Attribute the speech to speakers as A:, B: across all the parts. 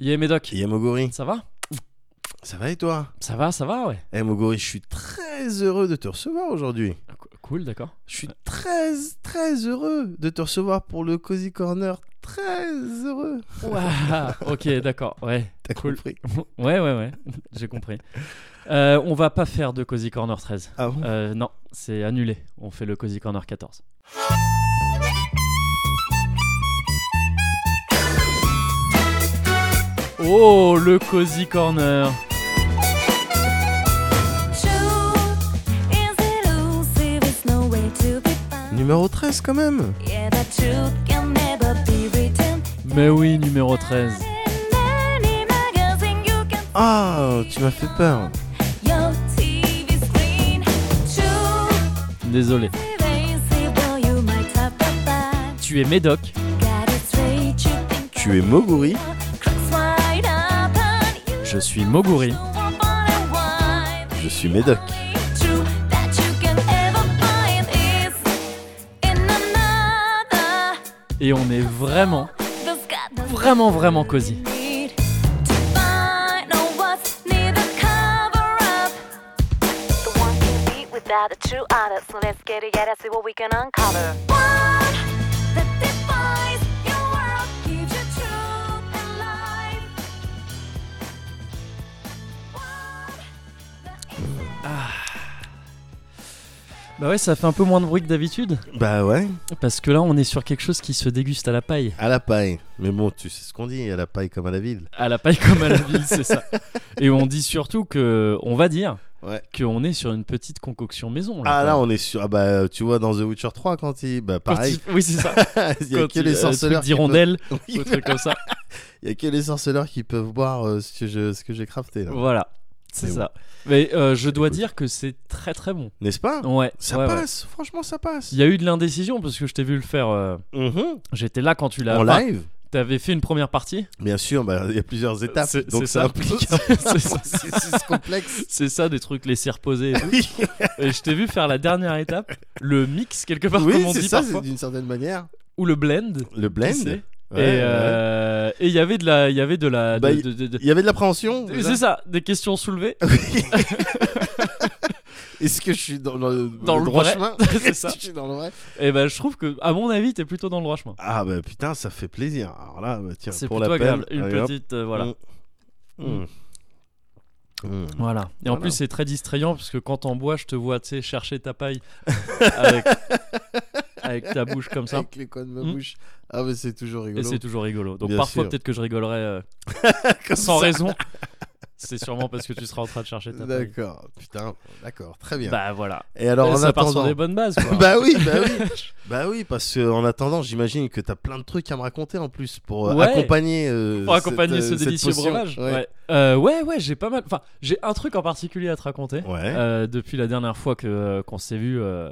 A: Yé Médoc,
B: Yé Moguri,
A: ça va
B: ça va et toi
A: Ça va, ça va, ouais.
B: Eh Moguri, je suis très heureux de te recevoir aujourd'hui.
A: Ah, cou- Cool, d'accord.
B: Je suis très très heureux de te recevoir pour le Cozy Corner. Très heureux.
A: Ouah, ok, d'accord, ouais.
B: T'as
A: Cool.
B: compris
A: Ouais, ouais, ouais, j'ai compris. Euh, on va pas faire de Cozy Corner 13.
B: Ah bon
A: Euh, non, c'est annulé. On fait le Cozy Corner 14. Oh, le Cozy Corner
B: Numéro 13 quand même
A: Mais oui, numéro 13.
B: Ah, tu m'as fait peur.
A: Désolé. Tu es Médoc,
B: Tu es Moguri
A: je suis Moguri.
B: Je suis Médoc.
A: Et on est vraiment, vraiment, vraiment cosy.
C: Without a true honest, let's get it, yeah, let's see what we can uncover. that defines your world, gives you truth and life.
A: Bah ouais, ça fait un peu moins de bruit que d'habitude.
B: Bah ouais,
A: Parce que là, on est sur quelque chose qui se déguste à la paille.
B: à la paille. Mais bon, tu sais ce qu'on dit, à la paille comme à la ville.
A: À la paille comme à la ville, c'est ça. Et on dit surtout que, on va dire,
B: Ouais.
A: qu'on est sur une petite concoction maison. là,
B: Ah
A: quoi.
B: là, on est sur. Ah bah, tu vois, dans The Witcher 3, quand il. Bah
A: Quand
B: pareil,
A: il- Oui, c'est ça.
B: il y a
A: Quand
B: que
A: il-
B: les
A: euh, truc
B: sorceleurs. qui
A: d'hirondelle,
B: peuvent- Oui,
A: ou truc comme ça.
B: Il y a que les sorceleurs qui peuvent boire euh, ce que je- ce que j'ai crafté là.
A: Voilà, c'est
B: Mais bon.
A: ça. Mais euh, je dois
B: Écoute.
A: dire que c'est très très bon.
B: N'est-ce pas
A: Ouais,
B: Ça
A: ouais, ouais.
B: passe, franchement ça passe.
A: Il y a eu de l'indécision parce que je t'ai vu le faire. euh,
B: Mhm.
A: J'étais là quand tu l'as.
B: En
A: enfin,
B: live
A: T'avais fait une première partie.
B: Bien sûr, bah, il y a plusieurs étapes,
A: C'est-
B: donc
A: c'est
B: ça,
A: ça.
B: implique
A: C'est ça.
B: un processus complexe.
A: C'est ça, des trucs laissés reposer. et tout.
B: Oui,
A: Et je t'ai vu faire la dernière étape, le mix quelque part, comme on
B: c'est
A: dit
B: ça, c'est
A: parfois,
B: d'une certaine manière.
A: ou le blend. tu
B: Le blend.
A: sais. et
B: ouais, ouais.
A: euh, et il y avait de la, il y avait de la, de-
B: Bah,
A: de- de- de-
B: Il y avait de l'appréhension.
A: C'est
B: déjà.
A: ça. des questions soulevées.
B: Est-ce que je suis dans le,
A: Dans le
B: droit
A: vrai.
B: chemin
A: C'est
B: Est-ce que
A: ça.
B: je suis dans le vrai
A: et ben je trouve que, à mon avis, t'es plutôt dans le droit chemin.
B: Ah bah putain, ça fait plaisir. Alors là, bah, tiens,
A: C'est
B: pour
A: plutôt
B: la peine.
A: agréable. Une
B: allez, hop.
A: petite, euh, voilà.
B: Mm. Mm.
A: Voilà. Et en
B: Voilà.
A: plus, c'est très distrayant parce que quand on bois, je te vois, tu sais, chercher ta paille avec, avec ta bouche comme ça.
B: Avec les coins de ma
A: Mm.
B: bouche. Ah mais c'est toujours
A: Et
B: rigolo.
A: c'est toujours rigolo. Donc
B: Bien
A: parfois,
B: sûr.
A: peut-être que je rigolerai euh,
B: Comme
A: sans
B: ça.
A: raison. C'est sûrement parce que tu seras en train de chercher ta paille.
B: D'accord, putain, d'accord, très bien.
A: Bah voilà.
B: Et alors en
A: ça part sur
B: attendant,
A: des bonnes bases. Quoi.
B: bah oui, bah oui, bah oui, parce que en attendant, j'imagine que t'as plein de trucs à me raconter en plus pour euh,
A: Ouais.
B: accompagner, euh,
A: Pour accompagner
B: cette, euh,
A: ce
B: cette
A: délicieux
B: potion.
A: breuvage.
B: Ouais.
A: Ouais, Euh, ouais, ouais, j'ai pas mal. Enfin, j'ai un truc en particulier à te raconter.
B: Ouais.
A: euh, depuis la dernière fois que euh, qu'on s'est vu euh,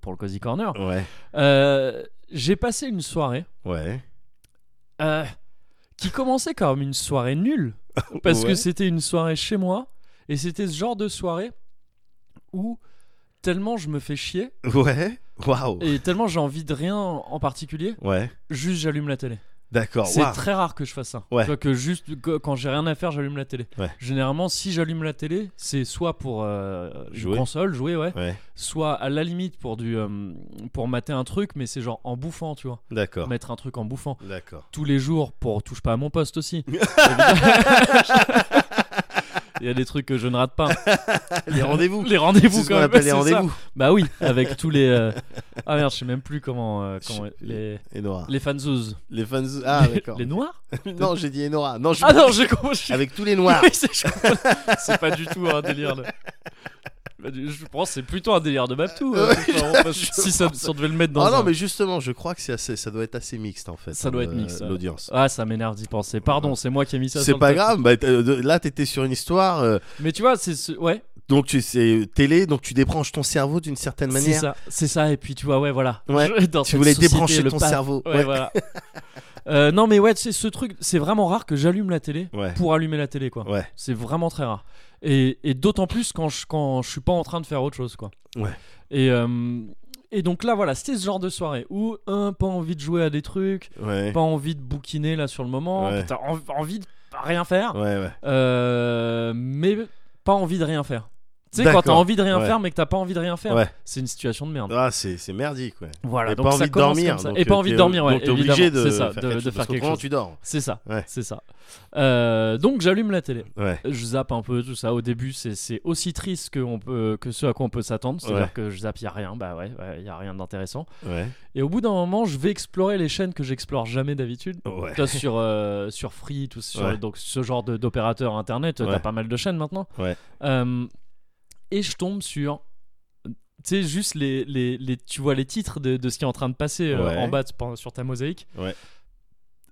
A: pour le Cozy Corner,
B: ouais,
A: Euh, j'ai passé une soirée
B: ouais,
A: Euh, qui commençait comme une soirée nulle. Parce que
B: Ouais.
A: c'était une soirée chez moi. Et c'était ce genre de soirée où tellement je me fais chier
B: ouais, waouh,
A: et tellement j'ai envie de rien en particulier,
B: ouais,
A: juste j'allume la télé.
B: d'accord,
A: C'est
B: Bah, waouh,
A: très rare que je fasse ça.
B: Ouais.
A: Tu vois, que juste que- quand j'ai rien à faire, j'allume la télé.
B: Ouais.
A: Généralement, si j'allume la télé, c'est soit pour euh, une
B: Jouer.
A: console, jouer, ouais,
B: ouais,
A: soit à la limite pour du euh, pour mater un truc, mais c'est genre en bouffant, tu vois,
B: d'accord,
A: mettre un truc en bouffant
B: d'accord,
A: tous les jours pour touche pas à mon poste aussi. Il y a des trucs que je ne rate pas.
B: les rendez-vous,
A: Les rendez-vous
B: c'est ce
A: quand
B: qu'on
A: même.
B: appelle les
A: c'est ça.
B: rendez-vous,
A: Bah oui, avec tous les. euh, Ah merde, je sais même plus comment. euh, comment-
B: Je-
A: Les
B: Enora,
A: les fanzouz.
B: les fans, ah
A: Les-
B: d'accord,
A: Les noirs.
B: non j'ai dit Enora, non je,
A: Ah non, j'ai compris.
B: avec tous les noirs,
A: Oui, c'est je comprends. C'est pas du tout un délire. de- Bah, du- Je pense que c'est plutôt un délire de Babtou. euh,
B: Ouais,
A: enfin, on-
B: je
A: si, ça, si on devait le mettre dans.
B: ah non
A: un-
B: mais justement, je crois que c'est assez, ça doit être assez mixte en fait,
A: Ça doit être
B: euh,
A: mixte, ouais.
B: l'audience.
A: Ah, ça m'énerve d'y penser. Pardon, c'est moi qui ai mis ça. sur
B: C'est
A: le
B: pas
A: tapis.
B: grave, bah, t'as- de- là t'étais sur une histoire, euh,
A: Mais tu vois, c'est ce- ouais.
B: donc tu c'est télé, donc tu débranches ton cerveau d'une certaine
A: C'est
B: manière.
A: ça, c'est ça. Et puis tu vois, ouais, voilà.
B: Ouais,
A: Je- dans
B: Tu
A: cette
B: voulais
A: société,
B: débrancher
A: le
B: ton
A: pas-
B: cerveau.
A: Ouais, voilà. Euh, non, mais ouais, c'est ce truc. C'est vraiment rare que j'allume la télé
B: Ouais.
A: pour allumer la télé, quoi.
B: Ouais.
A: C'est vraiment très rare. Et, et d'autant plus quand je, quand je suis pas en train de faire autre chose, quoi.
B: Ouais.
A: Et, euh, et donc là, voilà, c'était ce genre de soirée où, un, pas envie de jouer à des trucs,
B: ouais.
A: pas envie de bouquiner là sur le moment,
B: Ouais.
A: t'as en- envie de pas rien faire,
B: Ouais, ouais.
A: euh, mais pas envie de rien faire. Tu sais, quand
B: D'accord,
A: t'as envie de rien
B: ouais.
A: faire, mais que t'as pas envie de rien faire,
B: Ouais.
A: c'est une situation de merde.
B: Ah, c'est c'est merdique, ouais.
A: Voilà,
B: Et
A: donc
B: pas
A: ça
B: envie de
A: commence
B: dormir.
A: comme ça.
B: donc,
A: Et pas
B: euh,
A: envie de
B: t'es-
A: dormir, ouais.
B: Donc t'es
A: évidemment,
B: obligé de
A: c'est ça,
B: faire
A: de-
B: quelque
A: de
B: chose.
A: faire
B: parce
A: quelque
B: qu'autrement,
A: chose.
B: tu dors.
A: C'est ça,
B: Ouais.
A: c'est ça. Euh, donc j'allume la télé.
B: Ouais.
A: Je zappe un peu tout ça. Au début, c'est c'est aussi triste que, on peut, que ce à quoi on peut s'attendre. C'est-à-dire
B: Ouais.
A: que je zappe, il n'y a rien. Bah ouais, il n'y a rien d'intéressant.
B: Ouais.
A: Et au bout d'un moment, je vais explorer les chaînes que j'explore jamais d'habitude.
B: Ouais.
A: Toi, sur, euh, sur Free, tout, sur,
B: Ouais.
A: donc ce genre de- d'opérateur internet, t'as
B: Ouais.
A: pas mal de chaînes maintenant.
B: Ouais.
A: Euh, et je tombe sur. Tu sais, juste les, les, les- tu vois les titres de, de ce qui est en train de passer euh,
B: Ouais.
A: en bas de- pendant- sur ta mosaïque.
B: Ouais.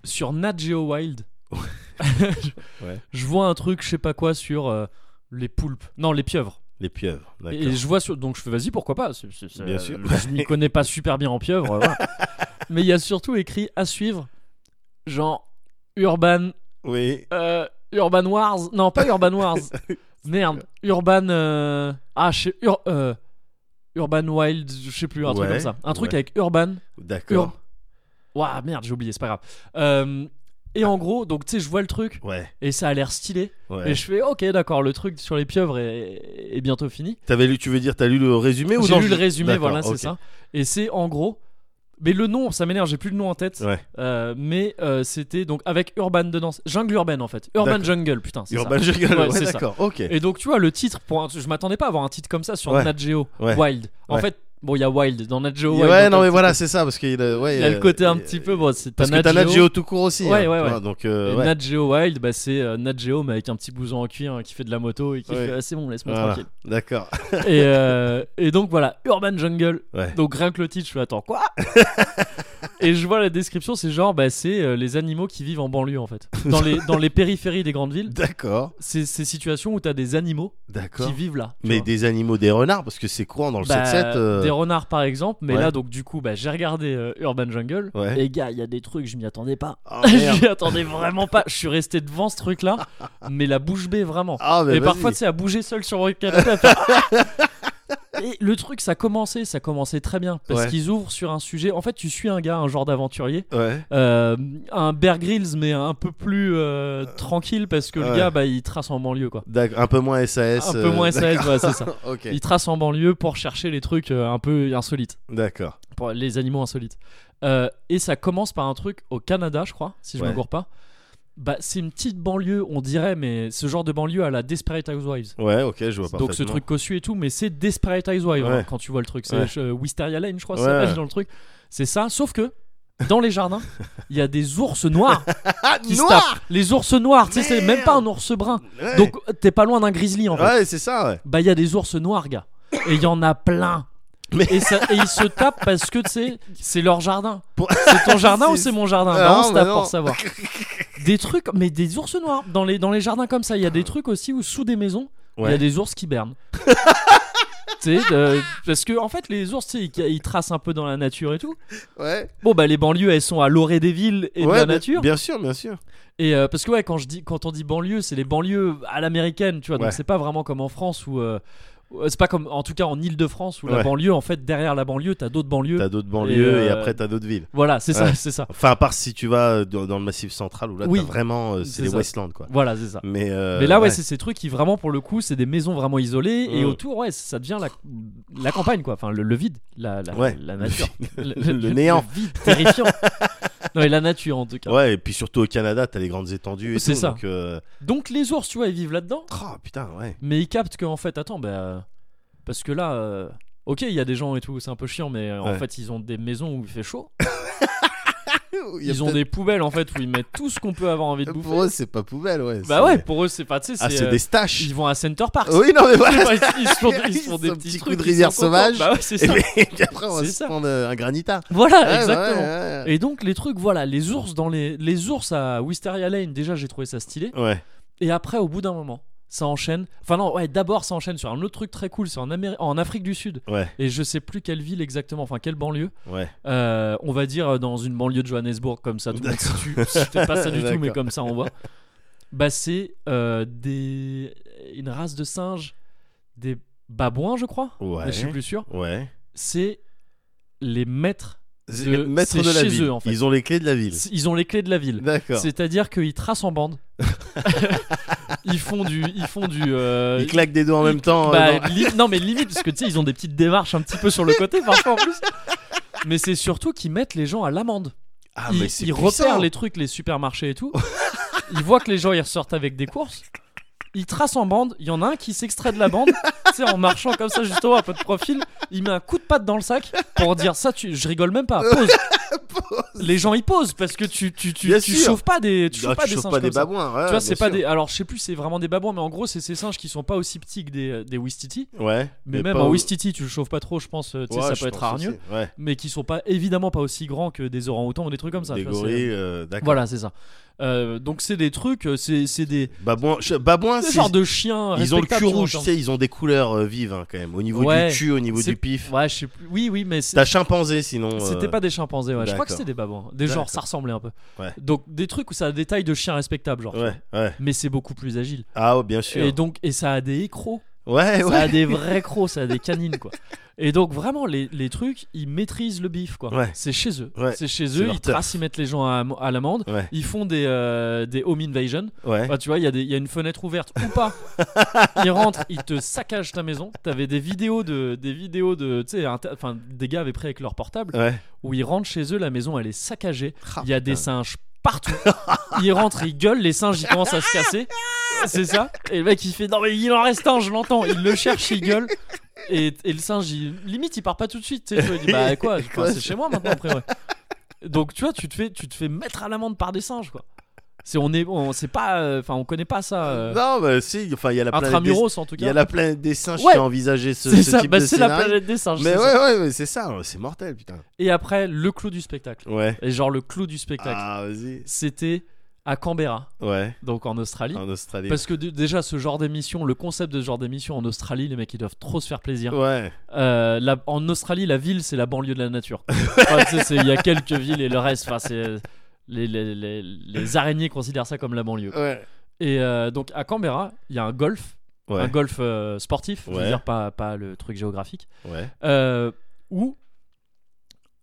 A: Sur Nat Geo Wild,
B: Ouais.
A: je vois un truc, je sais pas quoi, sur euh, les poulpes. Non, les pieuvres.
B: Les pieuvres. D'accord.
A: Et je vois sur... Donc je fais, vas-y, pourquoi pas c'est- c'est- c'est-
B: Bien sûr.
A: Je m'y connais pas super bien en pieuvre. voilà. Mais il y a surtout écrit à suivre, genre Urban...
B: Oui.
A: euh, Urban Wars... Non, pas Urban Wars. Merde. Urban... euh, Ah, je sais... Ur- euh, Urban Wild, je sais plus, un truc
B: Ouais,
A: comme ça. Un truc
B: ouais.
A: avec Urban...
B: D'accord.
A: Ouah, merde, j'ai oublié, c'est pas grave. Euh, et en gros, donc tu sais, je vois le truc,
B: Ouais.
A: et ça a l'air stylé. Et
B: Ouais.
A: je fais, ok, d'accord, le truc sur les pieuvres est- est bientôt fini.
B: T'avais lu, tu veux dire, t'as lu le résumé ou
A: J'ai
B: non
A: lu le
B: je-
A: résumé,
B: D'accord,
A: voilà, c'est
B: ok.
A: ça. Et c'est en gros. Mais le nom, ça m'énerve, j'ai plus le nom en tête.
B: Ouais.
A: Euh, mais euh, c'était donc avec Urban dedans. Jungle Urban en fait. Urban
B: D'accord.
A: Jungle, putain, c'est ça.
B: Urban Jungle,
A: Ouais,
B: ouais,
A: c'est ça.
B: d'accord, ok.
A: Et donc tu vois, le titre, pour un- je m'attendais pas à avoir un titre comme ça sur
B: Ouais.
A: Nat Geo.
B: Ouais.
A: Wild. En
B: Ouais.
A: fait, bon, il y a Wild dans Nat Geo.
B: Ouais,
A: Wild, donc,
B: non, mais
A: euh,
B: voilà, c'est ça, parce qu'il euh, ouais,
A: Il y a le
B: euh,
A: côté un
B: euh,
A: petit peu. Bon, c'est t'as
B: Parce que t'as Nat Geo tout court aussi.
A: Ouais,
B: hein,
A: ouais,
B: tu vois,
A: ouais.
B: Donc,
A: Et
B: euh, ouais.
A: Nat Geo Wild, bah, c'est euh, Nat Geo, mais avec un petit blouson en cuir hein, qui fait de la moto et qui
B: Ouais.
A: fait ah, c'est bon, laisse-moi
B: Voilà,
A: tranquille.
B: D'accord.
A: et, euh, et donc voilà, Urban Jungle.
B: Ouais.
A: Donc rien que le titre, je fais attends quoi Et je vois la description, c'est genre bah, c'est euh, les animaux qui vivent en banlieue en fait, dans les dans les périphéries des grandes villes.
B: D'accord.
A: C'est ces situations où t'as des animaux
B: D'accord.
A: qui vivent là. tu
B: Mais
A: vois.
B: des animaux, des renards, parce que c'est courant dans le
A: Bah,
B: 7-7. euh,
A: des renards par exemple, mais
B: ouais.
A: là donc du coup bah, j'ai regardé euh, Urban Jungle.
B: Ouais.
A: Et gars, il y a des trucs, je m'y attendais pas.
B: Ah, merde.
A: je m'y attendais vraiment pas. Je suis resté devant ce truc là, mais la bouche bée vraiment.
B: Ah, mais
A: Et parfois,
B: vas-y.
A: tu sais, à bouger seul sur le canapé. à faire- Et le truc, ça commençait, ça commençait très bien. Parce
B: Ouais.
A: qu'ils ouvrent sur un sujet. En fait, tu suis un gars, un genre d'aventurier.
B: Ouais.
A: euh, un Bear Grylls, mais un peu plus euh, tranquille. Parce que le
B: Ouais.
A: gars, bah, il trace en banlieue, quoi.
B: D'accord. Un peu moins SAS.
A: Un peu
B: euh,
A: moins
B: d'accord.
A: SAS, voilà, c'est ça.
B: euh, ok.
A: Il trace en banlieue pour chercher les trucs euh, un peu insolites.
B: D'accord.
A: Pour les animaux insolites. Euh, et ça commence par un truc au Canada, je crois, si je me
B: Ouais.
A: gourre pas. Bah, c'est une petite banlieue, on dirait, mais ce genre de banlieue à la Desperate Housewives.
B: Ouais, ok, je vois parfaitement.
A: Donc ce truc cossu et tout, mais c'est Desperate Housewives
B: Ouais.
A: hein, quand tu vois le truc. C'est
B: Ouais.
A: euh, Wisteria Lane, je crois, que
B: Ouais.
A: ça s'appelle dans le truc. C'est ça, sauf que dans les jardins, il y a des ours noirs
B: Ah,
A: qui se
B: noir
A: tapent. Les ours noirs, tu sais, c'est même pas un ours brun.
B: Ouais.
A: Donc t'es pas loin d'un grizzly en fait.
B: Ouais, c'est ça, ouais.
A: Bah il y a des ours noirs, gars. Et il y en a plein.
B: Mais-
A: Et, ça- et ils se tapent parce que tu sais, c'est leur jardin.
B: Pour-
A: C'est ton jardin ou
B: C'est-
A: c'est mon jardin
B: Ah
A: Bah, on
B: non,
A: se
B: bah
A: tape
B: non.
A: pour savoir. Des trucs, mais des ours noirs. Dans les, dans les jardins comme ça, il y a des trucs aussi où sous des maisons, il y a
B: Ouais.
A: des ours qui bernent. Tu sais, euh, parce que en fait, les ours, tu sais, ils, ils tracent un peu dans la nature et tout.
B: Ouais.
A: Bon, bah les banlieues, elles sont à l'orée des villes et
B: Ouais,
A: de la
B: bien-
A: nature.
B: Bien sûr, bien sûr.
A: Et euh, parce que ouais, quand je dis, quand on dit banlieue, c'est les banlieues à l'américaine, tu vois.
B: Ouais.
A: Donc c'est pas vraiment comme en France où euh, où- c'est pas comme, en tout cas en Île-de-France où la
B: Ouais.
A: banlieue, en fait, derrière la banlieue, t'as d'autres banlieues.
B: T'as d'autres banlieues
A: euh,
B: et après t'as d'autres villes.
A: Voilà, c'est ça,
B: Ouais.
A: c'est ça.
B: Enfin, à part si tu vas euh, dans, dans le massif central où là,
A: Oui.
B: t'as vraiment. euh,
A: C'est
B: c'est les
A: ça.
B: Westlands, quoi.
A: Voilà, c'est ça.
B: Mais, euh,
A: Mais là, ouais, c'est ces trucs qui vraiment, pour le coup, c'est des maisons vraiment isolées et
B: Mm.
A: autour, ouais, ça devient la, la campagne, quoi. Enfin, le, le vide, la, la,
B: Ouais.
A: la nature. Le,
B: le néant.
A: Le vide terrifiant. non, et la nature, en tout cas.
B: Ouais, et puis surtout au Canada, t'as les grandes étendues et
A: C'est
B: tout,
A: ça.
B: Donc, euh,
A: Donc, les ours, tu vois, ils vivent là-dedans.
B: Oh putain, ouais.
A: Mais ils captent qu'en fait, attends, bah, euh, parce que là, euh, ok, il y a des gens et tout, c'est un peu chiant, mais euh, en
B: Ouais.
A: fait, ils ont des maisons où il fait chaud.
B: Il y a
A: Ils ont
B: peut-être-
A: des poubelles en fait où ils mettent tout ce qu'on peut avoir envie de bouffer.
B: Pour eux, c'est pas poubelle, ouais.
A: bah
B: c'est-
A: ouais, pour eux, c'est pas, tu sais,
B: Ah,
A: c'est,
B: c'est
A: euh,
B: des staches.
A: ils vont à Center Park.
B: Oui, non, mais voilà.
A: Ils, se font, ils se
B: Ils
A: font
B: font
A: des
B: un
A: petits
B: petit coup
A: trucs,
B: de
A: ils
B: rivière
A: sont contents.
B: sauvage.
A: Bah ouais, c'est
B: Et
A: ça.
B: puis, et puis après, on va
A: C'est
B: se
A: ça.
B: prendre euh, un granita.
A: Voilà,
B: Ouais,
A: exactement.
B: ouais, ouais.
A: Et donc les trucs, voilà, les ours dans les les ours à Wisteria Lane, déjà j'ai trouvé ça stylé.
B: Ouais.
A: Et après, au bout d'un moment, ça enchaîne. Enfin non, ouais, d'abord ça enchaîne sur un autre truc très cool, c'est en, Améri- en Afrique du Sud.
B: Ouais,
A: Et je sais plus quelle ville exactement, enfin quelle banlieue.
B: ouais.
A: Euh, on va dire euh, dans une banlieue de Johannesburg comme ça. Tout le monde
B: D'accord.
A: situe. Je fais pas ça du tout, mais
B: D'accord.
A: comme ça on voit. Bah c'est euh, des une race de singes, des babouins je crois.
B: Ouais.
A: Mais je suis plus sûr.
B: Ouais.
A: C'est les maîtres.
B: C'est
A: De-
B: les maîtres
A: c'est
B: de la
A: chez
B: ville.
A: eux, en fait.
B: Ils ont les clés de la ville.
A: Ils ont les clés de la ville.
B: D'accord.
A: C'est-à-dire qu'ils tracent en bande. ils font du, ils font du. euh,
B: Ils claquent des doigts en même temps. euh,
A: bah,
B: dans-
A: li- non mais limite parce que tu sais ils ont des petites démarches un petit peu sur le côté parfois en plus. Mais c'est surtout qu'ils mettent les gens à l'amende.
B: Ah,
A: ils
B: mais c'est
A: ils
B: puissant.
A: repèrent les trucs, les supermarchés et tout. ils voient que les gens ils ressortent avec des courses. Ils tracent en bande. Il y en a un qui s'extrait de la bande, tu sais en marchant comme ça justement un peu de profil. Il met un coup de patte dans le sac pour dire ça. Tu, je rigole même pas. Pose. Les gens ils posent parce que tu tu tu,
B: Bien
A: tu
B: sûr.
A: chauffes pas des tu
B: Non,
A: chauffes pas
B: tu
A: des
B: chauffes
A: singes
B: pas
A: comme
B: des
A: ça.
B: babouins. ouais,
A: Tu vois,
B: bien
A: c'est pas
B: sûr.
A: des. Alors, je sais plus, c'est vraiment des babouins, mais en gros, c'est ces singes qui sont pas aussi petits que des, des Wistiti.
B: Ouais.
A: Mais, même
B: pas-
A: en Wistiti, tu le chauffes pas trop, je pense, euh, tu sais,
B: Ouais,
A: ça
B: je
A: peut être
B: pense
A: hargneux.
B: aussi, Ouais.
A: Mais qui sont pas évidemment pas aussi grands que des orang-outans ou des trucs comme ça.
B: Des
A: tu vois, c'est-
B: gorilles, euh, d'accord.
A: Voilà, c'est ça. Euh, donc, c'est des trucs, euh, c'est c'est des,
B: Babouin, je- babouin,
A: des
B: Ah, c'est-
A: genres de chiens.
B: ils ont le
A: respectables,
B: cul
A: tu vois,
B: rouge,
A: en
B: tu sais, ils ont des couleurs euh, vives hein, quand même. Au niveau
A: Ouais,
B: du cul, au niveau
A: c'est-
B: du pif.
A: termes- Ouais, je sais plus. Oui, oui, mais c'est-
B: T'as chimpanzé sinon. euh,
A: c'était pas des chimpanzés, ouais. Je crois que
B: d'accord.
A: c'était des babouins. Des genres,
B: D'accord.
A: ça ressemblait un peu.
B: Ouais.
A: Donc, des trucs où ça a des tailles de chiens respectables, genre. tu vois.
B: Ouais, ouais.
A: Mais c'est beaucoup plus agile.
B: Ah, oh, bien sûr.
A: Et donc, et ça a des écros.
B: Ouais,
A: ça a
B: Eh ouais.
A: des vrais crocs, ça a des canines quoi. Et donc vraiment les, les trucs, ils maîtrisent le bif quoi.
B: Ouais.
A: C'est chez eux.
B: Ouais.
A: C'est chez
B: C'est
A: eux,
B: leur
A: ils tracent, ils mettent les gens à, à l'amende.
B: Ouais,
A: Ils font des, euh, des home invasion.
B: ouais.
A: Enfin, tu vois, il y, a des- il y a une fenêtre ouverte ou pas. ils rentrent, ils te saccagent ta maison. T'avais des vidéos de. Des vidéos de. Tu sais, inter- enfin, des gars avaient pris avec leur portable.
B: Ouais.
A: Où ils rentrent chez eux, la maison elle est saccagée.
B: Ah,
A: Il y a des singes partout. ils rentrent, ils gueulent, les singes ils commencent à se casser. C'est ça. Et le mec il fait non mais il en reste un, je l'entends. Il le cherche, il gueule. Et, et le singe, il, limite, il part pas tout de suite. tu sais, tu vois, il dit bah quoi, enfin,
B: Quoi,
A: c'est chez moi maintenant après. ouais. Donc tu vois, tu te fais, tu te fais mettre à l'amende par des singes quoi. C'est on est, on sait pas, euh, enfin on connaît pas ça. euh,
B: Non, mais si, enfin, il y a la planète des...
A: intramuros en tout
B: Il y a
A: cas.
B: la planète des singes
A: Ouais.
B: qui a envisagé ce,
A: C'est
B: ce
A: ça,
B: type
A: bah,
B: de
A: c'est la
B: scénario.
A: planète des singes.
B: Mais
A: c'est
B: ouais,
A: ça.
B: ouais, mais c'est ça, hein, c'est mortel, putain.
A: Et après le clou du spectacle.
B: Ouais.
A: Et genre le clou du spectacle,
B: Ah, vas-y.
A: c'était à Canberra,
B: Ouais,
A: donc en Australie.
B: en Australie.
A: Parce que d- déjà, ce genre d'émission, le concept de ce genre d'émission en Australie, les mecs, ils doivent trop se faire plaisir.
B: Ouais,
A: Euh, la- en Australie, la ville, c'est la banlieue de la nature. Enfin, tu sais, c'est- Il y a quelques villes et le reste, enfin, c'est. Les, les, les- les araignées considèrent ça comme la banlieue.
B: ouais.
A: Et euh, donc à Canberra, il y a un golf, un
B: Ouais,
A: golf euh, sportif, je veux
B: Ouais.
A: dire pas, pas le truc géographique,
B: ouais,
A: euh, où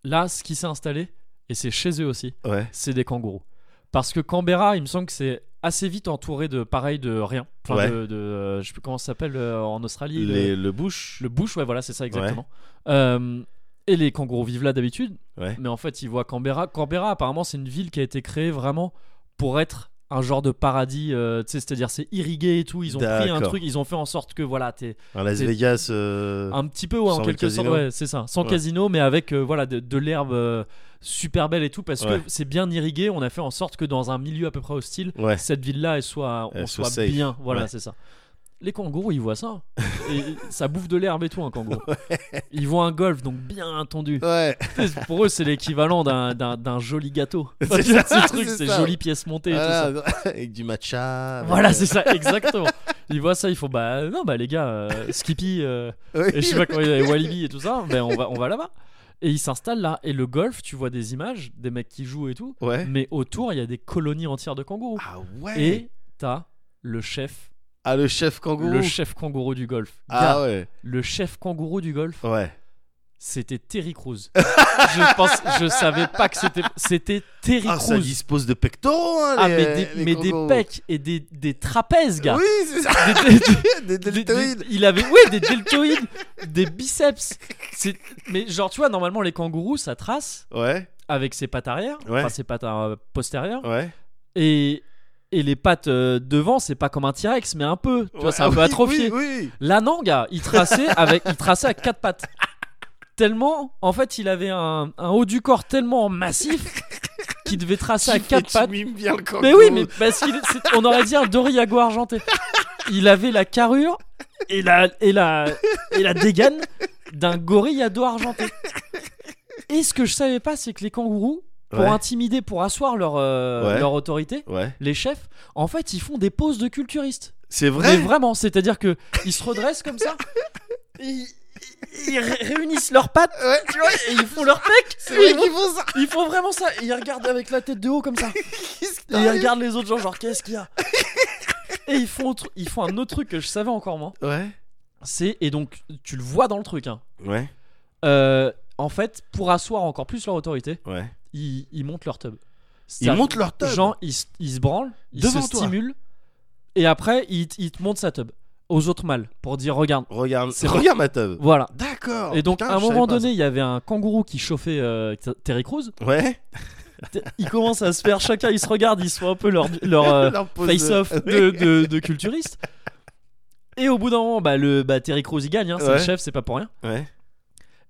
A: là, ce qui s'est installé, et c'est chez eux aussi,
B: ouais.
A: c'est des kangourous. Parce que Canberra, il me semble que c'est assez vite entouré de pareil de rien. Enfin,
B: Ouais.
A: de, de, euh, je sais plus comment ça s'appelle euh, en Australie. le-
B: Les- le bouche.
A: Le bush, ouais, voilà, c'est ça exactement. Euh, et les kangourous vivent là d'habitude.
B: Ouais.
A: Mais en fait, ils voient Canberra. Canberra, apparemment, c'est une ville qui a été créée vraiment pour être un genre de paradis. euh, tu sais, c'est-à-dire, c'est irrigué et tout. Ils ont pris un
B: D'accord.
A: truc, ils ont fait en sorte que, voilà, t'es
B: À Las
A: C'est-
B: Vegas. euh,
A: un petit peu, ouais, en
B: Sans le
A: quelque sorte.
B: casino.
A: Ouais, c'est ça. Sans
B: Ouais.
A: casino, mais avec euh, voilà de, de l'herbe euh, super belle et tout, parce
B: Ouais.
A: que c'est bien irrigué. On a fait en sorte que dans un milieu à peu près hostile,
B: Ouais.
A: cette ville-là, elle soit,
B: Elle
A: on
B: soit
A: soit,
B: safe.
A: bien. Voilà,
B: Ouais.
A: c'est ça. Les kangourous, ils voient ça. Et ça bouffe de l'herbe et tout, un kangourou. Ils voient un golf, donc bien tendu.
B: Ouais.
A: Pour eux, c'est l'équivalent d'un- d'un d'un joli gâteau.
B: C'est
A: Enfin,
B: ça,
A: ce truc,
B: c'est
A: c'est
B: ça.
A: jolies pièces montées et tout ça.
B: Voilà, Ah, Avec du matcha. avec- euh,
A: Voilà, c'est ça, exactement. Ils voient ça, ils font bah non, bah les gars, euh, Skippy, euh,
B: Oui.
A: et je sais pas comment il y a, Walibi et tout ça, ben on va, on va là-bas. Et ils s'installent là. Et le golf, tu vois des images, des mecs qui jouent et tout.
B: Ouais.
A: Mais autour, il y a des colonies entières de kangourous.
B: Ah ouais.
A: Et t'as le chef,
B: Ah, le chef kangourou.
A: le chef kangourou du golf. Gars,
B: Ah ouais.
A: Le chef kangourou du golf,
B: Ouais.
A: c'était Terry Crews. je pense, je savais pas que c'était, c'était Terry
B: Ah, ça
A: Crews.
B: dispose de pectoraux, hein,
A: ah
B: les-
A: mais des,
B: les
A: mais des
B: kangourous.
A: pecs et des, des trapèzes, gars.
B: Oui, c'est ça.
A: Des- des- Des-
B: Des
A: des-
B: deltoïdes.
A: il avait ouais des deltoïdes, des biceps. C'est mais genre tu vois normalement les kangourous ça trace
B: Ouais,
A: avec ses pattes arrière,
B: Ouais.
A: enfin ses pattes euh, postérieures
B: ouais.
A: et et les pattes euh, devant c'est pas comme un T-Rex mais un peu, tu vois
B: Ouais,
A: c'est un
B: ah
A: peu
B: oui,
A: atrophié.
B: Oui, oui.
A: Là non gars, il traçait avec il traçait à quatre pattes. Tellement en fait il avait un, un haut du corps tellement massif qu'il devait tracer à
B: Tu
A: quatre
B: fais-
A: pattes.
B: Tu mimes bien le kangourou.
A: Mais oui, mais parce qu'il est- c'est- on aurait dit un Doriago argenté. Il avait la carrure et la et la et la dégaine d'un gorille à dos argenté. Et ce que je savais pas, c'est que les kangourous, pour
B: Ouais.
A: intimider, pour asseoir leur euh,
B: Ouais.
A: leur autorité,
B: Ouais.
A: les chefs, en fait, ils font des poses de culturistes.
B: C'est vrai.
A: Mais vraiment, c'est-à-dire que ils se redressent comme ça. Ils, ils ré- réunissent leurs pattes,
B: Ouais.
A: tu vois, et ils font leur pec.
B: C'est vrai qu'ils font ça.
A: Ils font vraiment ça. Et ils regardent avec la tête de haut comme ça.
B: Qu'est-ce que
A: Et ils
B: t'arrives
A: regardent les autres gens, genre qu'est-ce qu'il y a Et ils font, autre- ils font un autre truc que je savais encore moins.
B: Ouais.
A: C'est, et donc tu le vois dans le truc, hein.
B: Ouais.
A: Euh, en fait, pour asseoir encore plus leur autorité,
B: Ouais.
A: ils, ils montent leur tub.
B: Ils
A: C'est-à-dire,
B: montent leur tub.
A: Genre, ils, se- ils se branlent, ils
B: Devant
A: se
B: toi.
A: stimulent, Et après, il, te- il te montre sa tub aux autres mâles pour dire regarde.
B: Regarde,
A: C'est-
B: regarde ma teub.
A: Voilà.
B: D'accord.
A: Et donc,
B: Oh, Putain,
A: à un
B: je savais
A: moment
B: pas
A: donné, il y avait un kangourou qui chauffait euh, T- Terry Crews.
B: ça. ouais.
A: T- Ils commencent à se faire, chacun, ils se regardent, ils se font un peu leur, leur, euh,
B: Leur pose de-
A: face-off de, de, de culturistes. Et au bout d'un moment, bah, le, bah, Terry Crews, il gagne, hein, c'est le
B: Ouais.
A: chef, c'est pas pour rien.
B: Ouais.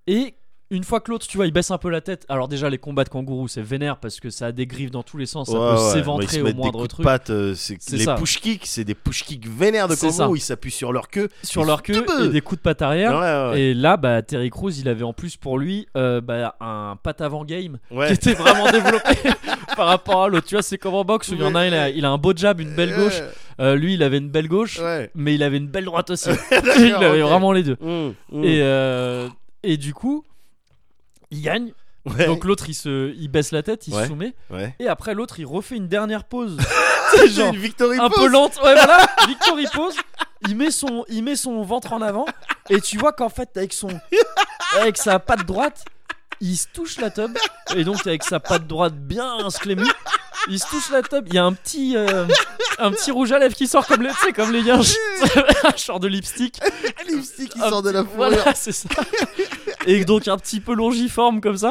A: Et une fois que l'autre, tu vois, il baisse un peu la tête. Alors, déjà, les combats de kangourous, c'est vénère parce que ça a des griffes dans tous les sens, ça
B: Ouais,
A: peut
B: ouais. Ils se
A: s'éventrer au
B: mettent
A: moindre
B: des coups
A: truc.
B: De patte, euh, c'est
A: C'est
B: les
A: ça.
B: push kicks, c'est des push kicks vénères de
A: C'est ça.
B: kangourous. Ils s'appuient sur leur queue.
A: sur leur queue et des coups de patte
B: Ouais,
A: arrière.
B: ouais, ouais.
A: Et là, bah, Terry Crews, il avait en plus pour lui euh, bah, un patte avant game
B: Ouais.
A: qui était vraiment développé par rapport à l'autre. Tu vois, c'est comme en boxe où il y en a, il a, il a un beau jab, une belle gauche. Euh, lui, il avait une belle gauche,
B: Euh, Ouais.
A: mais il avait une belle droite aussi. il avait
B: ok.
A: vraiment les deux.
B: Mm, mm.
A: Et, euh, et du coup, il gagne.
B: Ouais.
A: Donc l'autre, il, se, il baisse la tête, il se
B: Ouais.
A: soumet.
B: Ouais.
A: Et après, l'autre, il refait une dernière pause. C'est
B: C'est
A: genre
B: une victory
A: un
B: pose.
A: peu lente. Ouais, voilà. Victor, il pose. Il met, son, il met son ventre en avant. Et tu vois qu'en fait, avec son. Avec sa patte droite, il se touche la tub. Et donc, avec sa patte droite bien sclémue, il se touche la tub. Il y a un petit. euh, un petit rouge à lèvres qui sort comme les, tu sais, comme les guinches. un genre de lipstick.
B: Un lipstick qui
A: Un
B: sort de la
A: petit-
B: fourrure.
A: Voilà, c'est ça. Et donc un petit peu longiforme comme ça,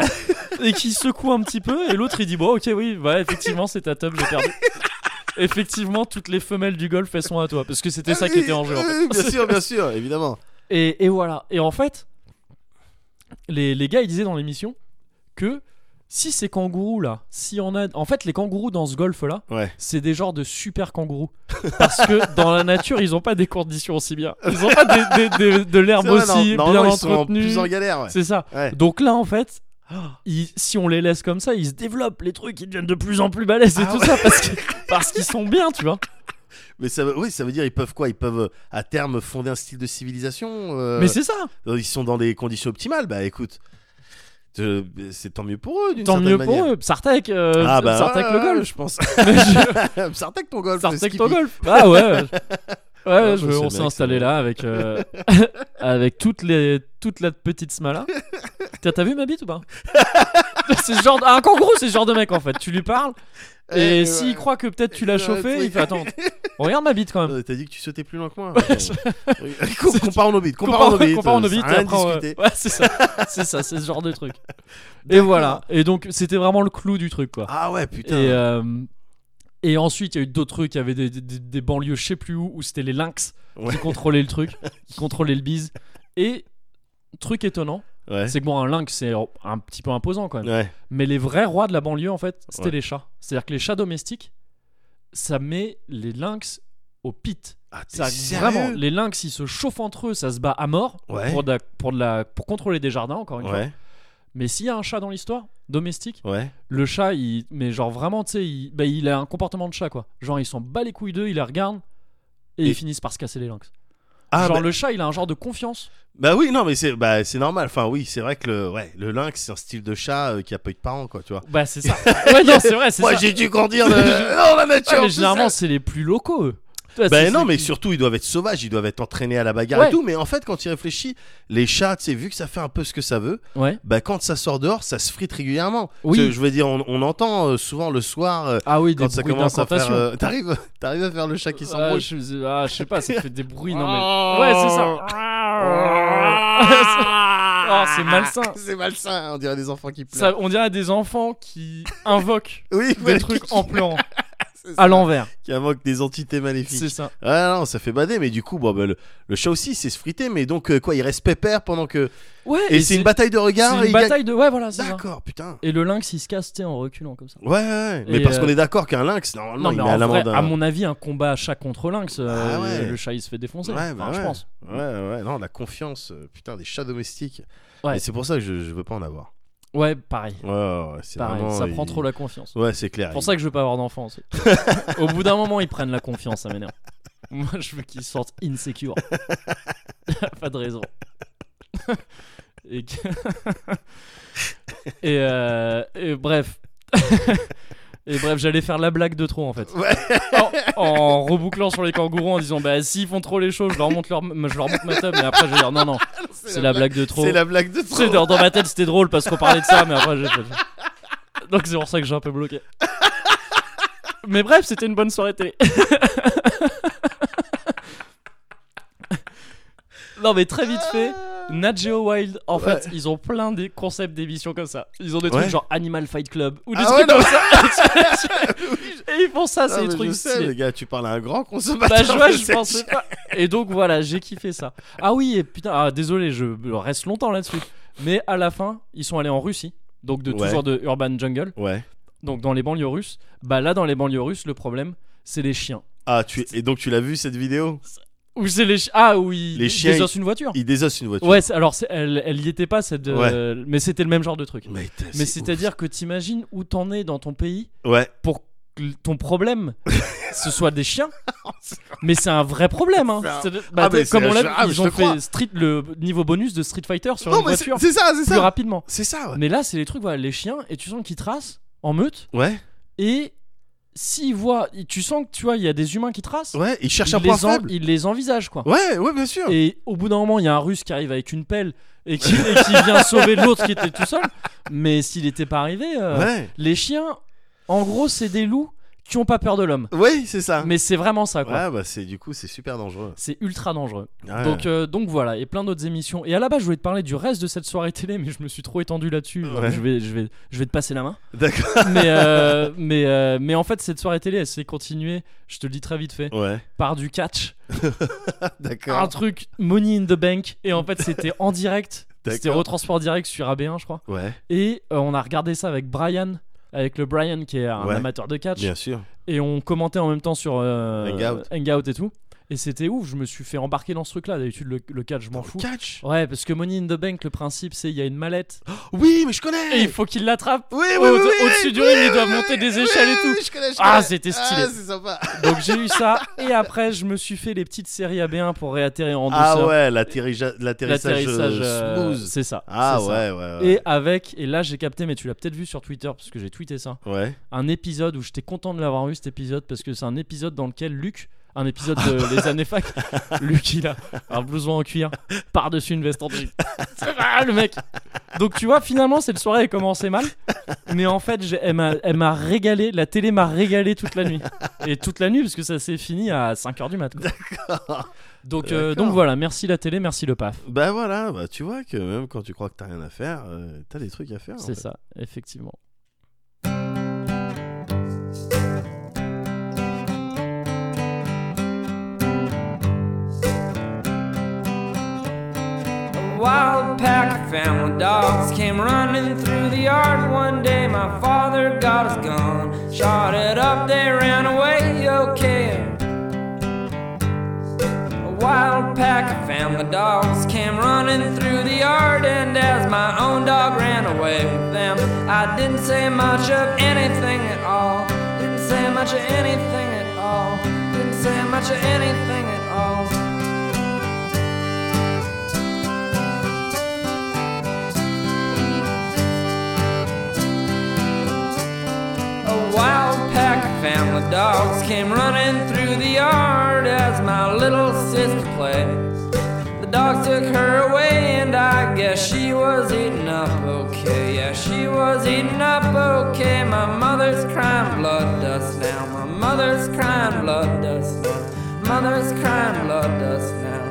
A: et qui secoue un petit peu, et l'autre il dit bon ok oui, bah effectivement c'est ta tub, j'ai perdu. Effectivement, toutes les femelles du golf elles sont à toi, parce que c'était ça qui était en jeu. en fait.
B: Ah Oui, oui, Bien sûr, bien sûr, évidemment.
A: Et, et voilà. Et en fait, les, les gars ils disaient dans l'émission que si ces kangourous là, si on a, en fait les kangourous dans ce golf là,
B: Ouais.
A: c'est des genres de super kangourous. Parce que dans la nature, ils ont pas des conditions aussi bien. Ils ont pas des- des- des- de l'herbe
B: C'est vrai, non,
A: aussi bien
B: normalement, ils sont en
A: entretenue.
B: plus en galère. ouais.
A: C'est ça.
B: Ouais.
A: Donc là, en fait, ils- si on les laisse comme ça, ils se développent, les trucs, ils deviennent de plus en plus balèzes et
B: Ah
A: tout ça parce que- parce qu'ils sont bien, tu vois.
B: Mais ça, veut- oui, ça veut dire ils peuvent quoi Ils peuvent euh, à terme fonder un style de civilisation. euh,
A: Mais c'est ça.
B: euh, ils sont dans des conditions optimales. Bah écoute, euh, c'est tant mieux pour eux. d'une
A: Tant
B: certaine
A: mieux
B: manière.
A: pour eux. Sartek, euh,
B: Ah bah
A: Sartek
B: ouais,
A: le
B: ouais,
A: golf.
B: je pense.
A: Mais je-
B: Sartek ton golf. le
A: Sartek
B: skippy.
A: ton golf. Ah ouais. ouais. Ouais,
B: Ouais,
A: je-
B: je sais
A: on
B: bien
A: s'est
B: que
A: installé
B: c'est-
A: là avec euh, avec toutes les toute la petite smala. Tiens, t'as vu ma bite ou pas C'est ce genre de- un kangourou, c'est ce genre de mec en fait. Tu lui parles et
B: Eh,
A: s'il
B: ouais.
A: croit que peut-être tu l'as
B: Ouais,
A: chauffé,
B: oui.
A: il fait attends, regarde ma bite quand même.
B: Euh, T'as dit que tu sautais plus loin que moi.
A: je-
B: Euh, com- Comparons nos bites. Comparons nos
A: Comparons
B: bites.
A: comparons nos
B: euh,
A: bites.
B: Rien
A: et
B: à
A: après, on-
B: discuter.
A: Ouais, c'est ça. C'est ça, c'est ce genre de truc. Et voilà. Et donc, c'était vraiment le clou du truc, quoi.
B: Ah ouais, putain.
A: et, euh, et ensuite, il y a eu d'autres trucs. Il y avait des, des- des- des banlieues, je sais plus où, où c'était les lynx
B: Ouais.
A: qui contrôlaient le truc, qui contrôlaient le bise. Et truc étonnant,
B: Ouais.
A: c'est que bon, un lynx, c'est un petit peu imposant quand même.
B: Ouais.
A: Mais les vrais rois de la banlieue, en fait, c'était
B: Ouais.
A: les chats. C'est-à-dire que les chats domestiques, ça met les lynx au pit.
B: Ah, t'es
A: Ça,
B: sérieux
A: vraiment, les lynx, ils se chauffent entre eux, ça se bat à mort
B: Ouais.
A: pour, de la- pour, de la- pour contrôler des jardins, encore une fois.
B: Ouais.
A: Mais s'il y a un chat dans l'histoire, domestique,
B: Ouais.
A: le chat, il, mais genre vraiment, tu sais, il, bah, il a un comportement de chat, quoi. Genre, ils s'en bat les couilles d'eux, ils les regardent et,
B: Et-
A: ils finissent par se casser les lynx.
B: Ah,
A: genre,
B: bah,
A: le chat, il a un genre de confiance.
B: bah oui, non, mais c'est bah, c'est normal. Enfin, oui, c'est vrai que le, ouais, le lynx, c'est un style de chat euh, qui a pas eu de parents, quoi, tu vois.
A: Bah, c'est ça. ouais, non, c'est vrai, c'est
B: Moi,
A: ça.
B: j'ai dû grandir dans la nature.
A: Ah, mais
B: tout
A: généralement,
B: seul.
A: c'est les plus locaux, eux. Tu vois,
B: Bah
A: c'est
B: non,
A: ceux
B: mais
A: qui-
B: surtout, ils doivent être sauvages, ils doivent être entraînés à la bagarre
A: Ouais.
B: et tout. Mais en fait, quand tu y réfléchis, les chats, tu sais, vu que ça fait un peu ce que ça veut,
A: Ouais.
B: bah quand ça sort dehors, ça se frite régulièrement.
A: Oui.
B: Parce que, Je veux dire, on, on entend euh, souvent le soir. euh,
A: Ah oui, des
B: quand ça
A: bruits
B: commence à faire.
A: d'incantation.
B: euh, T'arrives t'arrives à faire le chat qui Ah.
A: Ah,
B: s'embrouche.
A: je, ah, je sais pas, ça fait des bruits, non mais. Ouais, c'est ça. Oh, c'est malsain.
B: C'est malsain, on dirait des enfants qui pleurent.
A: Ça, on dirait des enfants qui invoquent
B: Oui,
A: des
B: voilà,
A: trucs
B: qui-
A: en pleurant
B: c'est ça,
A: à l'envers.
B: Qui invoque des entités maléfiques.
A: C'est ça.
B: Ah non, ça fait bader, mais du coup, bon, bah, le, le chat aussi, c'est se friter, mais donc euh, quoi, il reste pépère pendant que.
A: Ouais.
B: Et, c'est une bataille hein, de
A: C'est
B: regard.
A: une bataille de. Ouais, voilà, c'est ça.
B: D'accord, putain.
A: Et le lynx, il se casse tu sais, en reculant comme ça.
B: Ouais, ouais, ouais. Mais
A: Et,
B: parce
A: euh,
B: qu'on est d'accord qu'un lynx, normalement, il
A: mais
B: met à
A: en vrai,
B: l'amende.
A: à mon avis, un combat chat contre lynx, euh,
B: Ah ouais.
A: le chat il se fait défoncer.
B: Ouais, bah
A: Enfin, je
B: ouais.
A: pense.
B: Ouais, ouais, non, la confiance, euh, putain, des chats domestiques.
A: Ouais.
B: Et c'est pour ça que je, je veux pas en avoir.
A: Ouais, pareil.
B: Ouais, ouais, ouais, c'est
A: Pareil,
B: vraiment,
A: ça
B: il-
A: prend trop la confiance.
B: Ouais, c'est clair.
A: C'est pour
B: il-
A: ça que je veux pas avoir d'enfants aussi. Au bout d'un moment, ils prennent la confiance, ça m'énerve. Moi, je veux qu'ils sortent insecure. pas de raison. et, que- et, euh, et bref. et bref, j'allais faire la blague de trop en fait.
B: Ouais.
A: En, en rebouclant sur les kangourous en disant Bah, s'ils font trop les choses, je leur monte, leur, je leur monte ma table. Mais après, je vais dire Non, non, c'est la blague de trop.
B: C'est la blague de
A: Tu sais,
B: trop.
A: dans, dans ma tête, c'était drôle parce qu'on parlait de ça, mais après, j'ai fait. Donc, c'est pour ça que j'ai un peu bloqué. Mais bref, c'était une bonne soirée télé. Non, mais très vite fait.
B: Ah
A: Nat Geo Wild, en
B: Ouais.
A: fait, ils ont plein des concepts d'émissions comme ça. Ils ont des
B: Ouais.
A: trucs genre Animal Fight Club ou des
B: Ah
A: trucs
B: ouais, non.
A: comme ça. Et ils font ça,
B: Ah,
A: c'est des
B: mais
A: trucs
B: je sais,
A: stylés.
B: les gars, tu parles à un grand
A: Bah,
B: consommateur.
A: je vois,
B: de
A: je
B: cette
A: pensais pas. Et donc voilà, j'ai kiffé ça. Ah oui, et putain, ah, désolé, je reste longtemps là-dessus. Mais à la fin, ils sont allés en Russie. Donc de
B: Ouais.
A: toujours de Urban Jungle.
B: Ouais.
A: Donc dans les banlieues russes. Bah là, dans les banlieues russes, le problème, c'est les chiens.
B: Ah, tu... et donc tu l'as vu cette vidéo
A: Ou c'est les chi- Ah oui,
B: Les
A: ils
B: chiens,
A: désossent une voiture.
B: Il désosse une voiture.
A: Ouais, c'est- alors c'est- elle, elle y était pas cette. euh, Mais c'était le même genre de truc.
B: Mais, t'es-
A: Mais
B: c'est
A: c'est-à-dire que t'imagines où t'en es dans ton pays
B: ouf. Ouais.
A: pour que l- ton problème ce soit des chiens. mais c'est un vrai problème. Hein.
B: C'est un-
A: C'est- bah,
B: Ah, mais
A: t'es- comme
B: c'est-
A: on
B: je-
A: l'a vu,
B: ah, mais
A: ils
B: je
A: ont
B: te
A: fait
B: crois.
A: street, le niveau bonus de Street Fighter sur
B: non,
A: une
B: mais c'est
A: voiture
B: c'est ça, c'est
A: plus
B: ça.
A: rapidement.
B: C'est ça, ouais.
A: Mais là, c'est les trucs, voilà, les chiens, et tu sens qu'ils tracent en meute,
B: Ouais,
A: et s'ils voient, tu sens que tu vois, il y a des humains qui tracent,
B: ouais, il cherche
A: ils,
B: un point
A: les en-
B: faible.
A: ils les envisagent quoi.
B: Ouais, ouais, bien sûr.
A: Et au bout d'un moment, il y a un russe qui arrive avec une pelle et qui, et qui vient sauver l'autre qui était tout seul. Mais s'il n'était pas arrivé, euh,
B: Ouais.
A: les chiens, en gros, c'est des loups qui ont pas peur de l'homme.
B: Oui, c'est ça.
A: Mais euh, c'est vraiment ça, quoi.
B: Ah. Ouais, bah c'est du coup, c'est super dangereux.
A: C'est ultra dangereux.
B: Ouais.
A: Donc, euh, donc voilà, et plein d'autres émissions. Et à la base, je voulais te parler du reste de cette soirée télé, mais je me suis trop étendu là-dessus. Genre,
B: Ouais.
A: Je, vais, je, vais, je vais te passer la main.
B: D'accord.
A: mais, euh, mais, euh, mais en fait, cette soirée télé, elle s'est continuée, je te le dis très vite fait,
B: Ouais.
A: par du catch. un
B: D'accord.
A: truc Money in the Bank et en fait c'était en direct c'était
B: D'accord.
A: retransport en direct sur AB1 je crois
B: Ah, Ouais,
A: et euh, on a regardé ça avec Brian avec le Brian qui est un
B: Ouais.
A: amateur de catch
B: bien sûr.
A: et on commentait en même temps sur euh,
B: Hangout.
A: Hangout et tout et c'était ouf je me suis fait embarquer dans ce truc là d'habitude le, le catch je m'en fous
B: Catch.
A: ouais parce que Money in the Bank le principe c'est il y a une mallette
B: Oh Oui, mais je connais.
A: et il faut qu'il l'attrape
B: Oui, oui,
A: au-
B: oui, oui,
A: au-dessus
B: oui,
A: du ring,
B: oui,
A: il doit
B: oui,
A: monter
B: oui,
A: des
B: oui,
A: échelles et
B: oui,
A: tout.
B: oui, je connais, je
A: Ah,
B: connais.
A: c'était
B: Ah,
A: stylé.
B: c'est sympa.
A: donc j'ai eu ça et après je me suis fait les petites séries AB1 pour réatterrir en
B: Ah
A: douceur
B: ouais, l'atterrija- l'atterrissage
A: l'atterrissage
B: euh,
A: euh,
B: smooth.
A: c'est ça
B: Ah
A: c'est ça.
B: ouais, ouais, ouais.
A: Et avec, et là j'ai capté, mais tu l'as peut-être vu sur Twitter parce que j'ai tweeté ça,
B: Ouais.
A: un épisode où j'étais content de l'avoir vu cet épisode parce que c'est un épisode dans lequel Luc, un épisode de Les années fac, Luc il a un blouson en cuir par-dessus une veste en jean. C'est pas le mec Donc tu vois, finalement cette soirée a commencé mal, mais en fait j'ai- elle m'a elle m'a régalé, la télé m'a régalé toute la nuit. Et toute la nuit parce que ça s'est fini à 5h du matin.
B: D'accord.
A: Donc, euh,
B: D'accord.
A: donc voilà, merci la télé, merci le PAF.
B: Bah voilà, bah tu vois que même quand tu crois que t'as rien à faire, euh, t'as des trucs à faire. en
A: C'est
B: fait.
A: ça, effectivement.
D: A wild pack of family dogs came running through the yard one day. My father got his gun, shot it up, they ran away. Okay. A wild pack of family dogs came running through the yard, and as my own dog ran away with them, I didn't say much of anything at all. Didn't say much of anything at all. Didn't say much of anything at all. A wild pack of family dogs came running through the yard as my little sister played. The dogs took her away, and I guess she was eating up okay. Yeah, she was eating up okay. My mother's crying blood dust now. My mother's crying blood dust now. Mother's crying blood dust now.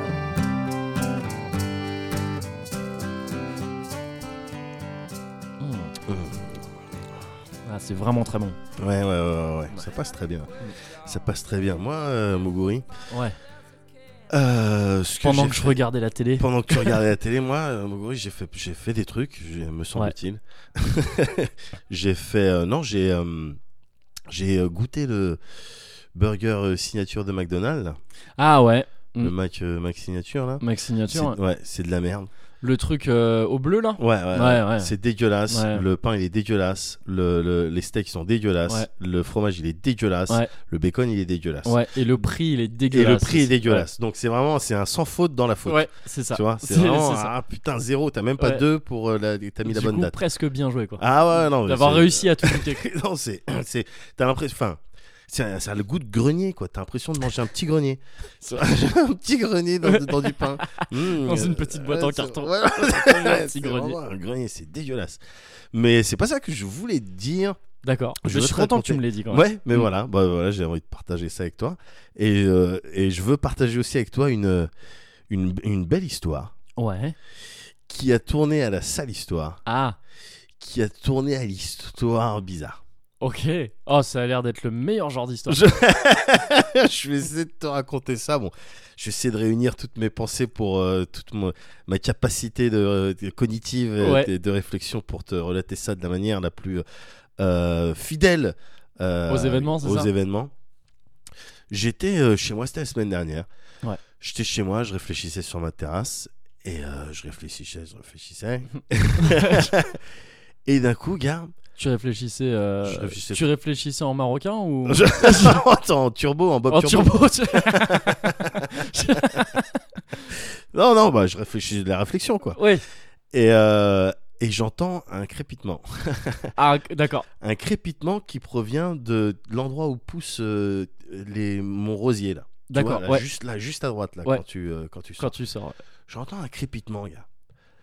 A: Ah, c'est vraiment très bon.
B: Ouais, ouais, ouais, ouais, ouais. Ça passe très bien. Ça passe très bien. Moi, euh, Moguri,
A: Ouais.
B: euh, ce que
A: Pendant
B: j'ai
A: que je
B: fait-
A: regardais la télé.
B: Pendant que tu regardais la télé, moi, euh, Moguri, j'ai fait, j'ai fait des trucs, j'ai- me semble-t-il. j'ai fait. euh, non, j'ai. euh, j'ai euh, goûté le burger euh, signature de McDonald's, là.
A: Ah ouais,
B: le
A: Mm.
B: Mac, euh, Mac signature, là.
A: Max
B: C'est-
A: Signature.
B: Ouais, c'est de la merde.
A: Le truc euh, au bleu là
B: Ouais, ouais.
A: Ouais, ouais.
B: C'est dégueulasse.
A: Ouais.
B: Le pain, il est dégueulasse. Le, le- les steaks, ils sont dégueulasses.
A: Ouais.
B: Le fromage, il est dégueulasse.
A: Ouais.
B: Le bacon, il est dégueulasse.
A: Ouais, et le prix il est
B: Et
A: dégueulasse.
B: le prix est dégueulasse. Donc c'est vraiment, c'est un sans faute dans la
A: Ouais,
B: faute.
A: Ouais, c'est ça.
B: Tu vois, c'est
A: C'est-
B: vraiment
A: c'est ça.
B: ah putain zéro, t'as même pas
A: Ouais.
B: deux pour euh, la, t'as mis la
A: Du
B: bonne
A: coup,
B: date.
A: presque bien joué quoi.
B: Ah ouais non. mais
A: D'avoir
B: c'est-
A: réussi à tout piquer.
B: non c'est c'est t'as l'impression, enfin c'est un- ça a le goût de grenier quoi. T'as l'impression de manger un petit grenier. Tu vois, un petit grenier dans, dans du pain. Mm,
A: Dans
B: euh,
A: une petite boîte en
B: c'est-
A: carton.
B: ouais,
A: Un petit
B: c'est
A: grenier.
B: vraiment Un grenier, c'est dégueulasse. Mais c'est pas ça que je voulais dire.
A: D'accord.
B: Je
A: Je,
B: veux
A: suis
B: te
A: content que
B: raconter.
A: tu me l'aies dit quand même.
B: Ouais, mais
A: Mm.
B: voilà, bah, voilà j'ai envie de partager ça avec toi. Et, euh, et je veux partager aussi avec toi une, une, une belle histoire
A: Ouais.
B: qui a tourné à la sale histoire,
A: Ah,
B: qui a tourné à l'histoire bizarre.
A: ok. Oh, ça a l'air d'être le meilleur genre d'histoire.
B: Je- je vais essayer de te raconter ça. Bon, je vais essayer de réunir toutes mes pensées pour euh, toute mon- ma capacité de, de cognitive euh,
A: Ouais.
B: de, de réflexion pour te relater ça de la manière la plus euh, fidèle euh,
A: Aux événements, c'est
B: aux
A: ça
B: événements. J'étais euh, chez moi, c'était la semaine dernière.
A: Ouais.
B: J'étais chez moi, je réfléchissais sur ma terrasse et euh, je réfléchissais, je réfléchissais. et d'un coup, gars,
A: Tu réfléchissais, euh,
B: Je réfléchissais-
A: tu réfléchissais en marocain ou
B: je... en turbo, en Bob
A: en turbo
B: turbo.
A: tu-
B: Non, non, bah, je réfléchis de la réflexion, quoi.
A: Oui.
B: Et, euh, et j'entends un crépitement.
A: Ah, d'accord.
B: Un crépitement qui provient de l'endroit où poussent euh, les, mon rosier, là. Tu
A: D'accord,
B: vois, là,
A: ouais.
B: Juste là, juste à droite, là,
A: Ouais.
B: quand tu, euh, quand tu sors.
A: Quand tu sors.
B: J'entends un crépitement, gars.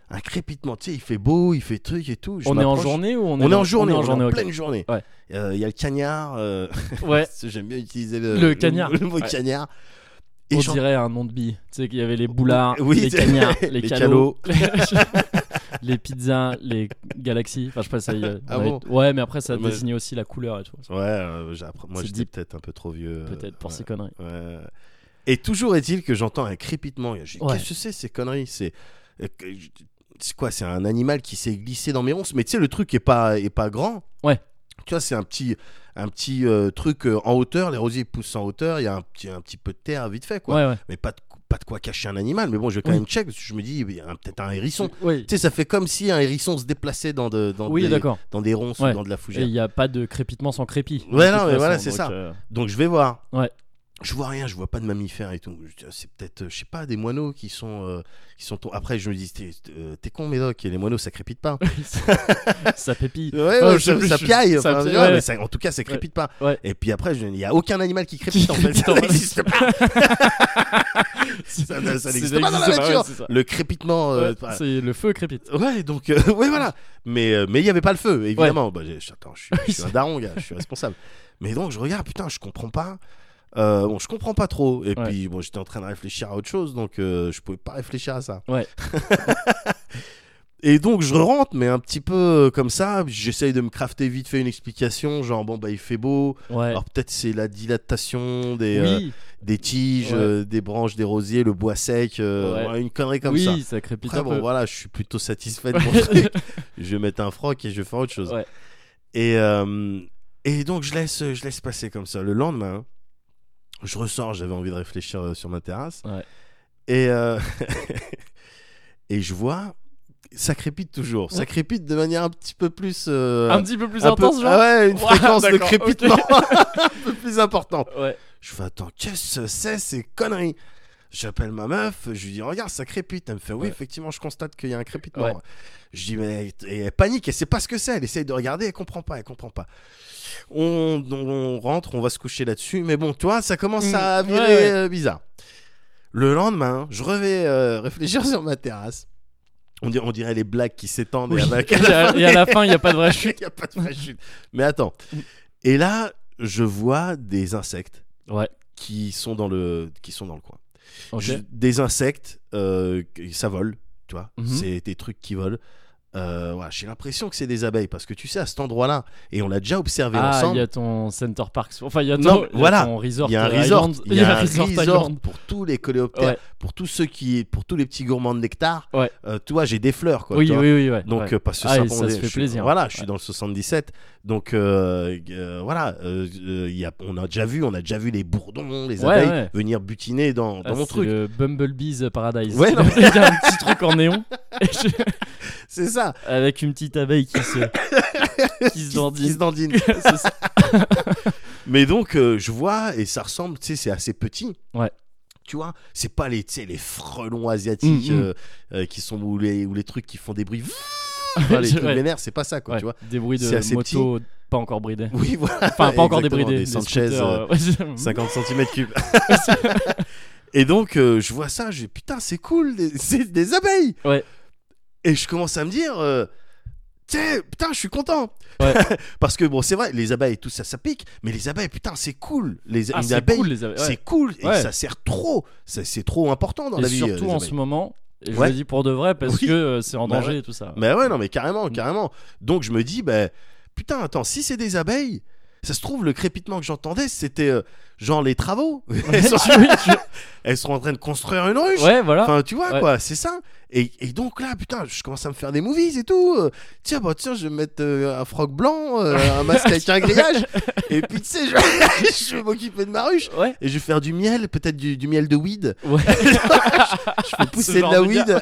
B: Un crépitement, tu sais, il fait beau, il fait truc et tout. Je
A: on est en
B: m'approche.
A: journée ou on est,
B: On est
A: dans-
B: en journée, on est en,
A: ok.
B: pleine journée.
A: Ouais.
B: Euh, Il y a le cagnard. euh,
A: Ouais.
B: J'aime bien utiliser le,
A: Le cagnard.
B: Le, mot
A: Ouais.
B: cagnard.
A: on
B: j'entends-
A: dirait un nom de bille. Tu sais qu'il y avait les boulards,
B: Oui,
A: les cagnards, les,
B: les
A: calots, les pizzas, les galaxies. Enfin, je sais pas, ça y est.
B: Ah
A: on avait-
B: bon Ah,
A: Ouais, mais après, ça
B: Mais-
A: désignait aussi la couleur et tout.
B: Ouais, euh, j'ai appris- moi
A: C'est
B: j'étais
A: deep.
B: peut-être un peu trop vieux. euh,
A: Peut-être pour
B: ouais.
A: ces conneries.
B: Ouais. Euh, Et toujours est-il que j'entends un crépitement. Je dis,
A: Ouais.
B: Qu'est-ce que c'est ces conneries C'est euh, que- je- c'est quoi C'est un animal qui s'est glissé dans mes ronces. Mais tu sais, le truc est pas est pas grand.
A: Ouais.
B: Tu vois, c'est un petit un petit euh, truc euh, en hauteur. Les rosiers poussent en hauteur. Il y a un petit un petit peu de terre vite fait quoi.
A: Ouais, ouais.
B: Mais pas de cou- pas de quoi cacher un animal. Mais bon, je vais quand
A: Oui.
B: même check parce que je me dis il y a un- peut-être un hérisson. Tu
A: Oui,
B: sais, ça fait comme si un hérisson se déplaçait dans de dans
A: oui
B: des-
A: d'accord.
B: dans des ronces
A: Ouais.
B: ou dans de la fougère.
A: Et il n'y a pas de crépitement sans crépi.
B: Ouais,
A: de
B: non,
A: toute
B: mais voilà,
A: façon,
B: c'est
A: donc,
B: ça.
A: euh,
B: Donc je vais voir.
A: Ouais.
B: Je vois rien, je vois pas de mammifères et tout. Je dis, ah, C'est peut-être, euh, je sais pas, des moineaux qui sont, euh, qui sont. tom- Après, je me dis, t'es euh, t'es con, Médoc, et les moineaux, ça crépite pas.
A: ça pépille.
B: Ouais, ouais,
A: Ah, je sais
B: ça,
A: plus,
B: ça
A: je-
B: piaille.
A: ça
B: enfin,
A: piaille,
B: tu vois,
A: ouais.
B: mais ça- en tout cas, ça crépite pas.
A: ouais.
B: Et puis après, je- il y a aucun animal qui crépite. en fait,
A: crépite,
B: ça
A: en fait.
B: n'existe pas. Ça, ça
A: C'est-
B: n'existe pas dans la
A: n'existe pas, ouais,
B: nature.
A: c'est ça.
B: Le crépitement. euh,
A: Ouais,
B: voilà.
A: c'est le feu crépite.
B: Ouais, donc, euh, ouais, voilà. Mais euh, mais il y avait pas le feu, évidemment. Bah, j'ai- attends, je suis, je suis un daron, gars, je suis responsable. Mais donc, je regarde, putain, je comprends pas. Euh, bon, je comprends pas trop. Et
A: Ouais.
B: puis, bon, j'étais en train de réfléchir à autre chose, donc euh, je pouvais pas réfléchir à ça.
A: Ouais.
B: Et donc, je rentre, mais un petit peu euh, comme ça. J'essaye de me crafter vite fait une explication, genre, bon, bah, il fait beau.
A: Ouais.
B: Alors, peut-être c'est la dilatation des, euh,
A: oui,
B: des tiges,
A: Ouais.
B: euh, des branches, des rosiers, le bois sec, euh,
A: Ouais.
B: voilà, une connerie comme
A: oui,
B: ça.
A: ça crépite
B: Après,
A: un
B: bon,
A: peu.
B: voilà, je suis plutôt satisfait de mon truc. Je vais mettre un froc et je vais faire autre chose.
A: Ouais.
B: Et, euh, et donc, je laisse, je laisse passer comme ça. Le lendemain, je ressors, j'avais envie de réfléchir euh, sur ma terrasse.
A: Ouais.
B: Et, euh, et je vois, ça crépite toujours. Ça crépite de manière un petit peu plus. euh,
A: un petit peu plus
B: un peu-
A: intense, genre.
B: ah ouais, une
A: Ouah,
B: fréquence de
A: d'accord,
B: crépitement un peu plus importante.
A: Ouais.
B: Je fais attends, qu'est-ce que c'est ces conneries J'appelle ma meuf, je lui dis regarde ça crépite, elle me fait oui
A: Ouais.
B: effectivement je constate qu'il y a un crépitement.
A: Ouais.
B: Je dis mais et elle panique, elle sait pas ce que c'est, elle essaye de regarder, elle comprend pas, elle comprend pas. On, on- on rentre, on va se coucher là-dessus, mais bon toi ça commence
A: Mm,
B: à
A: ouais,
B: virer
A: ouais.
B: euh, bizarre. Le lendemain, je revais euh, réfléchir sur ma terrasse. On dirait, on dirait les blagues qui s'étendent et
A: Oui.
B: à la-
A: Et à- et à la fin, il n'y a pas de vraie chute.
B: il n'y a pas de vraie chute. Mais attends. Et là, je vois des insectes
A: Ouais.
B: qui sont dans le, qui sont dans le coin.
A: Ok.
B: Je- des insectes, euh, qui- ça vole, tu vois.
A: Mhm.
B: C'est des trucs qui volent. Euh, voilà, J'ai l'impression que c'est des abeilles parce que tu sais, à cet endroit-là, et on l'a déjà observé
A: Ah, il
B: ensemble,
A: y a ton Center Park. Enfin, il y a ton,
B: Non,
A: il y a
B: voilà.
A: ton resort. euh,
B: il y a un
A: Island.
B: resort, il y a un resort,
A: Island.
B: pour tous les coléoptères,
A: Ouais.
B: pour tous ceux qui, pour tous les petits gourmands de nectar.
A: Ouais.
B: Euh, tu vois, j'ai des fleurs, quoi.
A: Oui,
B: tu vois.
A: oui, oui, ouais.
B: Donc
A: ouais.
B: euh, parce que
A: Ah, et
B: bon,
A: ça se
B: je
A: fait
B: suis-
A: plaisir.
B: Voilà, je suis
A: Ouais.
B: dans le 77. Donc euh, euh, voilà, euh, euh, il y a, on a déjà vu, on a déjà vu les bourdons, les
A: Ouais,
B: abeilles
A: ouais.
B: venir butiner dans, euh,
A: Ah,
B: dans mon
A: c'est
B: truc.
A: Le Bumblebee's Paradise.
B: Ouais, non, mais-
A: il y a un petit truc en néon et je-
B: C'est ça.
A: avec une petite abeille qui se qui se
B: Qui se
A: dandine.
B: dandine.
A: C'est ça.
B: Mais donc euh, je vois et ça ressemble, tu sais, c'est assez petit.
A: Ouais.
B: Tu vois, c'est pas les, tu sais, les frelons asiatiques
A: Mhm.
B: euh, euh, qui sont ou les, ou les trucs qui font des bruits. Enfin, les trucs
A: Ouais.
B: vénères, c'est pas ça quoi,
A: Ouais,
B: tu vois.
A: Des bruits
B: C'est
A: de
B: assez
A: moto pas encore bridés.
B: Oui, voilà.
A: Enfin, pas encore
B: Exactement,
A: débridés.
B: Des Sanchez.
A: scooters,
B: euh,
A: euh, ouais, c'est-
B: 50 cm3. et donc, euh, je vois ça, je dis putain, c'est cool, des- c'est des abeilles.
A: Ouais.
B: Et je commence à me dire, euh, Tiens, Tiens, putain, je suis content.
A: Ouais.
B: Parce que bon, c'est vrai, les abeilles, tout ça, ça pique. Mais les abeilles, putain, c'est cool. Les,
A: Ah,
B: une
A: c'est
B: abeille,
A: cool les abeilles. ouais.
B: c'est cool et
A: Ouais.
B: ça sert trop. Ça, C'est trop important dans
A: Et
B: la vie. euh,
A: surtout
B: les
A: en
B: abeilles.
A: ce moment, et je
B: Ouais.
A: le dis pour de vrai parce
B: Oui.
A: que euh, c'est en
B: Bah
A: danger
B: ouais.
A: et tout ça.
B: Mais ouais, non, mais carrément,
A: Mm.
B: carrément. Donc je me dis, ben, putain, attends, si c'est des abeilles, ça se trouve, le crépitement que j'entendais, c'était euh, genre les travaux. elles, sont,
A: Oui, tu-
B: elles sont en train de construire une ruche.
A: ouais, voilà.
B: Enfin, tu vois,
A: Ouais.
B: quoi, c'est ça. Et, et donc là, putain, je commence à me faire des movies et tout. Euh, tiens, bah, tiens, je vais mettre euh, un froc blanc, euh, un masque avec un grillage. Et puis, tu sais, je, je vais m'occuper de ma ruche.
A: Ouais.
B: Et je vais faire du miel, peut-être du, du miel de weed.
A: Ouais.
B: Je vais pousser de
A: Ah, genre
B: la
A: de gars.
B: weed.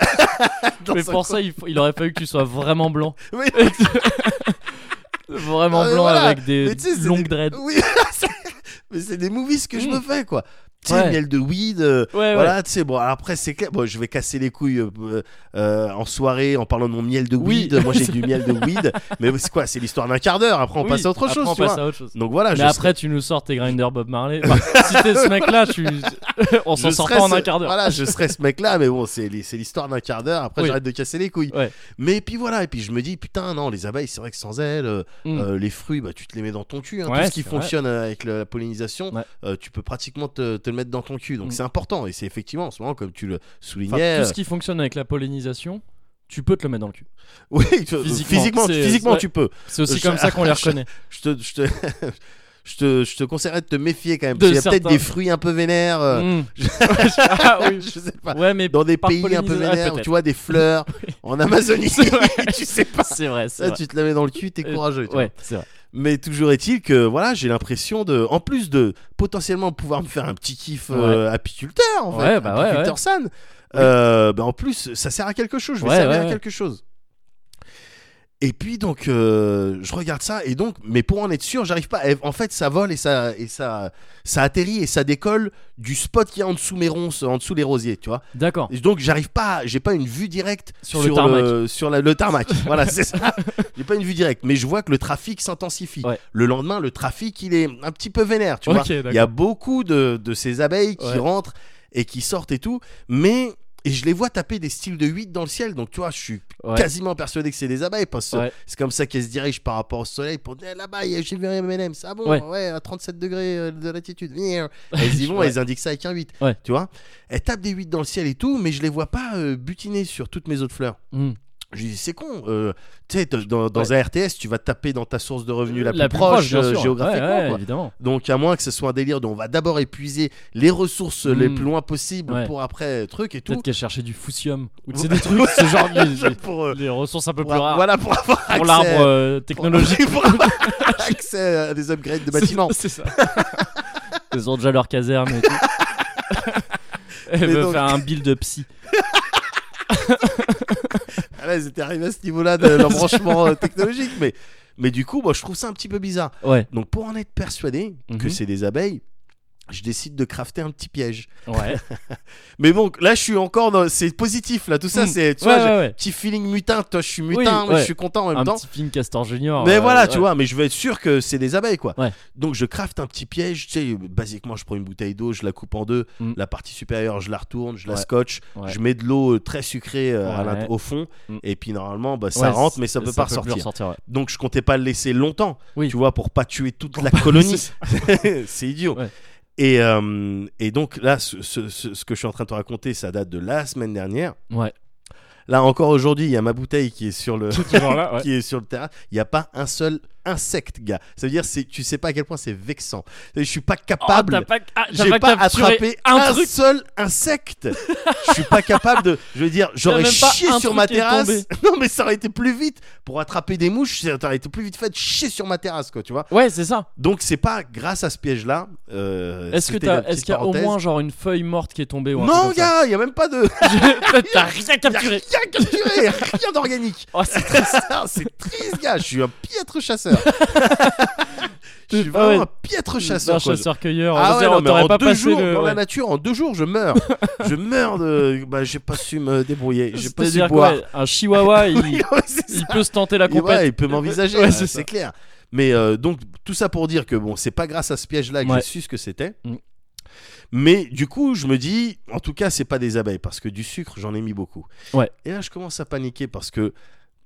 B: Dans
A: Mais
B: un
A: pour ça, il, faut- il aurait fallu que tu sois vraiment blanc.
B: coin. Oui.
A: Vraiment
B: Ah, mais
A: blanc
B: voilà.
A: avec des
B: Mais tu sais, c'est
A: longues
B: des-
A: dreads.
B: Oui, c'est- mais c'est des movies que je
A: Mm.
B: me fais, quoi. Tu sais,
A: Ouais.
B: miel de weed, euh,
A: Ouais, ouais.
B: voilà, tu sais, bon, alors après, c'est clair, bon, je vais casser les couilles euh, euh, en soirée en parlant de mon miel de
A: Oui.
B: weed. Moi, j'ai du miel de weed, mais c'est quoi C'est l'histoire d'un quart d'heure, après, on
A: Oui,
B: passe à autre
A: après,
B: chose,
A: on
B: tu
A: passe
B: vois.
A: à autre chose.
B: Donc voilà,
A: Mais
B: je
A: après, tu nous sors tes Grinder Bob Marley. Enfin, si t'es ce mec-là, tu... on s'en
B: serais- je
A: sort
B: serais
A: pas en
B: ce-
A: un quart d'heure.
B: Voilà, je serais ce mec-là, mais bon, c'est li- c'est l'histoire d'un quart d'heure. Après,
A: Oui.
B: j'arrête de casser les couilles.
A: Ouais.
B: Mais puis voilà, et puis je me dis, putain, non, les abeilles, c'est vrai que sans elles, euh,
A: Mm.
B: euh, les fruits, bah, tu te les mets dans ton cul. hein.
A: Ouais,
B: Tout ce qui
A: c'est
B: fonctionne euh, avec le- la pollinisation,
A: Ouais.
B: euh, tu peux pratiquement te, te le mettre dans ton cul. Donc
A: Mm.
B: c'est important. Et c'est effectivement, en ce moment, comme tu le
A: Enfin,
B: soulignais. euh,
A: Tout ce qui fonctionne avec la pollinisation, tu peux te le mettre dans le cul.
B: Oui, tu-
A: Physiquement,
B: physiquement,
A: c'est-
B: physiquement,
A: ouais.
B: tu peux.
A: C'est aussi
B: Je-
A: comme ça qu'on les reconnaît.
B: Je te, je te, je te, je te conseillerais de te méfier quand même.
A: De
B: Il y a peut-être
A: certains.
B: des fruits un peu vénères. euh,
A: Mm. Ah oui.
B: Je sais pas.
A: Ouais, mais
B: Dans des
A: par
B: pays un peu
A: pollinisation- ah,
B: vénères, où
A: peut-être.
B: tu vois des fleurs en Amazonie, tu sais pas.
A: C'est vrai, c'est
B: Ça,
A: vrai.
B: tu te la mets dans le cul, t'es
A: Euh,
B: courageux. tu vois.
A: Ouais, c'est vrai.
B: Mais toujours est-il que voilà, j'ai l'impression de, en plus de potentiellement pouvoir me faire un petit kiff euh, apiculteur, en fait,
A: Ouais, bah ouais,
B: apiculteur san, euh, bah en plus ça sert à quelque chose. Je vais
A: Ouais,
B: servir
A: ouais,
B: à
A: ouais.
B: quelque chose. Et puis donc euh, je regarde ça et donc, mais pour en être sûr, j'arrive pas. Eh, En fait, ça vole et ça et ça ça atterrit et ça décolle du spot qu'il y a en dessous mes ronces, en dessous les rosiers, tu vois.
A: D'accord.
B: Et Donc j'arrive pas, j'ai pas une vue directe
A: Sur le tarmac.
B: sur la- le tarmac. voilà, c'est ça. J'ai pas une vue directe, mais je vois que le trafic s'intensifie.
A: Ouais.
B: Le lendemain, le trafic il est un petit peu vénère, tu
A: Ok,
B: vois. Il y a beaucoup de, de ces abeilles qui
A: Ouais.
B: rentrent et qui sortent et tout, mais et je les vois taper des styles de 8 dans le ciel, donc tu vois, je suis
A: Ouais.
B: quasiment persuadé que c'est des abeilles parce que
A: Ouais.
B: c'est comme ça qu'elles se dirigent par rapport au soleil pour dire Eh, là-bas, il y a- j'ai vu un M&M, ah bon,
A: Ouais.
B: ouais. à 37 degrés euh, de latitude. Miaou. Elles y vont,
A: Ouais.
B: elles indiquent ça avec un 8.
A: Ouais.
B: Tu vois Elles tapent des 8 dans le ciel et tout, mais je les vois pas euh, butiner sur toutes mes autres fleurs.
A: Mm.
B: Je dis, c'est con. euh, tu sais, dans, dans- dans un RTS, tu vas taper dans ta source de revenus la, plus, proche,
A: bien
B: euh,
A: sûr.
B: géographiquement.
A: Ouais, ouais,
B: quoi.
A: évidemment.
B: Donc, à moins que ce soit un délire dont on va d'abord épuiser les ressources les
A: Mm.
B: plus loin possibles
A: Ouais.
B: pour après euh, truc et tout.
A: Peut-être qu'elle cherchait du fucium ou c'est des trucs, ce genre de
B: pour, euh,
A: les ressources un peu
B: pour
A: plus
B: a-
A: rares
B: Voilà, pour avoir
A: pour
B: accès-
A: l'arbre euh,
B: pour-
A: technologique.
B: pour avoir accès à des upgrades de bâtiments.
A: C'est ça. Ils ont déjà leur caserne et tout. Elle
B: Mais
A: veut
B: donc-
A: faire un build de psy.
B: Ah là, ils étaient arrivés à ce niveau-là de l'embranchement euh, technologique, mais, mais du coup, moi, je trouve ça un petit peu bizarre.
A: Ouais,
B: Donc, pour en être persuadé que
A: Mhm.
B: c'est des abeilles, je décide de crafter un petit piège.
A: ouais.
B: Mais bon, là, je suis encore dans. C'est positif, là, tout ça,
A: Mm.
B: c'est. Tu
A: ouais,
B: vois, j'ai
A: ouais, ouais.
B: un petit feeling mutin, toi, je suis
A: Oui,
B: mutin, mais
A: ouais.
B: je suis content en même
A: Un
B: temps.
A: petit film Castor Junior.
B: Mais
A: euh,
B: voilà, tu
A: ouais.
B: vois, mais je veux être sûr que c'est des abeilles, quoi.
A: Ouais.
B: Donc je crafte un petit piège, tu sais, basiquement, je prends une bouteille d'eau, je la coupe en deux,
A: Mm.
B: la partie supérieure, je la retourne, je la
A: Ouais.
B: scotche,
A: Ouais.
B: je mets de l'eau euh, très sucrée euh, à
A: Ouais.
B: l'int- au fond,
A: Mm.
B: et puis normalement, bah, ça
A: Ouais,
B: rentre, mais ça peut pas
A: plus
B: ressortir.
A: ouais.
B: Donc je comptais pas le laisser longtemps,
A: Oui.
B: tu vois, pour pas tuer toute la colonie. c'est idiot.
A: Ouais.
B: Et, euh, et donc là, ce, ce- ce- ce que je suis en train de te raconter, ça date de la semaine dernière.
A: Ouais.
B: Là encore aujourd'hui, il y a ma bouteille qui est sur le
A: Tout genre là, ouais.
B: qui est sur le terrain. Il n'y a pas un seul insecte, gars. Ça veut dire c'est tu sais pas à quel point c'est vexant. Je suis pas
A: Oh,
B: capable.
A: t'as pas, ah, t'as
B: J'ai pas,
A: capturé
B: attrapé
A: un
B: un,
A: truc.
B: seul insecte. Je suis pas capable de. Je veux dire, j'aurais
A: même pas
B: chié
A: un
B: sur
A: truc
B: ma
A: qui est tombé.
B: terrasse. Non, mais ça aurait été plus vite pour attraper des mouches. Ça aurait été plus vite fait de chier sur ma terrasse, quoi, tu vois.
A: Ouais, c'est ça.
B: Donc c'est pas grâce à ce piège-là. euh,
A: Est-ce que
B: c'était
A: t'as,
B: la petite
A: est-ce qu'il y a au
B: parenthèse.
A: moins genre une feuille morte qui est tombée ou un
B: Non,
A: truc comme ça
B: gars, il y a même pas de.
A: T'as rien
B: y a rien
A: capturé.
B: capturé, rien d'organique.
A: Oh, c'est
B: Ah, c'est triste, gars. Je suis un piètre chasseur. Je suis
A: Ah ouais.
B: vraiment un piètre chasseur.
A: un
B: quoi.
A: chasseur-cueilleur.
B: Ah
A: on
B: ouais,
A: dirait,
B: non,
A: on
B: mais en
A: t'aurait pas
B: deux
A: passé
B: jours,
A: le.
B: dans
A: ouais.
B: la nature, en deux jours, je meurs. je meurs de. Bah, j'ai pas su me débrouiller. J'ai pas su
A: C'est-à-dire
B: boire.
A: quoi, un chihuahua, il,
B: Oui, ouais, c'est
A: il
B: ça.
A: peut se tenter la
B: Et ouais,
A: compète.
B: il peut m'envisager, hein,
A: Ouais,
B: ouais,
A: c'est ça.
B: c'est clair. Mais euh, donc, tout ça pour dire que bon, c'est pas grâce à ce piège-là que
A: Ouais.
B: j'ai su ce que c'était.
A: Mm.
B: Mais du coup, je me dis, en tout cas, c'est pas des abeilles parce que du sucre, j'en ai mis beaucoup.
A: Ouais.
B: Et là, je commence à paniquer parce que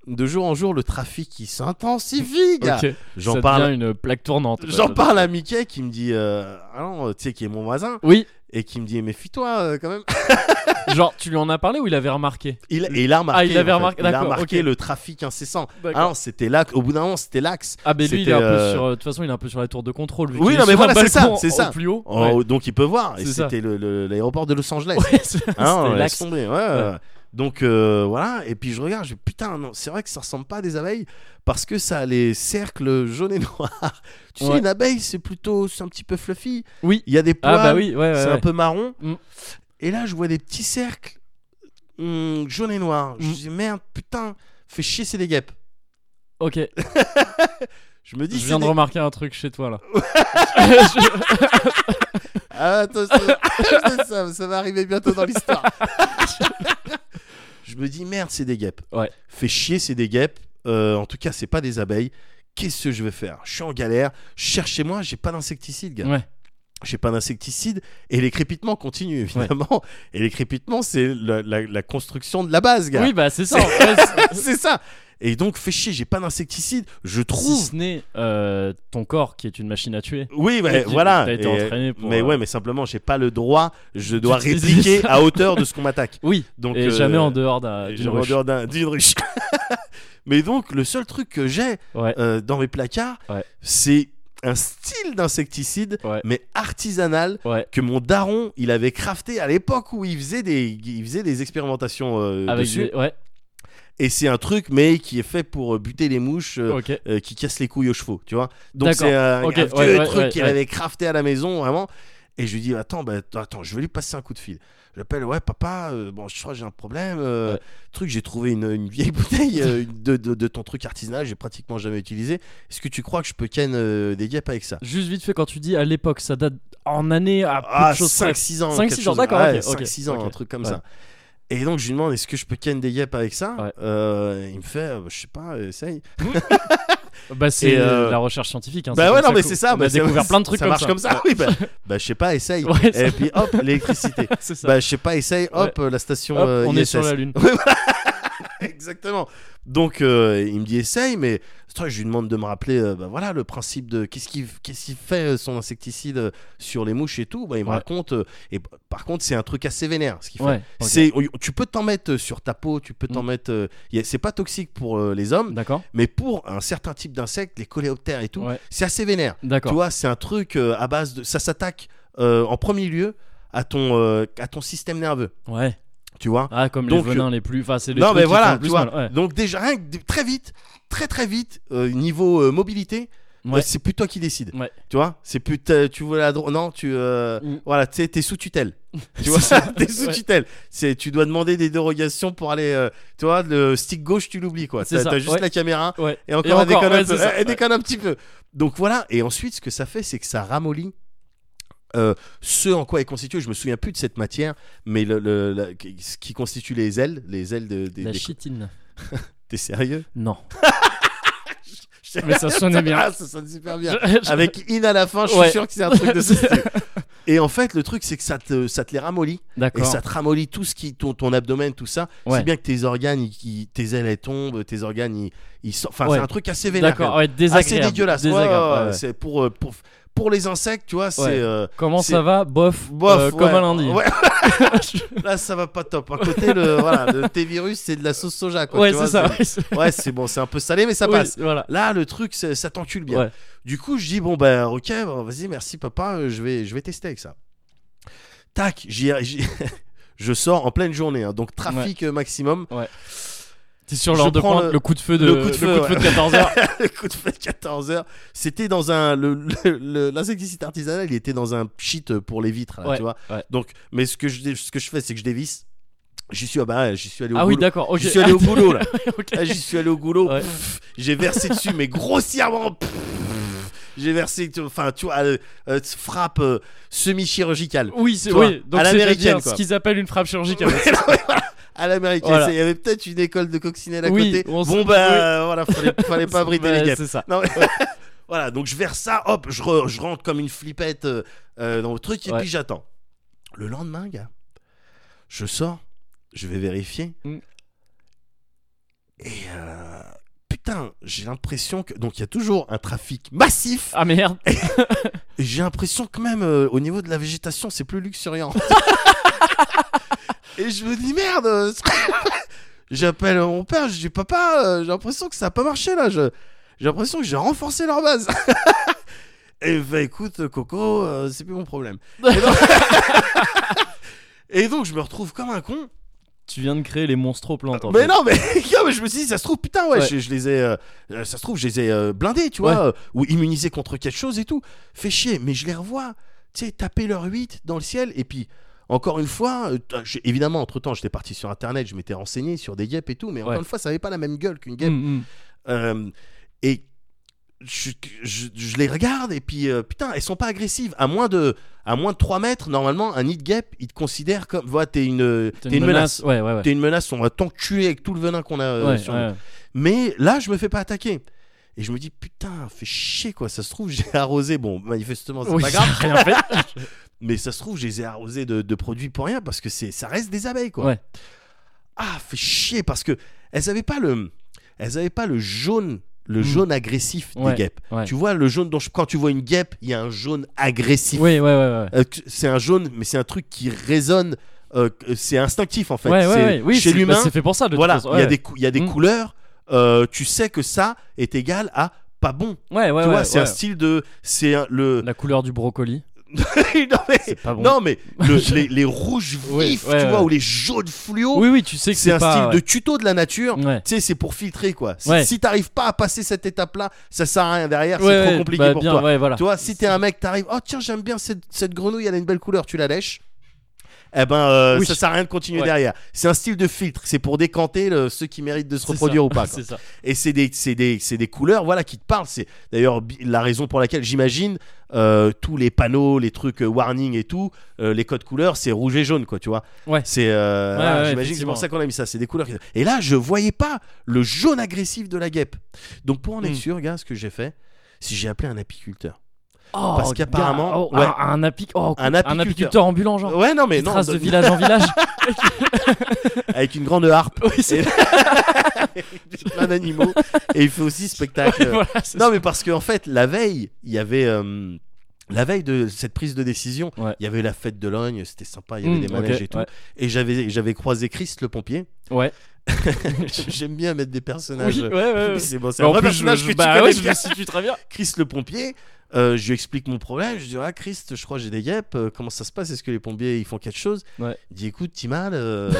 B: de jour en jour, le trafic qui s'intensifie, gars.
A: Ok.
B: J'en
A: Ça
B: parle,
A: devient une plaque tournante. quoi.
B: j'en parle à Mickey qui me dit, euh, ah non, tu sais, qui est mon voisin,
A: Oui,
B: et qui me dit, méfie-toi euh, quand même.
A: genre tu lui en as parlé ou il avait remarqué
B: Il, et il a remarqué,
A: Ah, il avait
B: en fait.
A: remarqué,
B: Il a
A: d'accord,
B: remarqué
A: ok.
B: le trafic incessant. Ah non, c'était l'axe. Au bout d'un moment, c'était l'axe.
A: Ah ben lui il est
B: C'était,
A: un peu
B: euh,
A: sur euh, de toute façon il est un peu sur la tour de contrôle vu
B: Oui,
A: qu'il
B: non,
A: est
B: mais
A: sur un
B: voilà, c'est ça,
A: balcon
B: c'est
A: au
B: ça. Oh,
A: plus haut.
B: En-
A: Ouais.
B: Donc il peut voir. Et
A: C'est ça.
B: c'était le- le- l'aéroport de Los Angeles.
A: Ouais, c'est-
B: Ah non,
A: c'était
B: laisse
A: l'axe.
B: tomber, ouais, ouais. Donc euh, voilà, et puis je regarde, je dis, putain, non, c'est vrai que ça ressemble pas à des abeilles parce que ça a les cercles jaunes et noirs. tu
A: Ouais.
B: sais, une abeille, c'est plutôt, c'est un petit peu fluffy.
A: Oui.
B: Il y a des poils,
A: Ah bah oui, ouais, ouais,
B: c'est
A: ouais.
B: un peu marron.
A: Mm.
B: Et là, je vois des petits cercles hum, jaunes et noirs. Je
A: Mm.
B: dis, merde, putain, fait chier, c'est des guêpes.
A: Ok,
B: Je me dis,
A: je
B: c'est
A: viens de
B: des-
A: remarquer un truc chez toi là. Je-
B: Ah, attends, ça, je sais, ça- ça va arriver bientôt dans l'histoire. je me dis, merde, c'est des guêpes.
A: Ouais.
B: Fait chier, c'est des guêpes. Euh, en tout cas, c'est pas des abeilles. Qu'est-ce que je vais faire Je suis en galère. Cherchez-moi, j'ai pas d'insecticide, gars.
A: Ouais.
B: J'ai pas d'insecticide. Et les crépitements continuent, évidemment. Et les crépitements, c'est la, la- la construction de la base, gars.
A: Oui bah c'est ça. en fait.
B: c'est ça. Et donc, fait chier, j'ai pas d'insecticide. Je
A: Si
B: trouve.
A: ce n'est euh, ton corps qui est une machine à tuer.
B: Oui, bah,
A: Et tu-
B: voilà.
A: t'as été
B: Et-
A: entraîné pour,
B: mais
A: euh,
B: ouais, mais simplement, j'ai pas le droit. Je dois
A: d'utiliser
B: répliquer
A: ça.
B: à hauteur de ce qu'on m'attaque.
A: Oui.
B: Donc
A: et
B: euh,
A: jamais en dehors d'un-
B: et
A: d'une
B: jamais en
A: ruche.
B: dehors d'un- d'une ruche. mais donc, le seul truc que j'ai
A: Ouais.
B: euh, dans mes placards,
A: Ouais.
B: c'est un style d'insecticide,
A: Ouais.
B: mais artisanal.
A: Ouais.
B: Que mon daron, il avait crafté à l'époque où il faisait des, il faisait des expérimentations euh,
A: Avec
B: dessus.
A: des- ouais.
B: Et c'est un truc, mais qui est fait pour euh, buter les mouches euh,
A: Ok.
B: euh, qui casse les couilles aux chevaux, tu vois. Donc
A: D'accord.
B: c'est un,
A: Ok,
B: un
A: ouais,
B: vieux
A: ouais,
B: truc
A: ouais,
B: qu'il
A: ouais.
B: avait crafté à la maison, vraiment. Et je lui dis, attends, bah, t- attends, je vais lui passer un coup de fil. Je l'appelle, ouais, papa, euh, bon, je crois que j'ai un problème. euh,
A: Ouais.
B: Truc, j'ai trouvé une, une vieille bouteille euh, une- de, de- de ton truc artisanal, j'ai pratiquement jamais utilisé. Est-ce que tu crois que je peux ken euh, des guêpes avec ça
A: Juste vite fait quand tu dis à l'époque ça date en année à peu
B: Ah,
A: de choses près.
B: 5-6 ans.
A: 5-6
B: quelque
A: ans,
B: chose.
A: d'accord,
B: Ouais,
A: ok,
B: 5-6 ans,
A: ok,
B: un truc comme
A: ouais.
B: ça. Et donc, je lui demande, est-ce que je peux ken des guêpes avec ça
A: Ouais.
B: Euh, Il me fait, euh, je sais pas, essaye.
A: Bah c'est
B: Et, euh,
A: la recherche scientifique. Hein,
B: Bah ouais,
A: comme
B: non, mais
A: qu'on-
B: c'est ça.
A: On
B: bah,
A: a
B: c'est-
A: découvert plein de trucs
B: ça
A: comme
B: marche
A: ça.
B: comme ça. Oui, bah, bah, je sais pas, essaye.
A: Ouais,
B: Et puis hop, l'électricité.
A: c'est ça.
B: Bah, je sais pas, essaye. Hop, la station.
A: Hop,
B: euh,
A: on est sur
B: ISS.
A: la lune.
B: Exactement. Donc, euh, il me dit essaye, mais toi, je lui demande de me rappeler euh, bah, voilà, le principe de qu'est-ce qu'il qu'est-ce qu'il fait euh, son insecticide euh, sur les mouches et tout. Bah, il me
A: Ouais.
B: raconte. euh, et bah, par contre, c'est un truc assez vénère ce qu'il fait.
A: Ouais. ok.
B: C'est, tu peux t'en mettre euh, sur ta peau, tu peux t'en
A: Mm.
B: mettre. euh, y a- c'est pas toxique pour euh, les hommes,
A: D'accord.
B: mais pour un certain type d'insectes, les coléoptères et tout,
A: Ouais.
B: c'est assez vénère. Tu
A: D'accord.
B: vois, c'est un truc euh, à base de. Ça s'attaque euh, en premier lieu à ton, euh, à ton système nerveux.
A: Ouais.
B: Tu vois
A: Ah comme
B: Donc,
A: les venins les plus. Enfin c'est les
B: Non,
A: trucs
B: mais
A: qui font
B: voilà,
A: le
B: tu
A: plus
B: vois.
A: mal, ouais.
B: Donc, déjà, rien que de- très vite, très très vite, euh, niveau euh, mobilité.
A: Ouais.
B: euh, c'est plus toi qui décides.
A: Ouais.
B: Tu vois C'est plus. t'as- Tu veux la drogue. Non, tu. euh,
A: Mm.
B: Voilà, tu sais, t'es sous tutelle. Tu vois T'es sous
A: Ouais.
B: tutelle. C'est, tu dois demander des dérogations pour aller. euh, tu vois, le stick gauche, tu l'oublies, quoi.
A: C'est
B: T'as,
A: ça,
B: t'as juste
A: ouais.
B: la caméra.
A: Ouais.
B: Et encore, elle
A: encore,
B: déconne,
A: ouais,
B: un
A: c'est
B: peu.
A: ça,
B: Elle déconne un petit peu. Donc voilà, et ensuite, ce que ça fait, c'est que ça ramollit euh, ce en quoi est constitué. Je me souviens plus de cette matière, mais le, le- la- ce qui constitue les ailes, les ailes de, des.
A: La
B: des-
A: chitine.
B: T'es sérieux
A: Non. Mais ça sonnait bien.
B: Ah, ça sonne super bien. Avec in à la fin, je suis
A: Ouais.
B: sûr que c'est un truc de ce style. Et en fait, le truc, c'est que ça te, ça te les ramollit. Et
A: D'accord.
B: ça te ramollit tout ce qui, ton, ton abdomen, tout ça.
A: Ouais.
B: Si bien que tes organes, ils- ils- tes ailes, elles tombent, tes organes, ils, ils sortent. Enfin,
A: Ouais.
B: c'est un truc assez vénère.
A: D'accord. Ouais.
B: Ah, c'est
A: Désagréable.
B: dégueulasse. Ouais,
A: Désagréable,
B: ouais,
A: ouais, ouais.
B: C'est pour, euh, pour, pour les insectes, tu vois, c'est. euh,
A: Comment
B: c'est-
A: ça va Bof.
B: bof,
A: euh,
B: ouais.
A: Comme un lundi.
B: Ouais. Là, ça va pas top. À côté, le, voilà, le thé virus, c'est de la sauce soja. Quoi,
A: Ouais,
B: tu
A: c'est
B: vois,
A: ça.
B: c'est- Ouais, c'est bon, c'est un peu salé, mais ça
A: Oui,
B: passe.
A: Voilà.
B: Là, le truc, c'est- ça t'encule bien.
A: Ouais.
B: Du coup, je dis, bon, bah, ok, bon, vas-y, merci, papa, euh, je vais, je vais tester avec ça. Tac, j'y- j'y- je sors en pleine journée, hein, donc trafic euh, maximum.
A: T'es sur
B: Je
A: l'heure de
B: prends
A: pointe,
B: le-
A: le coup de feu de
B: le coup de feu, ouais.
A: 14h.
B: le coup de feu de 14h. C'était dans un. le- le- le- L'insecticide artisanal, il était dans un shit pour les vitres, là,
A: Ouais,
B: tu vois.
A: ouais.
B: Donc, mais ce que je, dé- ce que je fais, c'est que je dévisse. J'y suis, ah bah, j'y suis allé au
A: Ah oui,
B: boulot.
A: d'accord. ok.
B: J'y suis allé au boulot, là.
A: Ok.
B: Ah, j'y suis allé au goulot.
A: Ouais.
B: pff, J'ai versé dessus, mais grossièrement. pff, J'ai versé, tu- enfin, tu vois, euh, euh, frappe euh, semi-chirurgicale.
A: Oui, c'est
B: Toi,
A: oui. Donc
B: à l'américaine,
A: c'est-à-dire
B: quoi.
A: ce qu'ils appellent une frappe chirurgicale.
B: À l'américaine,
A: Voilà.
B: c'est- il y avait peut-être une école de coccinelle à
A: Oui,
B: côté.
A: on s-
B: Bon, bah, euh, voilà, fallait, fallait pas brider
A: Bah,
B: les guêpes.
A: C'est ça.
B: Non, mais- voilà, donc je verse ça, hop, je, re- je rentre comme une flippette euh, euh, dans le truc et
A: Ouais.
B: puis j'attends. Le lendemain, gars, je sors, je vais vérifier.
A: Mm.
B: Et euh, putain, j'ai l'impression que. Donc il y a toujours un trafic massif.
A: Ah merde.
B: Et j'ai l'impression que même euh, au niveau de la végétation, c'est plus luxuriant. et je me dis merde. euh, J'appelle mon père, je dis papa, euh, j'ai l'impression que ça a pas marché là. je- J'ai l'impression que j'ai renforcé leur base. et il me fait écoute Coco, euh, c'est plus mon problème. Et donc... Et donc, je me retrouve comme un con.
A: Tu viens de créer les monstres au plantes. en
B: Mais
A: fait.
B: non, mais, gars, mais je me suis dit, ça se trouve, putain, ouais,
A: Ouais.
B: Je, je les ai. euh, euh, ça se trouve, je les ai euh, blindés, tu vois, euh, ou immunisés contre quelque chose et tout. Fait chier, mais je les revois, tu sais, taper leur 8 dans le ciel. Et puis, encore une fois, euh, t'as- j'ai- évidemment, entre temps, j'étais parti sur internet, je m'étais renseigné sur des guêpes et tout, mais encore
A: Ouais.
B: une fois, ça avait pas la même gueule qu'une guêpe.
A: Mm, mm.
B: Euh, et je, je- je les regarde et puis euh, putain elles sont pas agressives à moins de à moins de 3 mètres normalement un nid de guêpe il te considère comme voilà t'es une
A: T'as
B: t'es une menace
A: Ouais, ouais, ouais.
B: t'es une menace on va t'enculer avec tout le venin qu'on a euh,
A: Ouais,
B: sur nous.
A: ouais.
B: mais là je me fais pas attaquer et je me dis putain fait chier quoi ça se trouve j'ai arrosé bon manifestement c'est
A: Oui,
B: pas grave
A: ça a rien fait.
B: mais ça se trouve je les ai arrosés de, de produits pour rien parce que c'est ça reste des abeilles quoi
A: Ouais.
B: ah fait chier parce que elles avaient pas le elles avaient pas le jaune le
A: Mm.
B: jaune agressif
A: Ouais,
B: des guêpes
A: ouais.
B: tu vois le jaune dont je- quand tu vois une guêpe il y a un jaune agressif
A: Oui, ouais, ouais, ouais.
B: Euh, c'est un jaune mais c'est un truc qui résonne euh, c'est instinctif en fait
A: ouais, ouais,
B: C'est-
A: ouais. Oui,
B: chez
A: c'est-
B: l'humain
A: bah, c'est fait pour ça. De toute
B: voilà,
A: façon.
B: il y
A: Ouais.
B: a des, cou- il y a des
A: Mm.
B: couleurs, euh, tu sais que ça est égal à pas bon.
A: Ouais, ouais,
B: tu
A: ouais,
B: vois, c'est
A: ouais.
B: un style de. C'est un- le.
A: La couleur du brocoli.
B: non, mais,
A: C'est pas bon.
B: non, mais le- les, les rouges vifs,
A: Ouais,
B: tu
A: ouais,
B: vois,
A: ouais.
B: ou les jaunes fluo,
A: Oui, oui, tu sais que
B: c'est
A: c'est
B: un
A: pas.
B: style de tuto de la nature.
A: Ouais.
B: Tu sais, c'est pour filtrer quoi. Si,
A: Ouais.
B: si t'arrives pas à passer cette étape-là, ça sert à rien derrière,
A: Ouais,
B: c'est trop
A: ouais,
B: compliqué
A: bah,
B: pour
A: bien,
B: toi.
A: Ouais, voilà.
B: Tu vois, si t'es un mec, t'arrives, oh tiens, j'aime bien cette, cette grenouille, elle a une belle couleur, tu la lèches. Eh ben, euh,
A: Oui.
B: ça sert à rien de continuer
A: Ouais.
B: derrière. C'est un style de filtre, c'est pour décanter le- ceux qui méritent de se
A: C'est
B: reproduire
A: ça.
B: ou pas. quoi.
A: c'est ça.
B: Et c'est des, c'est des, c'est des couleurs, voilà, qui te parlent. C'est d'ailleurs bi- la raison pour laquelle j'imagine euh, tous les panneaux, les trucs euh, warning et tout, euh, les codes couleurs, c'est rouge et jaune, quoi, tu vois.
A: Ouais.
B: C'est, euh,
A: Ouais,
B: voilà,
A: ouais,
B: j'imagine que c'est
A: effectivement.
B: pour ça qu'on a mis ça. C'est des couleurs. qui- Et là, je voyais pas le jaune agressif de la guêpe. Donc pour en être
A: Hmm.
B: sûr, gars, ce que j'ai fait, c'est j'ai appelé un apiculteur.
A: Oh,
B: Parce qu'apparemment,
A: gars, oh,
B: ouais.
A: un, un apic- oh,
B: Un
A: un
B: apiculteur.
A: apiculteur ambulant, genre.
B: Ouais, non, mais
A: Qui
B: non,
A: trace
B: de-
A: de village en village.
B: avec une grande harpe,
A: Oui, c'est
B: plein d'animaux, et il fait aussi spectacle.
A: voilà, c'est
B: non, mais parce qu'en fait, la veille, il y avait. euh, la veille de cette prise de décision,
A: Ouais.
B: il y avait la fête de Logne, c'était sympa, il y
A: Mm,
B: avait des manèges
A: ok,
B: et tout.
A: ouais.
B: Et j'avais j'avais croisé Christ le pompier.
A: Ouais.
B: J'aime bien mettre des personnages.
A: Oui, ouais, ouais, ouais.
B: C'est bon, c'est
A: Mais
B: un
A: en
B: vrai
A: plus,
B: personnage
A: je,
B: que
A: je,
B: tu
A: bah
B: connais
A: ouais, je
B: bien.
A: le situe très bien.
B: Christ le pompier, euh, je lui explique mon problème. Je dis Ah, Christ, je crois que j'ai des guêpes. euh, comment ça se passe Est-ce que les pompiers ils font quelque chose
A: Ouais.
B: Il dit Écoute, Timal, euh,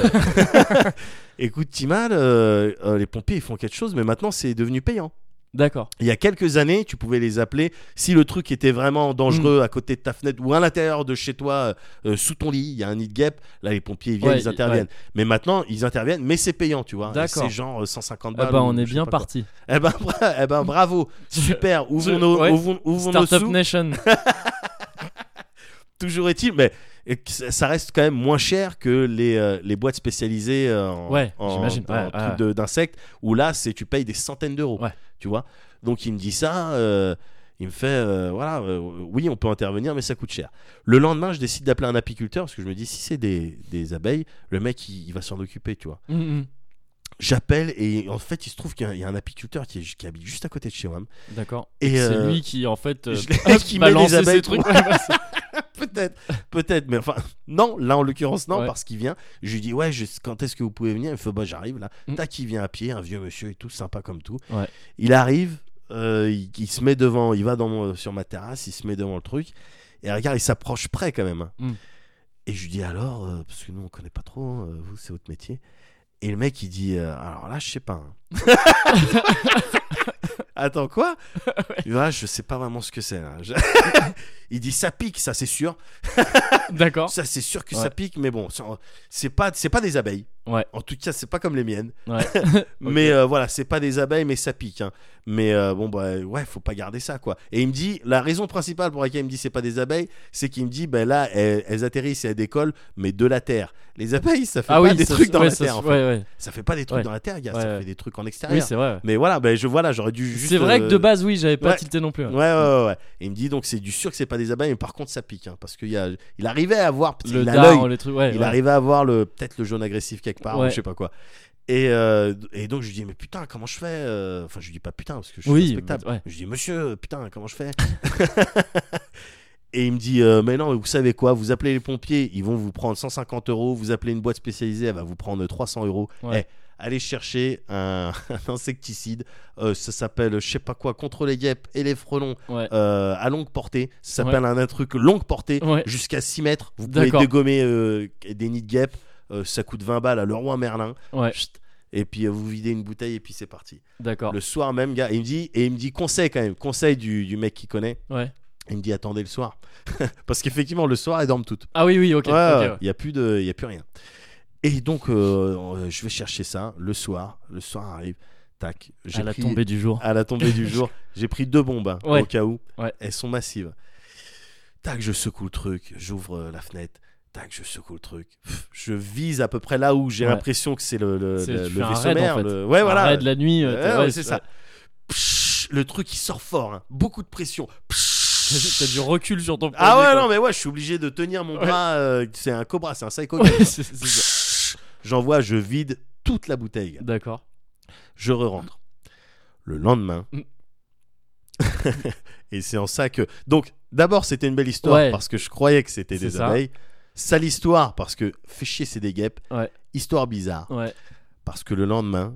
B: écoute, Timal, euh, euh, les pompiers ils font quelque chose, mais maintenant c'est devenu payant.
A: D'accord.
B: Il y a quelques années, tu pouvais les appeler si le truc était vraiment
A: Mm.
B: dangereux à côté de ta fenêtre ou à l'intérieur de chez toi, euh, euh, sous ton lit, il y a un nid de guêpe. Là, les pompiers ils viennent,
A: Ouais,
B: ils interviennent. Mais maintenant, ils interviennent, mais c'est payant, tu vois. Et
A: D'accord.
B: C'est genre euh, 150 balles.
A: Ah bah,
B: ou
A: on est
B: je sais
A: bien
B: pas quoi.
A: parti.
B: Eh ben, bra- eh ben, bravo, super. Ouvrons nos,
A: Ouais.
B: ouvrons- ouvrons nos
A: Startup
B: sous.
A: Nation.
B: Toujours est-il, mais et que ça ça reste quand même moins cher que les, euh, les boîtes spécialisées euh, en,
A: Ouais,
B: en-
A: j'imagine,
B: en
A: ouais,
B: trucs
A: ouais.
B: de- d'insectes, où là, c'est tu payes des centaines d'euros.
A: Ouais.
B: Tu vois Donc il me dit ça, euh, il me fait, euh, voilà, euh, oui, on peut intervenir, mais ça coûte cher. Le lendemain, je décide d'appeler un apiculteur, parce que je me dis, si c'est des, des abeilles, le mec, il, il va s'en occuper, tu vois.
A: Mm, mm.
B: J'appelle, et en fait, il se trouve qu'il y a un- il y, a un apiculteur qui, est- qui habite juste à côté de chez moi.
A: D'accord.
B: Et,
A: C'est
B: euh,
A: lui qui, en fait, euh,
B: je l'ai- qui met
A: balance
B: les abeilles
A: ses trucs. Ouais, bah, c'est-
B: peut-être, peut-être, mais enfin, non, là en l'occurrence, non,
A: Ouais.
B: parce qu'il vient. Je lui dis, ouais, je- quand est-ce que vous pouvez venir Il me fait, bah, j'arrive là.
A: Mm.
B: Tac, il vient à pied, un vieux monsieur et tout, sympa comme tout.
A: Ouais.
B: Il arrive, euh, il, il se met devant, il va dans mon- sur ma terrasse, il se met devant le truc, et regarde, il s'approche près quand même. hein.
A: Mm.
B: Et je lui dis, alors, euh, parce que nous, on connaît pas trop, hein, vous, c'est votre métier. Et le mec, il dit, euh, alors là, je sais pas. hein. Attends, quoi Il dit, ah, Je sais pas vraiment ce que c'est. là. Je- il dit, ça pique, ça, c'est sûr.
A: D'accord.
B: Ça, c'est sûr que
A: Oh. Ouais.
B: ça pique, mais bon, ça- c'est pas, c'est pas des abeilles.
A: Ouais.
B: En tout cas, c'est pas comme les miennes.
A: Ouais.
B: Mais euh, voilà, c'est pas des abeilles, mais ça pique. hein. Mais euh, bon, bah ouais, faut pas garder ça, quoi. Et il me dit, la raison principale pour laquelle il me dit c'est pas des abeilles, c'est qu'il me dit, ben là, elles, elles atterrissent et elles décollent, mais de la terre. Les abeilles, ça fait
A: Ah
B: pas
A: oui,
B: des
A: ça-
B: trucs dans
A: ouais,
B: la
A: ça-
B: terre. en fait.
A: Ouais, ouais.
B: Ça fait pas des trucs
A: Ouais.
B: dans la terre, gars.
A: Ouais,
B: ça
A: ouais.
B: fait des trucs en
A: Oui,
B: extérieur.
A: c'est vrai. ouais.
B: mais voilà, ben je voilà, j'aurais dû. juste,
A: C'est vrai que de
B: euh,
A: base, oui, j'avais pas
B: ouais.
A: tilté non plus. ouais.
B: Ouais, ouais, ouais, ouais. Et il me dit donc c'est du sûr que c'est pas des abeilles, mais par contre ça pique, hein, parce qu'il y a, il arrivait à voir,
A: Le
B: il a l'œil,
A: dard, les trucs. Ouais,
B: il
A: ouais.
B: arrivait à voir le peut-être le jaune agressif quelque part,
A: Ouais.
B: ou je sais pas quoi. Et, euh, et donc je lui dis mais putain comment je fais euh, Enfin je lui dis pas putain parce que je suis
A: Oui,
B: respectable.
A: ouais.
B: Je lui dis monsieur putain comment je fais Et il me dit euh, mais non vous savez quoi vous appelez les pompiers ils vont vous prendre 150 euros vous appelez une boîte spécialisée elle va vous prendre 300 euros.
A: Ouais.
B: Eh, allez chercher un, un insecticide euh, ça s'appelle je sais pas quoi contre les guêpes et les frelons
A: Ouais.
B: euh, à longue portée ça s'appelle un, un truc longue portée
A: Ouais.
B: jusqu'à 6 mètres vous pouvez
A: D'accord.
B: dégommer euh, des nids de guêpes Euh, ça coûte 20 balles à Leroy Merlin
A: Ouais.
B: Chut. Et puis euh, vous videz une bouteille et puis c'est parti.
A: D'accord.
B: Le soir même, gars, il me dit et il me dit conseil quand même, conseil du, du mec qui connaît.
A: Ouais.
B: Il me dit attendez le soir parce qu'effectivement le soir elles dorment toutes.
A: Ah oui, oui, ok.
B: Ouais,
A: ok,
B: ouais,
A: ouais.
B: il y a plus de, il y a plus rien. Et donc euh, euh, je vais chercher ça le soir. Le soir arrive, tac. J'ai
A: À la
B: pris-
A: tombée du jour.
B: à la tombée du jour, j'ai pris deux bombes hein,
A: Ouais.
B: au cas où.
A: Ouais.
B: Elles sont massives. Tac, je secoue le truc, j'ouvre euh, la fenêtre. Tac, je secoue le truc. Pff, Je vise à peu près là où j'ai
A: Ouais.
B: l'impression que c'est le, le,
A: C'est-
B: le-
A: tu fais
B: le
A: un
B: vaisseau
A: raid, en
B: mère.
A: fait.
B: le- Ouais, voilà.
A: Arrête de la nuit. euh,
B: Ouais,
A: t'as-
B: ouais,
A: ouais,
B: c'est ça. Psh, le truc, il sort fort. hein. Beaucoup de pression. Psh.
A: T'as t'as du recul sur ton.
B: Ah
A: projet,
B: ouais,
A: quoi.
B: non, mais ouais, je suis obligé de tenir mon
A: Ouais.
B: bras. euh, c'est un cobra, c'est un psycho.
A: Ouais, c'est- c'est ça.
B: Psh. J'envoie, je vide toute la bouteille.
A: D'accord.
B: Je re-rentre. Le lendemain.
A: Mm.
B: et c'est en ça que. Donc, d'abord, c'était une belle histoire
A: Ouais.
B: parce que je croyais que c'était
A: C'est
B: des
A: ça.
B: abeilles. Sale histoire parce que fait chier, c'est des guêpes.
A: Ouais.
B: Histoire bizarre
A: Ouais.
B: parce que le lendemain,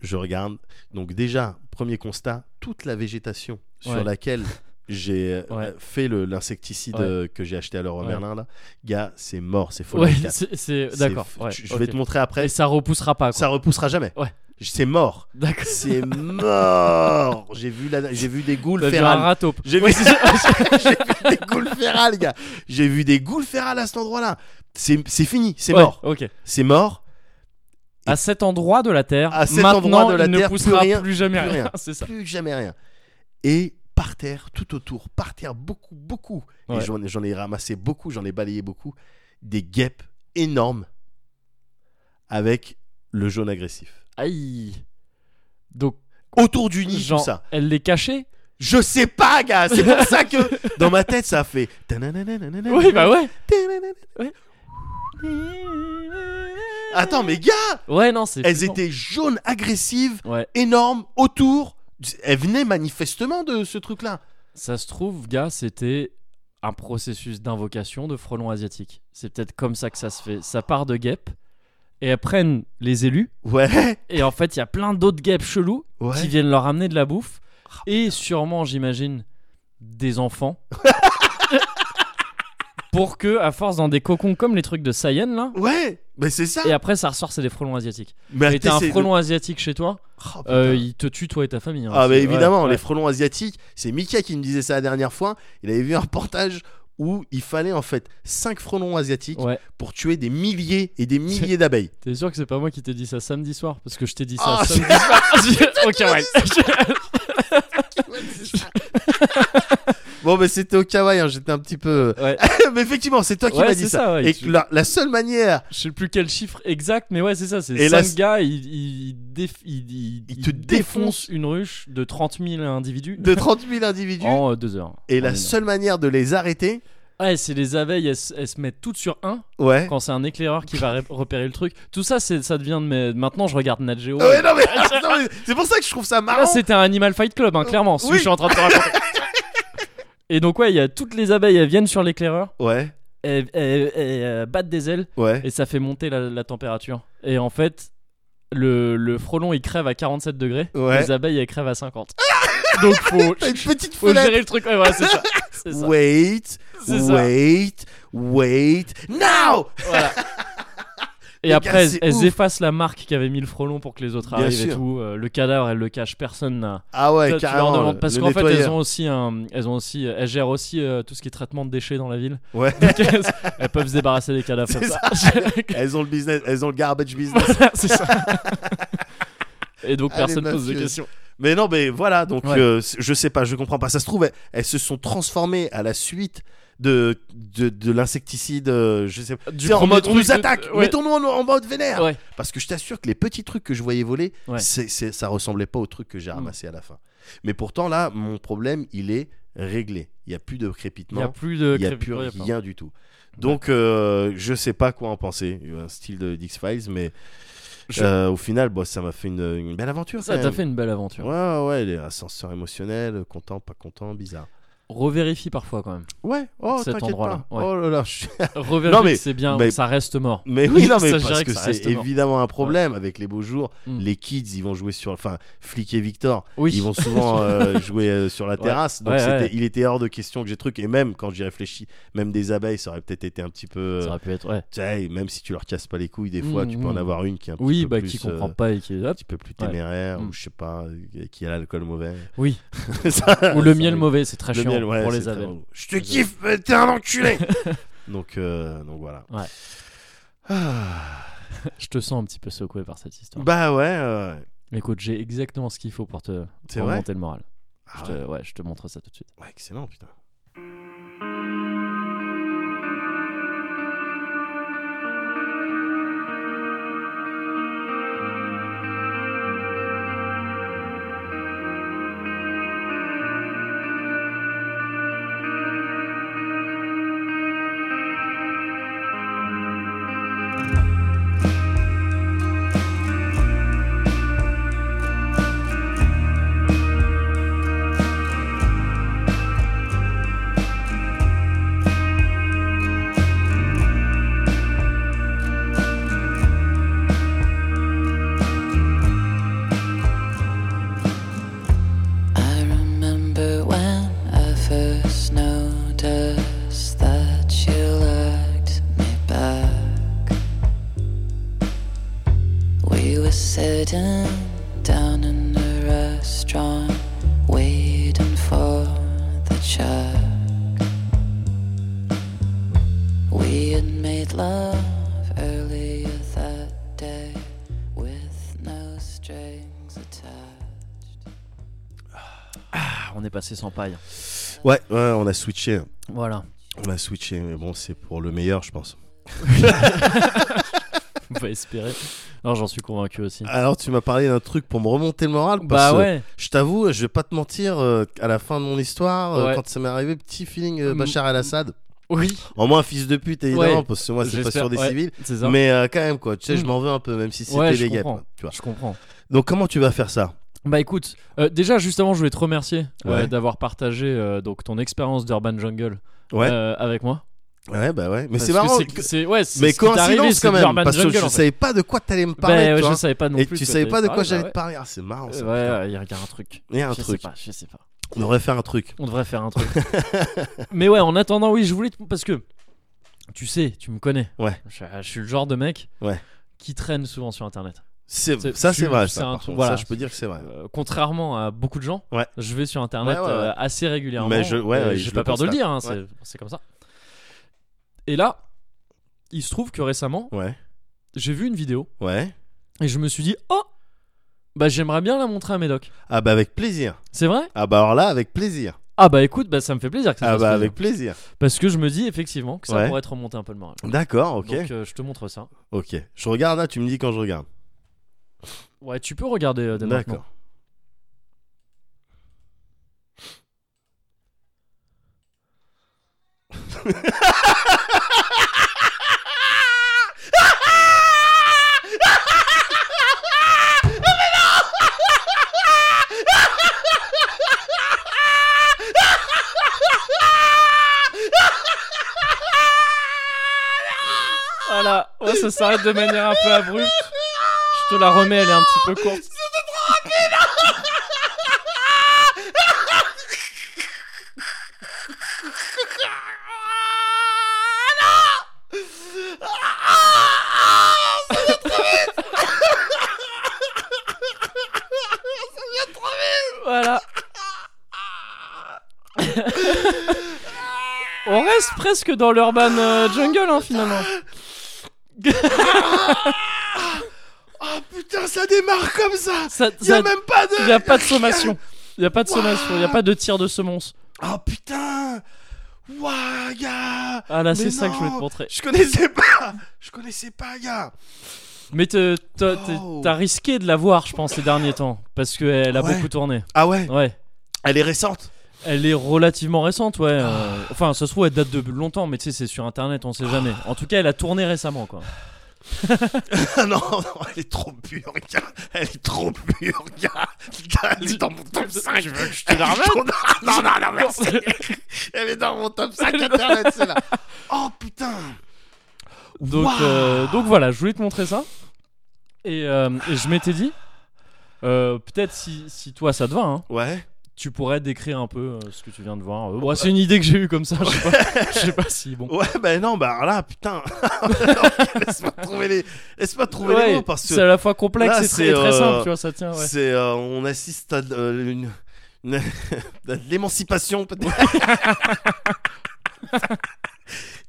B: je regarde. Donc, déjà, premier constat toute la végétation sur
A: Ouais.
B: laquelle. J'ai euh,
A: Ouais.
B: fait le- l'insecticide
A: Ouais.
B: euh, que j'ai acheté à Leroy
A: Ouais.
B: Merlin là. Gars, c'est mort, c'est faux.
A: Ouais, c'est- c'est.
B: C'est-
A: D'accord.
B: tu-
A: ouais,
B: je
A: ok.
B: vais te montrer après.
A: Et ça repoussera pas. quoi.
B: Ça repoussera jamais.
A: Ouais.
B: C'est mort.
A: D'accord.
B: C'est mort. J'ai vu la- j'ai vu des goules
A: T'as vu un
B: férales.
A: rat taupe.
B: J'ai vu... j'ai vu des goules férales, gars. J'ai vu des goules férales à cet endroit-là. C'est c'est fini, c'est
A: Ouais,
B: mort.
A: Ok.
B: C'est mort.
A: À cet endroit de la Terre.
B: À cet
A: maintenant,
B: endroit de la
A: il ne
B: Terre, plus
A: poussera
B: rien,
A: jamais
B: plus
A: rien.
B: rien.
A: C'est ça.
B: Plus jamais rien. Et par terre, tout autour, par terre, beaucoup, beaucoup.
A: Ouais.
B: Et j'en- j'en ai ramassé beaucoup, j'en ai balayé beaucoup. Des guêpes énormes avec le jaune agressif.
A: Aïe. Donc,
B: Autour du nid,
A: genre,
B: tout ça.
A: elle les cachait
B: Je sais pas, gars. C'est pour ça que dans ma tête, ça a fait. tanananananana.
A: Oui, bah ouais.
B: Tananana. Attends, mais gars,
A: Ouais, non, c'est.
B: elles
A: flippant.
B: étaient jaunes, agressives,
A: Ouais.
B: énormes, autour. Elles venaient manifestement de ce truc-là.
A: Ça se trouve, gars, c'était un processus d'invocation de frelons asiatiques. C'est peut-être comme ça que ça se fait. Ça part de guêpes et elles prennent les élus.
B: Ouais.
A: Et en fait, il y a plein d'autres guêpes cheloues qui
B: Ouais. Oh,
A: viennent leur amener de la bouffe. Et sûrement, j'imagine, des enfants. pour que, à force, dans des cocons comme les trucs de Saiyan, là.
B: Ouais. Mais c'est ça.
A: Et après, ça ressort, c'est des frelons asiatiques.
B: Mais
A: Et t'as un
B: c'est-
A: frelon asiatique chez toi,
B: Oh, putain.
A: euh, il te tue, toi et ta famille. hein.
B: Ah, mais
A: C'est-
B: évidemment,
A: ouais,
B: les
A: ouais.
B: frelons asiatiques, c'est Mika qui me disait ça la dernière fois. Il avait vu un reportage où il fallait en fait 5 frelons asiatiques
A: Ouais.
B: pour tuer des milliers et des milliers d'abeilles.
A: T'es sûr que c'est pas moi qui t'ai dit ça samedi soir Parce que je t'ai dit ça
B: Ah,
A: samedi soir. ok, ouais.
B: Bon, mais c'était au kawaii, hein, j'étais un petit peu. euh,
A: ouais.
B: mais effectivement, c'est toi qui
A: Ouais,
B: m'as dit
A: c'est
B: ça.
A: ça, ouais.
B: et que la- la seule manière
A: Je sais plus quel chiffre exact, mais ouais, c'est ça. C'est
B: Et
A: 5
B: là, c'est-
A: gars, ils, ils, déf- ils- ils-
B: Ils
A: ils
B: te
A: défoncent
B: défoncent.
A: une ruche de 30 000 individus
B: de 30 000 individus.
A: en 2 heures.
B: Et
A: En
B: la
A: une
B: seule manière de les arrêter,
A: heure. Ouais, c'est les abeilles, elles, se- elles se mettent toutes sur un
B: ouais.
A: quand c'est un éclaireur qui va ré- repérer le truc. Tout ça, c'est- ça devient de mes... Maintenant, je regarde Nat Geo.
B: Ah ouais, non, mais, non, mais c'est pour ça que je trouve ça marrant.
A: Là, c'était un Animal Fight Club, hein, clairement, ce que
B: Oui.
A: je suis en train de te raconter. Et donc, ouais, il y a toutes les abeilles, elles viennent sur l'éclaireur,
B: ouais,
A: elles, elles- elles, euh, battent des ailes,
B: ouais.
A: et ça fait monter la, la température. Et en fait, le, le frelon, il crève à 47 degrés,
B: Ouais.
A: les abeilles, elles crèvent à 50. donc, faut,
B: T'as une petite
A: faut
B: foulette.
A: gérer le truc. Ouais, voilà, c'est ça. C'est ça.
B: Wait,
A: C'est ça.
B: wait, wait. Now!
A: Voilà. Et
B: Les
A: après,
B: gars,
A: elles,
B: c'est
A: elles
B: ouf.
A: effacent la marque qu'avait mis le frelon pour que les autres
B: Bien
A: arrivent et
B: sûr.
A: tout. Euh, le cadavre, elles le cachent, personne n'a.
B: Ah
A: Ça,
B: ouais,
A: tu leur
B: carrément.
A: demandes- parce
B: le
A: qu'en fait elles
B: nettoyeur.
A: ont aussi un, elles ont aussi, elles gèrent aussi euh, tout ce qui est traitement de déchets dans la ville.
B: Ouais.
A: Donc, elles, elles peuvent se débarrasser des cadavres.
B: C'est
A: comme ça.
B: Elles ont le business, elles ont le garbage business.
A: C'est ça. Et donc
B: Ah, les
A: personne pose de
B: mafieux.
A: questions.
B: Mais non, mais voilà, donc
A: Ouais.
B: euh, c- je sais pas, je comprends pas. Ça se trouve, elles, elles se sont transformées à la suite de, de, de l'insecticide, euh, je sais pas.
A: Du
B: C'est en
A: premier
B: mode on
A: truc
B: nous
A: de-
B: attaque,
A: ouais.
B: mettons-nous en, en mode vénère.
A: Ouais.
B: Parce que je t'assure que les petits trucs que je voyais voler,
A: Ouais. Hmm.
B: c'est, c'est- ça ressemblait pas au truc que j'ai ramassé à la fin. Mais pourtant, là, mon problème, il est réglé. Il y a plus de
A: Il n'y a
B: crépitement,
A: plus de.
B: il y a
A: cré-
B: plus
A: ouais, pardon.
B: rien du euh, tout. Donc, euh, je sais pas quoi en penser. Un style de Dix Files, mais
A: Je-
B: Euh, au final, bon, ça m'a fait une, une belle aventure.
A: Ça
B: quand
A: t'a
B: même.
A: fait une belle aventure.
B: Ouais, ouais, ouais, les ascenseurs émotionnels, content, pas content, bizarre.
A: Revérifie parfois quand même.
B: Ouais, oh,
A: Cet
B: t'inquiète
A: endroit-là,
B: pas.
A: ouais.
B: Oh là là, je-
A: Revérifie
B: Non, mais-
A: que c'est bien,
B: mais-
A: ça reste mort.
B: Mais oui, non, mais
A: Ça, je
B: parce
A: dirais
B: que
A: que ça
B: c'est
A: reste mort.
B: évidemment un problème avec les beaux jours.
A: Mm.
B: Les kids, ils vont jouer sur. Enfin, Flic et Victor,
A: Oui.
B: ils vont souvent euh, jouer euh, sur la
A: Ouais.
B: terrasse. Donc,
A: Ouais,
B: c'était-
A: ouais.
B: il était hors de question que j'ai truc. Et même quand j'y réfléchis, même des abeilles, ça aurait peut-être été un petit peu. euh,
A: Ça aurait pu être, ouais.
B: Tu sais, même si tu leur casses pas les couilles, des fois,
A: Mm,
B: tu peux en
A: mm.
B: avoir une qui est un petit
A: Oui,
B: peu
A: bah
B: plus,
A: qui
B: euh,
A: comprend pas et qui est.
B: un
A: hop,
B: petit peu plus
A: Ouais.
B: téméraire,
A: Mm.
B: ou je sais pas, euh, qui a l'alcool mauvais.
A: Oui.
B: Ça-
A: Ou le
B: ça
A: miel
B: arrive.
A: mauvais, c'est très
B: Le
A: chiant
B: miel, ouais,
A: pour
B: c'est
A: les
B: très
A: abeilles.
B: relou. Je te kiffe, mais t'es un enculé Donc, euh, donc voilà.
A: Ouais.
B: Ah.
A: Je te sens un petit peu secoué par cette histoire.
B: Bah ouais, ouais, ouais.
A: Mais Écoute, j'ai exactement ce qu'il faut pour te
B: c'est
A: pour
B: vrai.
A: remonter le moral.
B: Ah
A: je,
B: ouais.
A: te, ouais, je te montre ça tout de suite.
B: Ouais, excellent, putain.
E: I remember when I first noticed that you liked me back. We were sitting down in a restaurant, waiting for the check. We had made love earlier that day with no strings attached.
A: Ah, on est passé sans paille.
B: Ouais, ouais, on a switché.
A: Voilà.
B: On a switché, mais bon, c'est pour le meilleur, je pense.
A: On va espérer. Non, j'en suis convaincu aussi.
B: Alors, tu m'as parlé d'un truc pour me remonter le moral. Parce
A: bah ouais.
B: que, Je t'avoue, je vais pas te mentir, euh, à la fin de mon histoire, euh,
A: Ouais.
B: quand ça m'est arrivé, petit feeling euh,
A: Mm.
B: Bachar el-Assad.
A: Oui.
B: En moins, fils de pute, évidemment,
A: Ouais.
B: parce que moi, c'est pas
A: J'espère,
B: sur des
A: ouais,
B: civils.
A: C'est ça.
B: Mais euh, quand même, quoi, tu sais, je
A: Mm.
B: m'en veux un peu, même si c'était
A: Ouais, je
B: les guêpes.
A: comprends.
B: hein, Tu vois.
A: Je comprends.
B: Donc, comment tu vas faire ça
A: Bah écoute, euh, déjà juste avant, je voulais te remercier euh,
B: Ouais.
A: d'avoir partagé euh, donc ton expérience d'urban jungle
B: Ouais,
A: euh, avec moi.
B: ouais, bah ouais. Mais
A: Parce
B: c'est
A: que
B: marrant.
A: c'est- c'est- ouais, c'est
B: Mais
A: ce qui t'est arrivé,
B: coïncidence
A: c'est
B: quand
A: de
B: même,
A: l'urban
B: parce que
A: jungle,
B: je
A: en fait.
B: savais pas de quoi t'allais me
A: Bah,
B: parler.
A: ouais,
B: tu vois.
A: je savais pas non
B: Et
A: plus.
B: tu
A: que
B: savais
A: t'avais
B: pas de quoi
A: parlé,
B: j'allais
A: bah
B: te parler. Ah, c'est marrant.
A: ouais,
B: ça,
A: ouais,
B: putain.
A: il regarde un truc.
B: Il y a un
A: je
B: truc.
A: Sais pas, je sais pas.
B: On devrait faire un truc.
A: On devrait faire un truc. Mais ouais, en attendant, oui, je voulais te- parce que tu sais, tu me connais.
B: Ouais.
A: Je, je suis le genre de mec
B: Ouais.
A: qui traîne souvent sur internet.
B: C'est-
A: C'est-
B: ça,
A: tu-
B: c'est vrai.
A: c'est
B: Ça,
A: un
B: par
A: truc-
B: contre.
A: voilà.
B: Ça, je peux dire que c'est vrai.
A: Euh, contrairement à beaucoup de gens,
B: Ouais.
A: je vais sur internet
B: Ouais, ouais, ouais.
A: euh, assez régulièrement.
B: Mais je- ouais,
A: et
B: ouais,
A: j'ai
B: je
A: pas
B: le
A: peur de le
B: constate.
A: dire, hein, c'est- c'est comme ça. Et là, il se trouve que récemment,
B: Ouais.
A: j'ai vu une vidéo
B: Ouais.
A: et je me suis dit, oh, bah j'aimerais bien la montrer à Médoc.
B: Ah, bah, avec plaisir.
A: C'est vrai
B: Ah, bah, alors là, avec plaisir.
A: Ah bah écoute, bah ça me fait hein. plaisir que ça
B: Ah,
A: fasse
B: bah,
A: plaisir.
B: avec plaisir.
A: Parce que je me dis effectivement que ça
B: Ouais.
A: pourrait te remonter un peu le moral.
B: D'accord, ok.
A: Donc euh, je te montre ça.
B: Ok. Je regarde là, tu me dis quand je regarde.
A: Ouais, tu peux regarder euh, dès maintenant.
B: D'accord.
A: Voilà, ouais, ça s'arrête de manière un peu abrupte. Je te la remets, elle est un petit peu courte. Voilà. On reste presque dans l'urban euh, jungle hein, finalement.
B: Ah, putain, ça démarre comme ça.
A: Ça,
B: Y a
A: ça-
B: même pas de.
A: y a pas de sommation. Y a pas de sommation, y a pas de tir de semonce.
B: Ah, putain. Ouah, gars.
A: Ah là,
B: Mais
A: c'est ça que je voulais te
B: non.
A: montrer.
B: Je connaissais pas. Je connaissais pas, gars.
A: Mais te- te- te-
B: Oh.
A: t'as risqué de la voir, je pense, ces derniers temps, parce qu'elle a
B: Ouais.
A: beaucoup tourné.
B: Ah, ouais.
A: Ouais.
B: Elle est récente.
A: Elle est relativement récente, ouais.
B: Ah.
A: euh, Enfin, ça se trouve, elle date de longtemps, mais tu sais, c'est sur internet, on sait jamais. En tout cas, elle a tourné récemment, quoi.
B: Ah non, non, elle est trop pure, gars. Elle est trop pure, gars. Gars, Elle est dans mon top 5.
A: veux que je
B: Elle est dans- Non, non, non, merci. Elle est dans mon top 5 internet, celle-là. Oh putain.
A: Donc,
B: Waouh.
A: euh, donc voilà, je voulais te montrer ça. Et, euh, et je m'étais dit, euh, peut-être si, si toi ça te va, hein,
B: Ouais.
A: tu pourrais décrire un peu euh, ce que tu viens de voir. Euh, bon, c'est une idée que j'ai eue comme ça, je sais pas, je sais pas si bon.
B: Ouais, ben non, bah alors là, putain. Laisse-moi trouver les, Laisse-moi trouver les
A: Ouais,
B: mots parce que
A: c'est à la fois complexe
B: là,
A: et très,
B: c'est,
A: très
B: euh,
A: simple, tu vois, ça tient. Ouais.
B: c'est, euh, on assiste à euh, une, une- à de l'émancipation peut-être.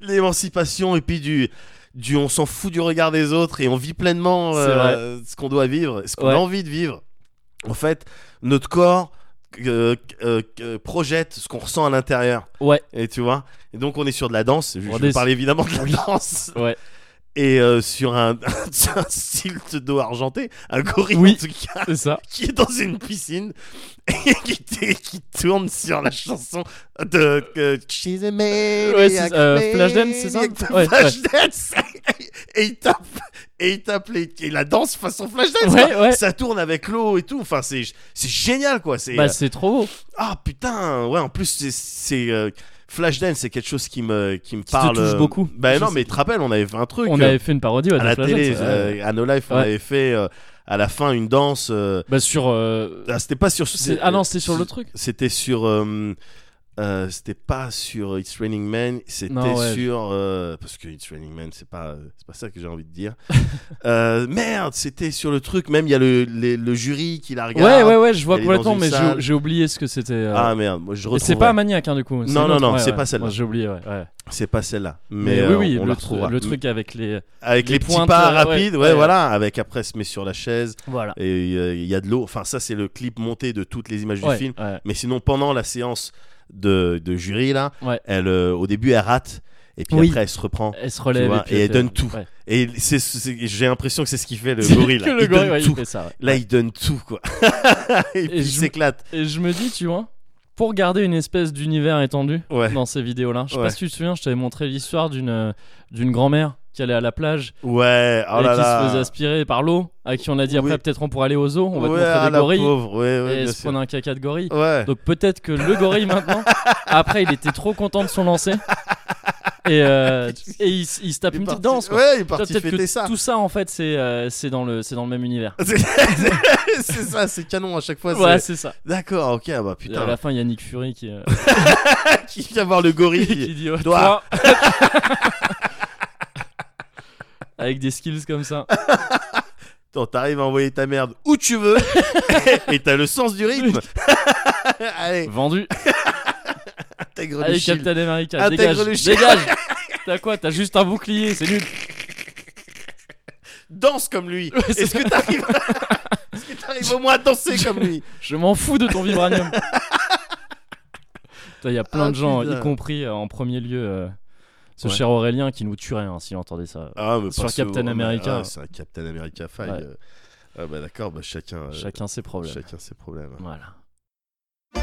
B: l'émancipation et puis du, du, on s'en fout du regard des autres et on vit pleinement euh, ce qu'on doit vivre, ce qu'on
A: Ouais.
B: a envie de vivre. En fait, notre corps euh, euh, euh, projette ce qu'on ressent à l'intérieur.
A: Ouais.
B: Et tu vois. Et donc on est sur de la danse. Je,
A: On
B: je
A: est-
B: parle évidemment de la danse.
A: Ouais.
B: Et euh, sur un, un style de dos argenté, un gorille
A: Oui.
B: en tout cas
A: C'est ça.
B: qui est dans une piscine et qui, t- qui tourne sur la chanson de que She's a maniac,
A: Ouais, c'est- euh, Flashdance, c'est ça
B: maniac de
A: Ouais,
B: Flashdance. et il tape et il tape les- et la danse façon Flashdance.
A: Ouais,
B: quoi.
A: ouais.
B: Ça tourne avec l'eau et tout. Enfin, c'est c'est génial quoi. C'est euh,
A: Bah, c'est trop beau.
B: ah putain ouais. En plus c'est- c'est euh, Flashdance, c'est quelque chose qui me qui me
A: te
B: parle.
A: touche
B: euh,
A: beaucoup.
B: Bah
A: Je
B: non,
A: sais
B: mais tu te rappelles, on avait fait un truc.
A: On
B: euh,
A: avait fait une parodie ouais,
B: à
A: de
B: la
A: Flash
B: télé,
A: Dance, ouais.
B: euh, à No Life, on
A: Ouais.
B: avait fait euh, à la fin une danse. euh,
A: Bah, sur. euh,
B: ah, c'était pas sur.
A: c'est- ah non, c'était sur le truc.
B: C'était sur. euh, euh, c'était pas sur It's Raining Man, c'était
A: Non, ouais.
B: sur. euh, parce que It's Raining Man, c'est pas, euh, c'est pas ça que j'ai envie de dire. Euh, merde, c'était sur le truc, même il y a le, les- le jury qui la
A: Ouais,
B: regarde.
A: ouais, ouais, je vois
B: elle est dans
A: complètement,
B: une
A: mais j'ai-
B: salle.
A: j'ai oublié ce que c'était. euh,
B: Ah merde, moi je
A: et
B: retrouve.
A: c'est pas Maniac, hein, du coup.
B: Non, non,
A: l'autre,
B: non,
A: ouais,
B: c'est
A: ouais.
B: pas celle-là.
A: Moi, J'ai oublié, ouais. ouais.
B: C'est pas celle-là. Mais,
A: Mais,
B: euh,
A: oui, oui,
B: on
A: le,
B: la
A: tru-
B: retrouvera.
A: le truc avec les.
B: Avec
A: les
B: les, petits
A: pointes,
B: pas
A: euh, ouais,
B: rapides, ouais,
A: ouais.
B: voilà. Avec après se met sur la chaise
A: Voilà.
B: et euh, il y a de l'eau. Enfin, ça, c'est le clip monté de toutes les images du
A: Ouais,
B: film.
A: ouais.
B: Mais sinon, pendant la séance de, de jury, là,
A: Ouais.
B: elle, euh, au début, elle rate. Et puis
A: Oui.
B: après, elle se reprend.
A: Elle se relève.
B: vois,
A: et, puis
B: et elle
A: fait-
B: donne tout.
A: ouais.
B: Et c'est- c'est- j'ai l'impression que c'est ce qu'il fait, le gorille.
A: Que
B: là.
A: le
B: il
A: gorille,
B: donne
A: ouais, il
B: tout.
A: fait ça, ouais.
B: Là, il donne tout, quoi. et, puis, il
A: je-
B: s'éclate.
A: Et je me dis, tu vois, pour garder une espèce d'univers étendu
B: Ouais.
A: dans ces vidéos-là, je sais
B: Ouais.
A: pas si tu te souviens, je t'avais montré l'histoire d'une euh, d'une grand-mère qui allait à la plage
B: Ouais, oh
A: et
B: là
A: qui se faisait
B: là.
A: aspirer par l'eau, à qui on a dit
B: Oui.
A: après peut-être on pourra aller au zoo, on va
B: ouais,
A: te
B: ah,
A: montrer des
B: la
A: gorilles.
B: pauvre. Ouais,
A: et
B: ouais,
A: elle
B: bien
A: se
B: sûr.
A: prendre un caca de gorille.
B: Ouais.
A: Donc peut-être que le gorille maintenant, après il était trop content de son lancer et, euh, et il, s- il se tape
B: Il est
A: une petite
B: parti-
A: danse. Quoi.
B: Ouais, il est
A: Tu vois,
B: parti
A: peut-être que
B: fêter ça.
A: tout ça en fait c'est euh, c'est dans le c'est dans le même univers.
B: C'est c'est ça, c'est canon à chaque fois.
A: Voilà
B: c'est-
A: c'est ça.
B: D'accord, ok, ah bah
A: Et à
B: putain.
A: la fin il y a Nick Fury qui, euh,
B: Qui vient voir le
A: qui
B: gorille
A: dit ouais,
B: Toi.
A: toi. avec des skills comme ça.
B: Attends, t'arrives à envoyer ta merde où tu veux et t'as le sens du rythme. Allez,
A: Vendu.
B: intègre le
A: Allez
B: shield.
A: Captain America,
B: Intègre
A: dégage,
B: le shield.
A: dégage. T'as quoi T'as juste un bouclier, c'est nul.
B: Danse comme lui.
A: Ouais, c'est
B: Est-ce que t'arrives Est-ce que t'arrives au moins à danser comme lui
A: Je m'en fous de ton vibranium. Il y a plein
B: Ah,
A: de gens,
B: putain.
A: y compris euh, en premier lieu euh, ce
B: Ouais.
A: cher Aurélien qui nous tuerait hein, s'il entendait ça.
B: Ah, mais
A: Sur
B: pas ce-
A: Captain
B: ah,
A: America.
B: ah, c'est un Captain America faille.
A: Ouais.
B: euh. Ah bah d'accord, bah chacun, euh,
A: Chacun ses problèmes.
B: chacun ses problèmes.
A: Voilà.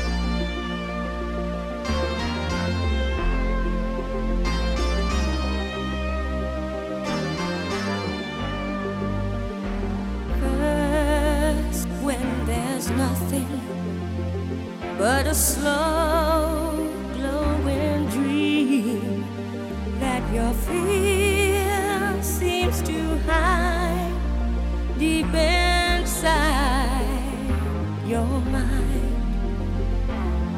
F: curse when there's nothing but a slow glowing dream that your fear seems to hide deep inside your mind.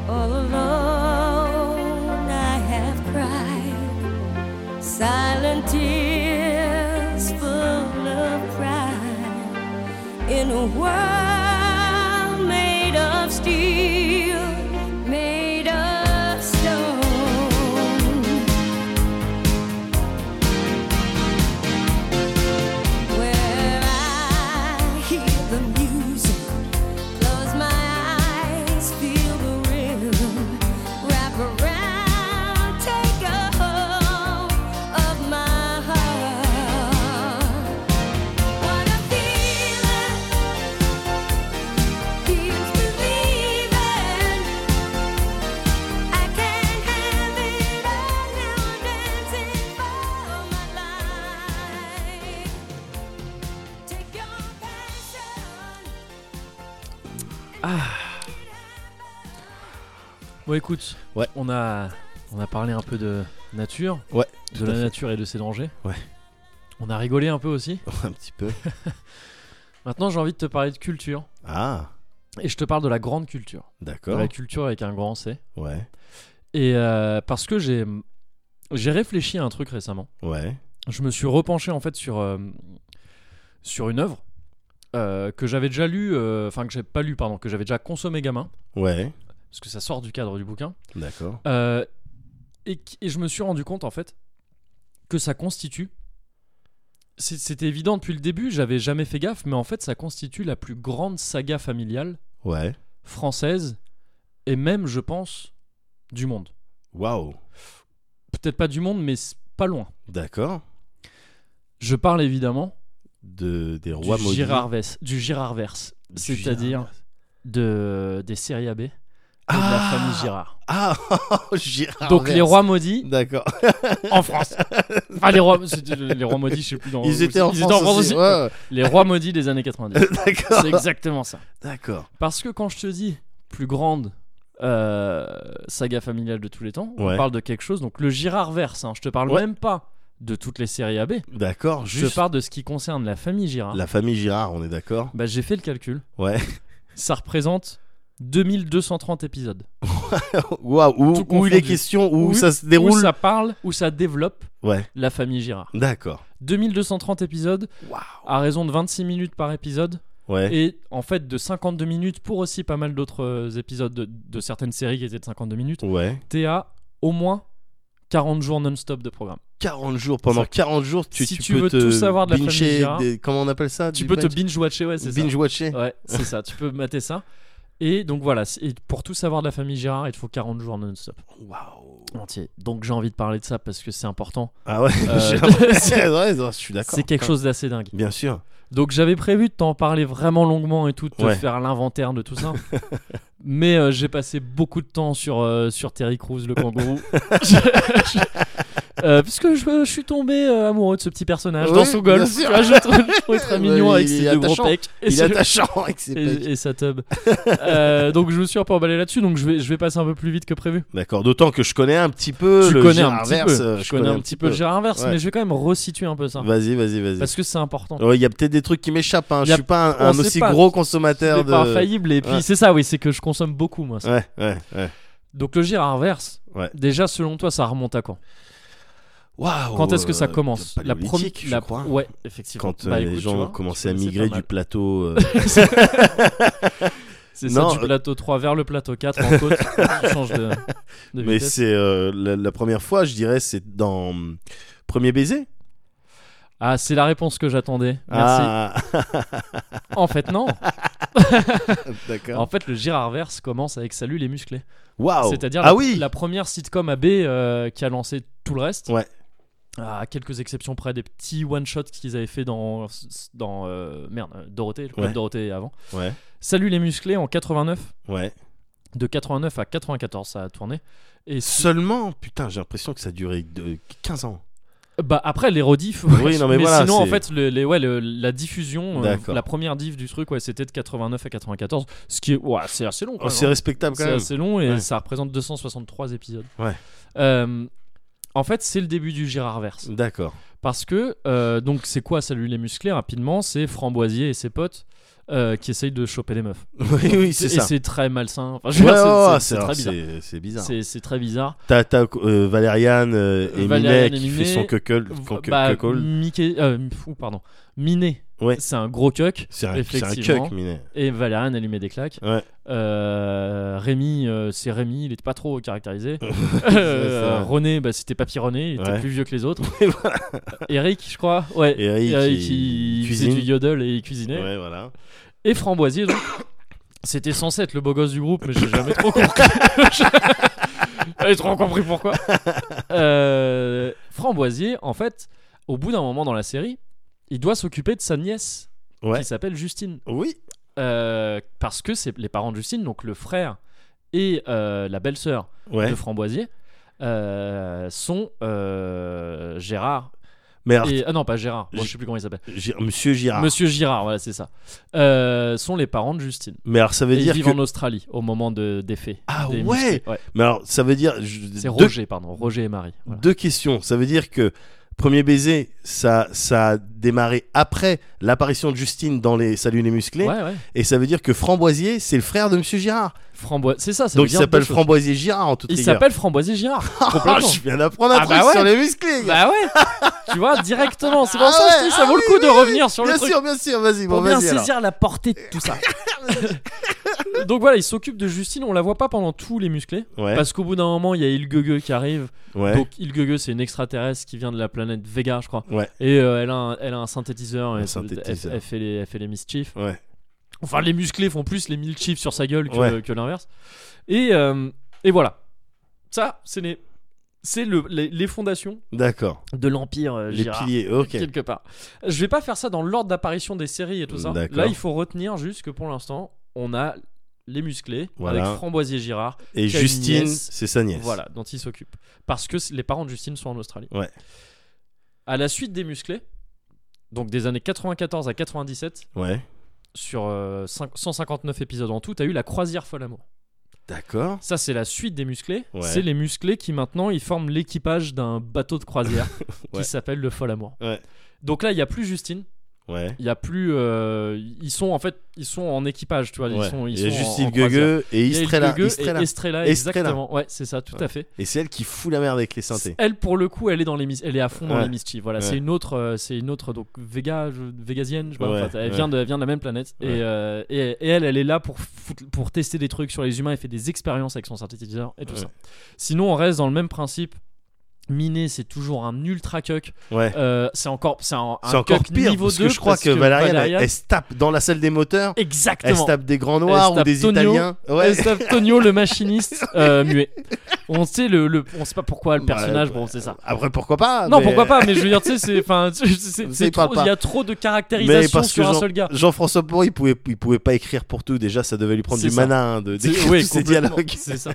F: All alone, I have cried silent tears full of pride in a world made of steel. Made
A: Bon, écoute,
B: Ouais.
A: on, a, on a parlé un peu de nature,
B: Ouais,
A: de
B: tout
A: la
B: à fait.
A: nature et de ses dangers.
B: Ouais.
A: On a rigolé un peu aussi.
B: Un petit peu.
A: Maintenant, j'ai envie de te parler de culture.
B: Ah,
A: Et je te parle de la grande culture. De
B: d'accord.
A: la culture avec un grand C.
B: Ouais,
A: Et euh, parce que j'ai j'ai réfléchi à un truc récemment.
B: ouais,
A: Je me suis repenché en fait sur euh, sur une œuvre euh, que j'avais déjà lu, euh, enfin que j'ai pas lu pardon, que j'avais déjà consommé gamin,
B: ouais,
A: parce que ça sort du cadre du bouquin.
B: d'accord.
A: Euh, et, qui- et je me suis rendu compte en fait que ça constitue. c'est- C'était évident depuis le début, j'avais jamais fait gaffe, mais en fait ça constitue la plus grande saga familiale
B: Ouais.
A: française et même je pense du monde.
B: Waouh,
A: Peut-être pas du monde, mais c'est pas loin.
B: d'accord.
A: Je parle évidemment
B: De, des rois
A: du
B: maudits.
A: Girardverse, du Girardverse,
B: Du
A: c'est-à-dire
B: Girard.
A: de des séries AB et de
B: Ah
A: la famille Girard.
B: Ah, Girard.
A: Donc les rois maudits
B: D'accord.
A: en France. Enfin les rois, c'était les rois maudits, je sais plus dans
B: Ils étaient en
A: ils
B: France aussi. Ouais, ouais.
A: Les rois maudits des années 90.
B: D'accord.
A: C'est exactement ça.
B: D'accord.
A: Parce que quand je te dis plus grande euh, saga familiale de tous les temps,
B: Ouais.
A: on parle de quelque chose. Donc le Girardverse, hein, je te parle
B: Ouais.
A: même pas de toutes les séries AB.
B: D'accord,
A: Je
B: juste
A: te parle hein. de ce qui concerne la famille Girard.
B: la famille Girard, on est d'accord
A: Bah, j'ai fait le calcul.
B: Ouais.
A: Ça représente 2230 épisodes.
B: Waouh, où,
A: Tout
B: où ah, il est
A: confondu.
B: question, où,
A: Où-
B: ça se déroule
A: Où ça parle, où ça développe
B: Ouais,
A: la famille Girard.
B: d'accord.
A: 2230 épisodes
B: Waouh.
A: à raison de 26 minutes par épisode
B: Ouais,
A: et en fait de 52 minutes pour aussi pas mal d'autres euh, épisodes de, de certaines séries qui étaient de 52 minutes.
B: ouais.
A: T'es à au moins 40 jours non-stop de programme.
B: 40 jours, pendant
A: Ça-
B: 40 jours, tu,
A: Si tu
B: peux
A: veux
B: te
A: tout savoir de la famille
B: bincher
A: Girard,
B: des- comment on appelle ça
A: Tu
B: du
A: peux te
B: binge-
A: binge-watcher, ouais, c'est ça.
B: binge-watcher
A: Ouais, c'est ça, tu peux mater ça. Et donc voilà, c'est- et pour tout savoir de la famille Girard, il te faut 40 jours non-stop.
B: Waouh.
A: entier. Donc j'ai envie de parler de ça parce que c'est important.
B: Ah ouais,
A: Euh,
B: j'ai l'impression- ouais, ouais, je suis d'accord.
A: C'est quelque chose d'assez dingue.
B: Bien sûr.
A: Donc j'avais prévu de t'en parler vraiment longuement et tout, de te
B: Ouais.
A: faire l'inventaire de tout ça. Mais euh, j'ai passé beaucoup de temps sur, euh, sur Terry Crews, le kangourou. Je- je- euh, parce que je, je suis tombé euh, amoureux de ce petit personnage
B: Ouais,
A: dans son golf.
B: bien
A: Tu
B: sûr.
A: vois, je le trou- je le trouvais très
B: Ouais,
A: mignon
B: il
A: avec
B: est
A: ses deux gros
B: attachant.
A: pecs. Et
B: Il est
A: ce-
B: attachant avec ses pecs.
A: et, et sa tub. Euh, donc je me suis un peu emballé là-dessus, donc je vais, je vais passer un peu plus vite que prévu.
B: D'accord, d'autant que je connais un petit peu
A: Tu
B: Euh, le
A: connais un petit
B: Girardverse,
A: peu,
B: euh,
A: je connais un petit peu le Gérard inverse,
B: Ouais.
A: mais je vais quand même resituer un peu ça.
B: Vas-y, vas-y, vas-y.
A: Parce que c'est important.
B: Ouais, Il y a peut-être des trucs qui m'échappent. Hein.
A: Y
B: Je
A: a-
B: suis pas
A: on
B: un, un
A: sait
B: aussi
A: pas.
B: gros
A: C'est
B: consommateur de.
A: pas infaillible. Et puis
B: Ouais.
A: c'est ça, oui, c'est que je consomme beaucoup, moi. ça.
B: Ouais, ouais, ouais.
A: Donc le Girard inverse,
B: Ouais.
A: déjà selon toi, ça remonte à quand
B: Waouh.
A: Quand est-ce que ça
B: euh,
A: commence
B: de paléolithique,
A: promi-
B: je
A: la-
B: crois.
A: Ouais, effectivement.
B: Quand euh,
A: Bah,
B: les
A: écoute, tu
B: gens
A: vois,
B: ont commencé à
A: tu vois, c'est
B: migrer
A: pas
B: du
A: mal.
B: plateau. euh,
A: C'est
B: Non,
A: ça, du
B: euh,
A: plateau 3 vers le plateau 4 en côte. tu changes de, de
B: mais
A: vitesse.
B: c'est euh, la, la première fois, je dirais, c'est dans Premier baiser.
A: Ah, c'est la réponse que j'attendais. Merci.
B: Ah,
A: En fait, non. En
B: d'accord.
A: fait, le Girard verse commence avec Salut les musclés.
B: Waouh.
A: C'est-à-dire
B: Ah
A: la,
B: oui.
A: la première sitcom AB euh, qui a lancé tout le reste.
B: Ouais.
A: À quelques exceptions près, des petits one-shots qu'ils avaient fait dans. dans euh, merde, euh, Dorothée, le club
B: Ouais.
A: Dorothée avant.
B: Ouais.
A: Salut les musclés en 89.
B: Ouais.
A: De 89 à 94, ça a tourné. Et si-
B: Seulement, putain, j'ai l'impression que ça a duré de 15 ans.
A: bah après les rediffs.
B: Oui, non, mais voilà,
A: sinon en
B: c'est-
A: fait le- les, ouais, le- la diffusion, euh,
B: D'accord.
A: la première diff du truc, ouais, c'était de 89 à 94, ce qui est, ouais, c'est assez long. quand
B: Oh,
A: même,
B: c'est
A: hein.
B: respectable quand
A: C'est
B: même.
A: assez long et
B: Ouais.
A: ça représente 263 épisodes.
B: Ouais.
A: Euh, en fait, c'est le début du Girardverse.
B: D'accord.
A: Parce que, euh, donc, c'est quoi Salut les musclés rapidement C'est Framboisier et ses potes euh, qui essayent de choper les meufs.
B: Oui, oui, c'est
A: et
B: ça.
A: c'est très malsain. Enfin, je
B: Ouais,
A: veux dire, c'est-
B: ouais,
A: c'est-
B: ouais,
A: c'est
B: alors,
A: très bizarre.
B: c'est- c'est bizarre.
A: C'est c'est très bizarre.
B: T'as, t'as, euh, Valériane euh, et
A: Valériane
B: Minet
A: et
B: qui
A: Minet,
B: fait son cuckold. son cu-
A: Bah,
B: cuckold.
A: Mickey, euh, fou, pardon. Minet,
B: Ouais.
A: c'est un gros cuck.
B: C'est un, c'est un
A: effectivement.
B: cuck, Minet.
A: Et Valériane allumait des claques.
B: Ouais.
A: Euh, Rémi, euh, c'est Rémi, il était pas trop caractérisé.
B: c'est
A: Euh,
B: vrai.
A: René, bah, c'était Papy René, il était
B: Ouais.
A: plus vieux que les autres. Eric, je crois. Ouais.
B: Eric,
A: Eric,
B: il
A: il faisait
B: cuisine.
A: du yodel et il cuisinait.
B: Ouais, voilà.
A: Et Framboisier, donc. C'était censé être le beau gosse du groupe, mais j'ai jamais trop compris. j'ai trop compris pourquoi. Euh, Framboisier, en fait, au bout d'un moment dans la série, il doit s'occuper de sa nièce
B: Ouais.
A: qui s'appelle Justine.
B: Oui.
A: Euh, parce que c'est les parents de Justine, donc le frère et euh, la belle-sœur
B: Ouais.
A: de Framboisier, euh, sont euh, Gérard
B: Merde.
A: et ah non pas Gérard Bon,
B: J-
A: je sais plus comment il s'appelle
B: Gi- Monsieur Girard.
A: Monsieur Girard voilà c'est ça Euh, sont les parents de Justine
B: Mais alors ça veut
A: et ils
B: dire
A: vivent
B: que.
A: en Australie au moment de, des faits
B: Ah
A: des
B: ouais
A: musclés.
B: Mais alors ça veut dire. je-
A: c'est
B: deux,
A: Roger pardon Roger et Marie voilà.
B: deux questions. Ça veut dire que premier baiser, ça, ça a démarré après l'apparition de Justine dans les Salut les musclés,
A: ouais ouais
B: et ça veut dire que Framboisier, c'est le frère de Monsieur Girard.
A: Frambois c'est ça, ça veut
B: Donc il
A: dire
B: s'appelle
A: deux choses.
B: Framboisier Girard en toute
A: il
B: rigueur.
A: s'appelle Framboisier Girard
B: Ah,
A: complètement
B: je viens d'apprendre un
A: Ah
B: truc
A: bah ouais.
B: sur les musclés. gars.
A: bah ouais tu vois directement c'est pour
B: Ah
A: ça que je
B: ouais,
A: dis, ça
B: ah
A: vaut
B: oui,
A: le coup de
B: oui, oui,
A: revenir sur le
B: bien
A: truc
B: sûr, bien sûr, vas-y,
A: pour
B: bon,
A: bien
B: vas-y. alors.
A: saisir la portée de tout ça. Donc voilà, il s'occupe de Justine, on la voit pas pendant tous les musclés.
B: Ouais,
A: Parce qu'au bout d'un moment, il y a Ilgege qui arrive.
B: ouais.
A: Donc Ilgege, c'est une extraterrestre qui vient de la planète Vega, je crois.
B: Ouais.
A: Et euh, elle, a un, elle a un synthétiseur.
B: Un
A: et
B: synthétiseur.
A: Elle, elle fait les, elle fait les mischiefs.
B: Ouais.
A: Enfin, les musclés font plus les mille chiefs sur sa gueule que,
B: Ouais.
A: que l'inverse. Et, euh, et voilà. Ça, c'est les, c'est le, les, les fondations
B: D'accord.
A: de l'Empire euh,
B: Les
A: Girard
B: piliers, ok.
A: quelque part. Je vais pas faire ça dans l'ordre d'apparition des séries et tout ça.
B: D'accord.
A: Là, il faut retenir juste que pour l'instant, on a les musclés
B: Voilà.
A: avec Framboisier Girard,
B: Et
A: qui a une
B: Justine,
A: nièce.
B: c'est sa nièce.
A: voilà, dont il s'occupe. Parce que c- les parents de Justine sont en Australie.
B: Ouais.
A: À la suite des musclés, donc des années 94 à 97,
B: Ouais.
A: sur euh, cinq- 159 épisodes en tout, t'as eu la croisière folle amour.
B: D'accord.
A: Ça, c'est la suite des musclés.
B: Ouais.
A: C'est les musclés qui maintenant ils forment l'équipage d'un bateau de croisière
B: Ouais.
A: qui s'appelle le folle amour.
B: Ouais.
A: Donc là, il y a plus Justine.
B: Ouais.
A: il y a plus euh, ils sont en fait ils sont en équipage tu vois
B: Ouais.
A: ils sont ils
B: il y a
A: sont en-
B: Justine
A: en croisière.
B: Gueugueux et
A: Il y a
B: Estrella.
A: Ilguegueux et
B: Estrella.
A: Estrella,
B: Estrella.
A: exactement ouais c'est ça tout à fait
B: Et c'est elle qui fout la merde avec les synthés.
A: elle pour le coup elle est dans les mis- elle est à fond dans
B: Ouais.
A: les mischiefs voilà
B: Ouais.
A: c'est une autre euh, c'est une autre donc Vega je- Vegasienne je sais pas
B: Ouais,
A: enfin, elle
B: ouais.
A: vient de elle vient de la même planète
B: Ouais.
A: et, euh, et, et elle elle est là pour foutre- pour tester des trucs sur les humains et fait des expériences avec son synthétiseur et tout
B: Ouais.
A: ça sinon on reste dans le même principe Miné, c'est toujours un ultra cuck.
B: Ouais.
A: Euh, c'est encore, c'est un, un
B: C'est encore
A: cuck
B: pire
A: niveau
B: parce
A: 2,
B: que je crois
A: parce
B: que Valériane, elle-
A: Valériane-
B: elle, se tape dans la salle des moteurs, elle
A: exactement.
B: se tape des grands
A: Elle
B: noirs
A: se
B: ou
A: tape
B: des
A: Tonio.
B: Italiens. Ouais.
A: Estave Tonio, le machiniste euh, muet. On sait le, le- on sait pas pourquoi le
B: Ouais,
A: personnage,
B: ouais.
A: bon c'est ça.
B: Après pourquoi pas
A: non
B: mais-
A: pourquoi pas, mais je veux dire tu sais c'est, enfin c'est- c'est-
B: Vous
A: c'est
B: y parle
A: trop-
B: pas.
A: il y a trop de
B: Mais
A: caractérisation
B: parce que
A: sur un
B: Jean-
A: seul gars.
B: Jean-François Pourri, il pouvait, il pouvait pas écrire pour tout. Déjà, ça devait lui prendre
A: C'est
B: du
A: ça.
B: mana hein, de
A: C'est-
B: d'écrire
A: oui,
B: tous ces
A: complètement,
B: dialogues.
A: C'est ça.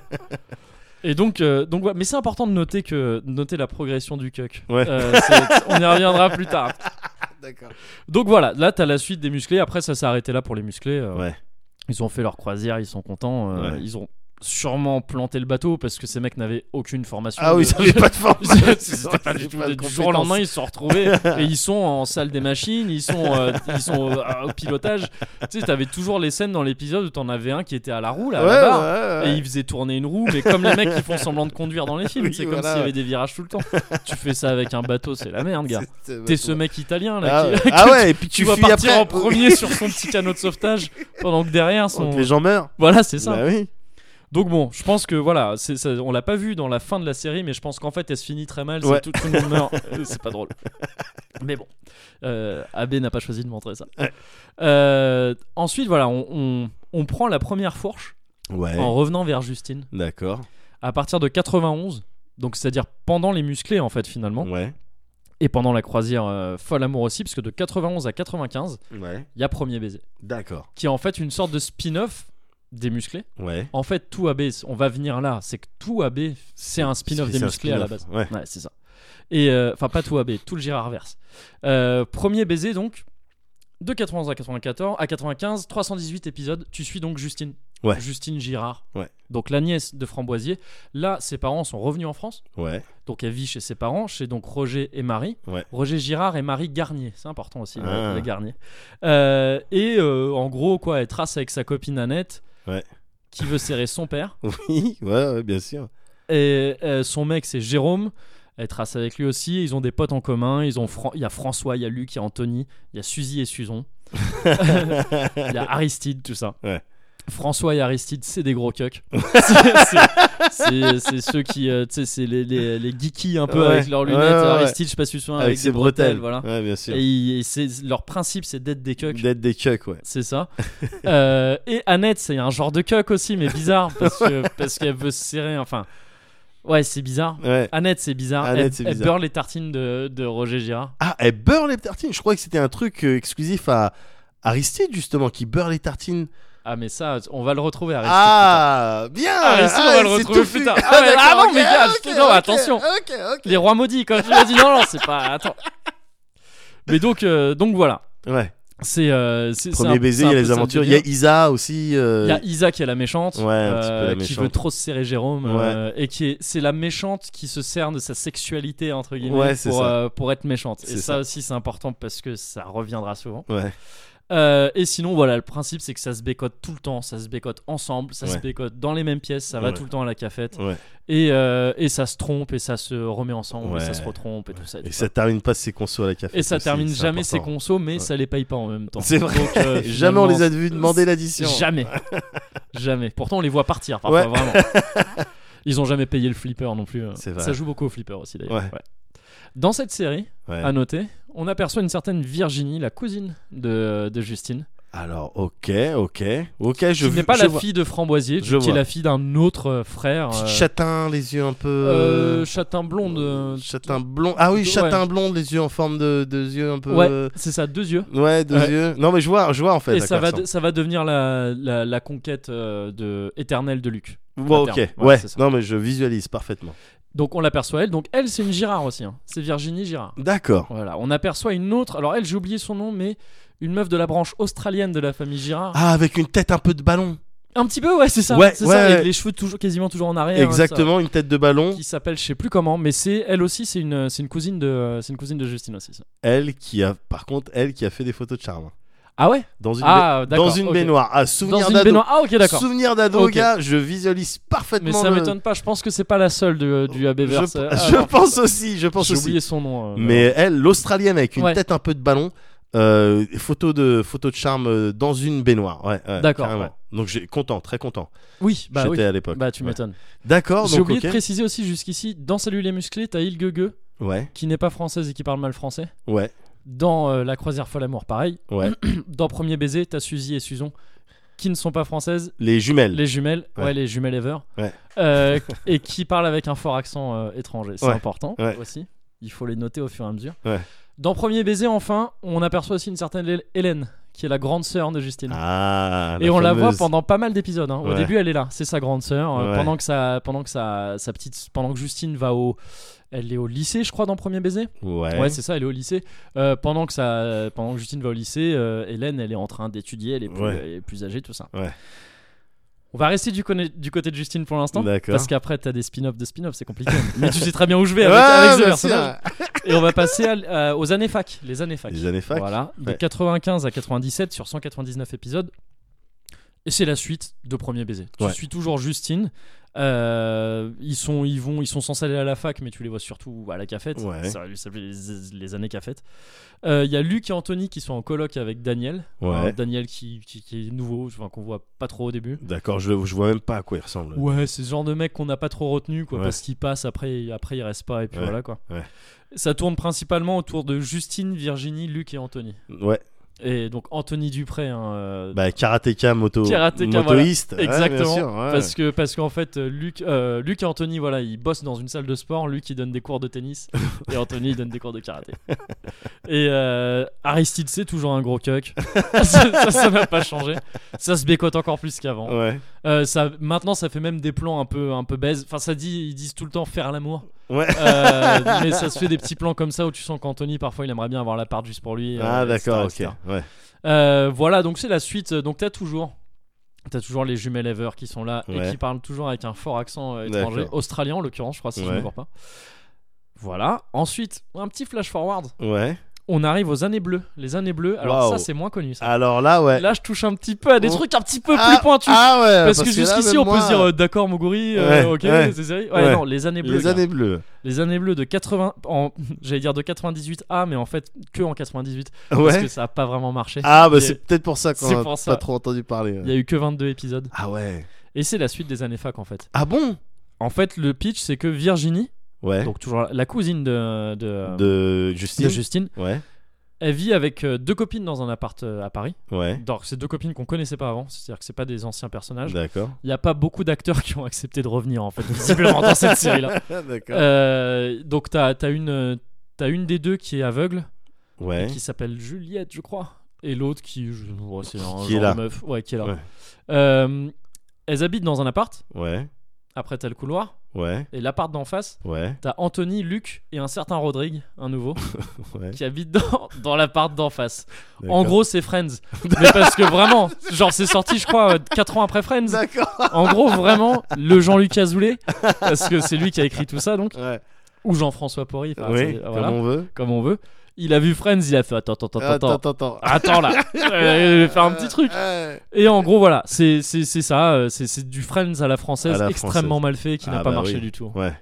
A: Et donc, euh, donc ouais, mais c'est important de noter que de noter la progression du cuck.
B: Ouais.
A: Euh, c'est- on y reviendra plus tard.
B: D'accord.
A: Donc voilà, là t'as la suite des musclés. Après ça s'est arrêté là pour les musclés. euh,
B: Ouais.
A: Ils ont fait leur croisière, ils sont contents. euh,
B: Ouais.
A: Ils ont sûrement planté le bateau parce que ces mecs n'avaient aucune formation.
B: Ah oui,
A: de-
B: ça avait pas de formation.
A: C'était pas du tout
B: de
A: du jour au lendemain ils se sont retrouvés et ils sont en salle des machines ils sont euh, ils sont euh, au pilotage tu sais t'avais toujours les scènes dans l'épisode où t'en avais un qui était à la roue là à la barre,
B: compétences. Ouais, ouais,
A: et
B: ouais.
A: il faisait tourner une roue mais comme les mecs qui font semblant de conduire dans les films
B: Oui,
A: c'est comme s'il
B: voilà,
A: y
B: ouais.
A: avait des virages tout le temps tu fais ça avec un bateau c'est la merde gars
B: C'est-
A: t'es ce mec italien là
B: Ah
A: qui,
B: ouais.
A: qui-
B: Ah ouais, et puis
A: tu
B: tu
A: vas
B: fuis
A: partir
B: après.
A: en premier sur son petit canot de sauvetage pendant que derrière
B: Quand
A: son
B: les gens meurent.
A: voilà c'est ça
B: Bah oui.
A: donc bon, je pense que voilà, c'est, ça- on l'a pas vu dans la fin de la série, mais je pense qu'en fait elle se finit très mal, c'est
B: Ouais.
A: tout, tout le monde meurt, Euh, c'est pas drôle. Mais bon, euh, AB n'a pas choisi de montrer ça.
B: Ouais.
A: Euh, ensuite, voilà, on, on- on prend la première fourche
B: Ouais.
A: en revenant vers Justine
B: D'accord.
A: à partir de 91, donc c'est-à-dire pendant les musclés en fait finalement,
B: Ouais.
A: et pendant la croisière euh, folle amour aussi, parce que de 91 à 95,
B: Ouais.
A: il y a Premier baiser,
B: D'accord.
A: qui est en fait une sorte de spin-off des musclés.
B: Ouais.
A: En fait, tout AB, on va venir là, c'est que tout AB, c'est un spin-off
B: C'est-
A: des
B: c'est un
A: musclés à la base.
B: spin-off, Ouais.
A: Ouais, c'est ça. Et euh, enfin, pas tout AB, tout le Girardverse. Euh, premier baiser, donc, de 91 à 94, à 95, 318 épisodes. Tu suis donc Justine.
B: Ouais.
A: Justine Girard.
B: Ouais.
A: Donc, la nièce de Framboisier. Là, ses parents sont revenus en France.
B: Ouais.
A: Donc, elle vit chez ses parents, chez donc Roger et Marie.
B: Ouais.
A: Roger Girard et Marie Garnier. C'est important aussi, la-
B: Ah.
A: la Garnier. Euh, et euh, en gros, quoi, elle trace avec sa copine Annette.
B: Ouais.
A: Qui veut serrer son père.
B: Oui. Ouais, ouais, bien sûr.
A: Et euh, son mec, c'est Jérôme. Elle trace avec lui aussi. Ils ont des potes en commun. Ils ont Fran- il y a François, il y a Luc, il y a Anthony, il y a Suzy et Suzon. il y a Aristide, tout ça.
B: Ouais.
A: François et Aristide, c'est des gros cucks. C'est- c'est- c'est c'est ceux qui, euh, tu sais, c'est les, les, les geekies un peu
B: Ouais.
A: avec leurs
B: Ouais,
A: lunettes.
B: ouais, ouais.
A: Aristide, je sais pas si tu te souviens, Ah, avec,
B: Avec
A: des
B: ses bretelles.
A: voilà.
B: Ouais, bien sûr.
A: Et, ils- et c'est- leur principe, c'est d'être des cucks.
B: D'être des cucks, ouais.
A: C'est ça. Euh, et Annette, c'est un genre de cuck aussi, mais bizarre, parce que parce qu'elle veut se serrer. Enfin, ouais, c'est bizarre.
B: Ouais.
A: Annette, c'est bizarre.
B: Annette,
A: elle,
B: c'est
A: elle
B: bizarre.
A: beurre les tartines de, de Roger Girard.
B: Ah, elle beurre les tartines. Je crois que c'était un truc euh, exclusif à Aristide, justement, qui beurre les tartines.
A: Ah, mais ça, on va le retrouver. Aristide,
B: Ah, bien
A: plus tard. Aristide, on
B: Ah,
A: va le
B: c'est
A: retrouver
B: tout
A: plus
B: fu.
A: tard. Ah, ouais,
B: d'accord,
A: ah non,
B: ok,
A: mais gars,
B: ah,
A: je te
B: ok,
A: dis, non,
B: ok,
A: attention.
B: Ok, ok.
A: Les rois maudits, quand tu l'as dit, non, non, c'est pas. Attends. Mais donc, euh, donc voilà.
B: Ouais.
A: C'est euh, c'est- c'est
B: Premier
A: un-
B: baiser,
A: c'est un
B: il y
A: peu
B: a
A: ça
B: les
A: le
B: aventures. Il y a
A: délire.
B: Isa aussi. euh,
A: Il y a Isa qui est la méchante,
B: Ouais, un petit peu la
A: euh, qui
B: méchante.
A: veut trop se serrer Jérôme, euh, et qui est c'est la méchante qui se sert de sa sexualité entre guillemets
B: Ouais, c'est
A: pour,
B: ça.
A: euh, pour être méchante. Et
B: C'est
A: ça,
B: ça.
A: aussi c'est important parce que ça reviendra souvent.
B: Ouais.
A: Euh, et sinon voilà, le principe c'est que ça se bécote tout le temps, ça se bécote ensemble, ça se
B: Ouais.
A: bécote dans les mêmes pièces, ça va
B: Ouais.
A: tout le temps à la cafette,
B: Ouais.
A: et, euh, et ça se trompe et ça se remet ensemble, et
B: Ouais.
A: ça se retrompe et tout ça.
B: Et
A: tout
B: ça termine pas ses consos à la café.
A: et ça
B: aussi,
A: termine
B: c'est
A: jamais ses
B: important.
A: consos, mais
B: Ouais.
A: ça les paye pas en même temps.
B: C'est vrai.
A: Donc, euh,
B: jamais on les a
A: finalement,
B: vus demander l'addition.
A: Jamais. jamais. Pourtant, on les voit partir parfois,
B: Ouais.
A: vraiment. Ils ont jamais payé le flipper non plus. hein.
B: C'est vrai.
A: Ça joue beaucoup au flipper aussi d'ailleurs.
B: Ouais.
A: Ouais. Dans cette série,
B: Ouais.
A: à noter, on aperçoit une certaine Virginie, la cousine de, de Justine,
B: Alors, ok, ok, ok. Je
A: qui n'est
B: veux-
A: pas
B: je
A: la
B: vois.
A: fille de Framboisier,
B: Je
A: qui est
B: vois.
A: la fille d'un autre euh, frère.
B: Petit
A: euh,
B: chatin, les yeux un peu.
A: euh, chatin blonde. euh,
B: chatin blond. Ah oui,
A: ouais.
B: chatin blond, les yeux en forme de, de yeux un peu.
A: Ouais, c'est ça, deux yeux.
B: Ouais, deux
A: Ouais.
B: yeux. Non, mais je vois, je vois en fait. hein.
A: Et
B: à
A: ça
B: quoi
A: va, de- ça va devenir la, la, la conquête euh, de, éternelle de Luc.
B: ressemble. Bon,
A: à
B: ok.
A: terme.
B: Ouais.
A: Voilà, c'est ça.
B: non, mais je visualise parfaitement.
A: Donc on l'aperçoit elle. Donc elle, c'est une Girard aussi. hein. C'est Virginie Girard.
B: D'accord.
A: Voilà, on aperçoit une autre. Alors elle, j'ai oublié son nom, mais une meuf de la branche australienne de la famille Girard.
B: Ah, avec une tête un peu de ballon.
A: Un petit peu, ouais, c'est ça.
B: Ouais,
A: c'est
B: ouais,
A: ça, avec
B: ouais.
A: les cheveux toujours, quasiment toujours en arrière. hein,
B: Exactement, une tête de
A: ça.
B: ballon.
A: Qui s'appelle, je sais plus comment, mais c'est elle aussi, c'est une, c'est une cousine de, c'est une cousine de Justine aussi. ça.
B: Elle qui a, par contre, elle qui a fait des photos de charme.
A: Ah ouais.
B: Dans une,
A: Ah,
B: ba-
A: d'accord,
B: dans une
A: ok.
B: baignoire. Ah,
A: Dans
B: souvenir
A: une
B: d'ado.
A: baignoire. Ah ok, d'accord.
B: Souvenir d'ado,
A: Ok.
B: gars. Je visualise parfaitement.
A: Mais ça
B: le-
A: m'étonne pas. Je pense que c'est pas la seule de, du AB
B: Je,
A: Verse.
B: je
A: Ah, non,
B: pense aussi, je pense
A: J'ai
B: aussi.
A: oublié son nom. euh,
B: Mais elle, l'Australienne avec une
A: Ouais.
B: tête un peu de ballon, euh, photo de photo de charme euh, dans une baignoire. Ouais, ouais,
A: D'accord,
B: carrément.
A: ouais.
B: Donc j'ai content, très content.
A: Oui, bah
B: J'étais
A: oui.
B: à l'époque.
A: Bah tu
B: Ouais.
A: m'étonnes.
B: D'accord.
A: J'ai
B: donc,
A: oublié de
B: ok.
A: préciser aussi jusqu'ici dans Salut les musclés, t'as Ilgege
B: Ouais,
A: qui n'est pas française et qui parle mal français.
B: ouais,
A: Dans euh, La croisière folle amour, pareil.
B: ouais.
A: dans Premier Baiser, t'as Suzy et Suzon qui ne sont pas françaises,
B: Les jumelles.
A: les jumelles, ouais,
B: Ouais.
A: les jumelles Ever,
B: Ouais.
A: euh, et qui parlent avec un fort accent euh, étranger. C'est
B: Ouais.
A: important
B: Ouais.
A: aussi. Il faut les noter au fur et à mesure.
B: Ouais.
A: Dans Premier Baiser, enfin, on aperçoit aussi une certaine Hél- Hélène qui est la grande sœur de Justine.
B: Ah.
A: Et on la voit
B: fameuse-
A: pendant pas mal d'épisodes. hein. Au
B: Ouais.
A: début, elle est là, c'est sa grande sœur. euh,
B: Ouais.
A: Pendant que sa, pendant que sa, sa petite, pendant que Justine va au, elle est au lycée, je crois, dans Premier Baiser.
B: Ouais.
A: Ouais, c'est ça, elle est au lycée. Euh, pendant, que ça, pendant que Justine va au lycée, euh, Hélène, elle est en train d'étudier, elle, est plus-
B: Ouais.
A: elle est plus âgée, tout ça.
B: Ouais.
A: On va rester du, conna- du côté de Justine pour l'instant.
B: D'accord.
A: Parce qu'après, t'as des spin-offs de spin-offs, c'est compliqué. Mais tu sais très bien où je vais avec,
B: Ouais, bah, hein.
A: avec ce
B: bien
A: personnage. Et on va passer à l- à- aux années fac. Les années fac.
B: Les années fac.
A: Voilà, de
B: Ouais.
A: 95 à 97 sur 199 épisodes. Et c'est la suite de Premier Baiser. Tu
B: Ouais.
A: suis toujours Justine. Euh, ils, sont, ils, vont, ils sont censés aller à la fac, mais tu les vois surtout à la cafette.
B: Ouais.
A: Ça, ça fait les, les années cafette. Euh, Il y a Luc et Anthony qui sont en colloque avec Daniel.
B: Ouais.
A: Hein, Daniel qui, qui- qui est nouveau, enfin, qu'on voit pas trop au début.
B: D'accord. Je, je vois même pas à quoi il ressemble.
A: Ouais, c'est ce genre de mec qu'on n'a pas trop retenu, quoi,
B: Ouais.
A: parce qu'il passe, après, après il reste pas, et puis
B: Ouais.
A: voilà, quoi.
B: Ouais.
A: Ça tourne principalement autour de Justine, Virginie, Luc et Anthony.
B: Ouais.
A: Et donc Anthony Dupré, hein, euh,
B: Bah karatéka, moto,
A: Karatéka, voilà.
B: motoïste. Ouais, bien
A: exactement.
B: sûr, ouais.
A: Parce que parce qu'en fait, euh, Luc, euh, Luc et Anthony, voilà, ils bossent dans une salle de sport. Luc, il donne des cours de tennis et Anthony, il donne des cours de karaté. Et euh, Aristide, c'est toujours un gros cuck. ça, ça, ça n'a pas changé. Ça se bécote encore plus qu'avant.
B: Ouais.
A: Euh, ça, maintenant, ça fait même des plans un peu un peu baise. Enfin, ça dit, ils disent tout le temps faire l'amour.
B: Ouais.
A: Euh, mais ça se fait des petits plans comme ça où tu sens qu'Anthony, parfois, il aimerait bien avoir la part juste pour lui.
B: Ah
A: euh,
B: d'accord.
A: etc., etc.
B: Ok. Ouais.
A: Euh, voilà, donc c'est la suite. Donc t'as toujours, t'as toujours les jumelles Ever qui sont là et
B: Ouais.
A: qui parlent toujours avec un fort accent euh, étranger,
B: D'accord.
A: australien en l'occurrence, je crois si je
B: Ouais.
A: ne me trompe pas. Voilà. Ensuite, un petit flash forward.
B: Ouais.
A: On arrive aux années bleues. Les années bleues. Alors
B: Waouh.
A: ça, c'est moins connu. Ça.
B: Alors là, ouais.
A: Là, je touche un petit peu à des
B: Oh.
A: trucs un petit peu
B: Ah,
A: plus pointus.
B: ah ouais,
A: parce, que,
B: là,
A: jusqu'ici,
B: même
A: on peut se
B: moi,
A: dire euh, d'accord, Moguri, euh,
B: Ouais,
A: ok,
B: ouais.
A: c'est sérieux. Ouais,
B: Ouais.
A: non, les années bleues.
B: les
A: gars.
B: années bleues.
A: Les années bleues de 80, en- j'allais dire de 98 A, mais en fait que en 98 parce que
B: Ouais.
A: ça a pas vraiment marché.
B: Ah bah
A: Il y a-
B: c'est peut-être pour ça
A: C'est
B: qu'on a
A: pour
B: pas
A: ça.
B: trop entendu parler.
A: Il y a eu que 22 épisodes.
B: Ah ouais.
A: Et c'est la suite des années fac en fait.
B: Ah bon
A: En fait, le pitch, c'est que Virginie,
B: Ouais.
A: donc toujours la- la cousine de, de,
B: de
A: Euh, de
B: Justine.
A: Justine,
B: Ouais.
A: elle vit avec euh, deux copines dans un appart euh, à Paris.
B: Ouais.
A: Donc, c'est deux copines qu'on connaissait pas avant, c'est-à-dire que c'est pas des anciens personnages.
B: D'accord.
A: Il n'y a pas beaucoup d'acteurs qui ont accepté de revenir en fait, visiblement dans cette série-là.
B: D'accord.
A: hein. Euh, donc, t'as as une, euh, t'as une des deux qui est aveugle,
B: ouais.
A: qui s'appelle Juliette, je crois. Et l'autre qui, je- ouais, c'est un
B: Qui est
A: genre
B: là.
A: de meuf, ouais, qui est là.
B: Ouais.
A: Euh, elles habitent dans un appart.
B: Ouais.
A: Après, t'as le couloir.
B: Ouais,
A: Et l'appart d'en face,
B: ouais,
A: t'as Anthony, Luc et un certain Rodrigue, un nouveau,
B: ouais.
A: qui habite dans, dans l'appart d'en face. En
B: d'accord.
A: gros, c'est Friends. Mais parce que vraiment, genre, c'est sorti, je crois, 4 ans après Friends.
B: D'accord.
A: En gros, vraiment, le Jean-Luc Azoulay, parce que c'est lui qui a écrit tout ça, donc,
B: Ouais.
A: ou Jean-François Porry, enfin,
B: oui,
A: c'est- euh,
B: comme
A: voilà,
B: on veut.
A: comme on veut. Il a vu Friends, il a fait attends, attends, attends, attends,
B: attends, attends.
A: attends là, Euh, je vais faire un petit truc.
B: Ouais.
A: Et en gros, voilà, c'est c'est- c'est ça, euh, c'est c'est du Friends à la française
B: À la
A: extrêmement
B: française.
A: mal fait qui n'a
B: Ah
A: pas
B: bah
A: marché
B: oui.
A: du tout.
B: Ouais.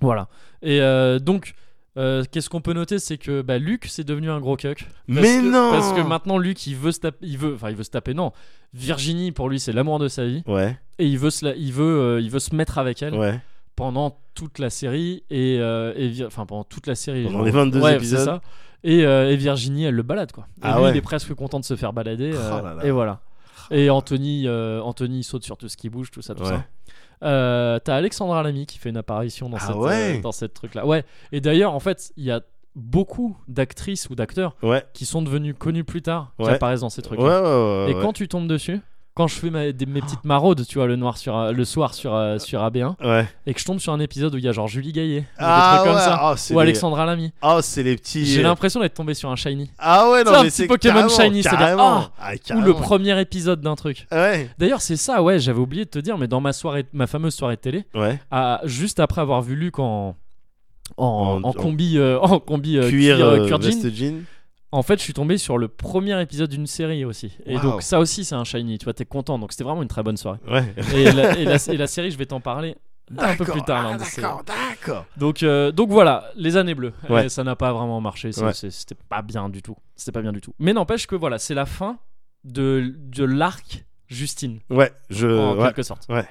A: Voilà. Et euh, donc, euh, qu'est-ce qu'on peut noter, c'est que bah, Luc c'est devenu un gros cuck. Parce
B: Mais
A: que-
B: non
A: Parce que maintenant Luc il veut se taper, il veut, enfin il veut se taper. Non, Virginie pour lui c'est l'amour de sa vie
B: Ouais,
A: et il veut se, la- il veut, euh, il veut se mettre avec elle
B: ouais.
A: pendant toute la série et, euh, et Vir- enfin pendant toute la série.
B: Pendant
A: genre.
B: les 22
A: Ouais,
B: épisodes.
A: c'est ça. Et, euh, et Virginie, elle le balade quoi. Et
B: Ah
A: lui,
B: ouais.
A: il est presque content de se faire balader.
B: Oh
A: euh,
B: là là.
A: Et voilà. Et Anthony, euh, Anthony saute sur tout ce qui bouge, tout ça, tout
B: Ouais.
A: ça. Euh, T'as Alexandra Lamy qui fait une apparition dans
B: Ah
A: cette
B: ouais.
A: euh, dans cette truc là. Ouais. Et d'ailleurs, en fait, il y a beaucoup d'actrices ou d'acteurs
B: Ouais,
A: qui sont devenus connus plus tard, qui
B: Ouais.
A: apparaissent dans ces trucs.
B: ouais, ouais, ouais.
A: Et
B: ouais.
A: quand tu tombes dessus, quand je fais ma- des- mes petites maraudes, tu vois, le noir sur euh, le soir sur euh, sur AB1,
B: Ouais.
A: et que je tombe sur un épisode où il y a genre Julie Gaillet, ou
B: Ah
A: des trucs
B: ouais,
A: comme ça,
B: oh, c'est
A: ou
B: les-
A: Alexandra Lamy.
B: Oh, c'est les petits.
A: J'ai l'impression d'être tombé sur un shiny.
B: Ah ouais,
A: Tu vois,
B: non,
A: un
B: mais
A: petit
B: c'est
A: Pokémon
B: carrément,
A: shiny, c'est-à-dire,
B: carrément.
A: ah,
B: Ah,
A: Ou le
B: carrément.
A: premier épisode d'un truc.
B: Ouais,
A: D'ailleurs, c'est ça, ouais, j'avais oublié de te dire, mais dans ma soirée, ma fameuse soirée de télé,
B: ouais.
A: à- juste après avoir vu Luc en en,
B: En-
A: en combi euh, en combi euh,
B: cuir,
A: cuir, euh,
B: euh,
A: cuir jean,
B: veste jean.
A: en fait, je suis tombé sur le premier épisode d'une série aussi. Et
B: Wow.
A: donc ça aussi, c'est un shiny. Tu vois, t'es content. Donc c'était vraiment une très bonne soirée.
B: Ouais.
A: Et la, et la- et la série, je vais t'en parler. Un peu
B: D'accord.
A: plus tard,
B: Ah,
A: l'un de ces-
B: D'accord, d'accord.
A: donc, euh, donc voilà, les années bleues.
B: Ouais.
A: Euh, ça n'a pas vraiment marché. c'est-
B: Ouais.
A: c'est- C'était pas bien du tout. C'était pas bien du tout. Mais n'empêche que voilà, c'est la fin de, de l'arc Justine,
B: Ouais, je.
A: en
B: ouais.
A: quelque sorte.
B: ouais.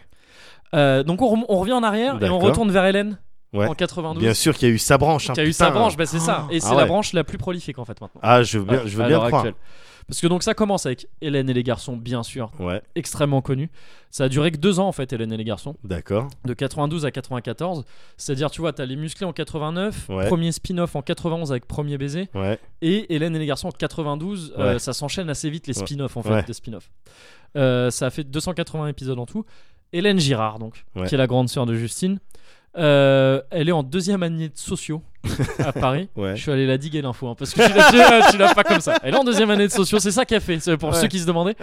A: Euh, donc on, rem- on revient en arrière et on
B: D'accord.
A: retourne vers Hélène
B: Ouais.
A: en 92.
B: Bien sûr qu'il y a eu sa branche. hein,
A: qui a eu
B: putain.
A: sa branche, bah, c'est ça. Et c'est
B: Ah
A: la
B: ouais.
A: branche la plus prolifique en fait maintenant.
B: Ah, je veux bien,
A: À-
B: je veux
A: à
B: bien
A: l'heure
B: croire.
A: actuelle. Parce que donc ça commence avec Hélène et les garçons, bien sûr,
B: Ouais,
A: extrêmement connus. Ça a duré que deux ans en fait, Hélène et les garçons.
B: d'accord.
A: de 92 à 94. C'est-à-dire, tu vois, t'as les musclés en 89,
B: Ouais.
A: premier spin-off en 91 avec Premier baiser,
B: Ouais,
A: et Hélène et les garçons en 92. euh,
B: Ouais.
A: ça s'enchaîne assez vite les
B: Ouais.
A: spin-offs en fait,
B: Ouais.
A: des spin-offs. Euh, ça a fait 280 épisodes en tout. Hélène Girard, donc,
B: Ouais.
A: qui est la grande sœur de Justine, euh, elle est en deuxième année de sociaux à Paris.
B: ouais.
A: Je suis allé la diguer l'info hein, parce que tu l'as, tu l'as- tu l'as pas comme ça. Elle est en deuxième année de sociaux, c'est ça qu'elle fait. C'est pour
B: Ouais.
A: ceux qui se demandaient,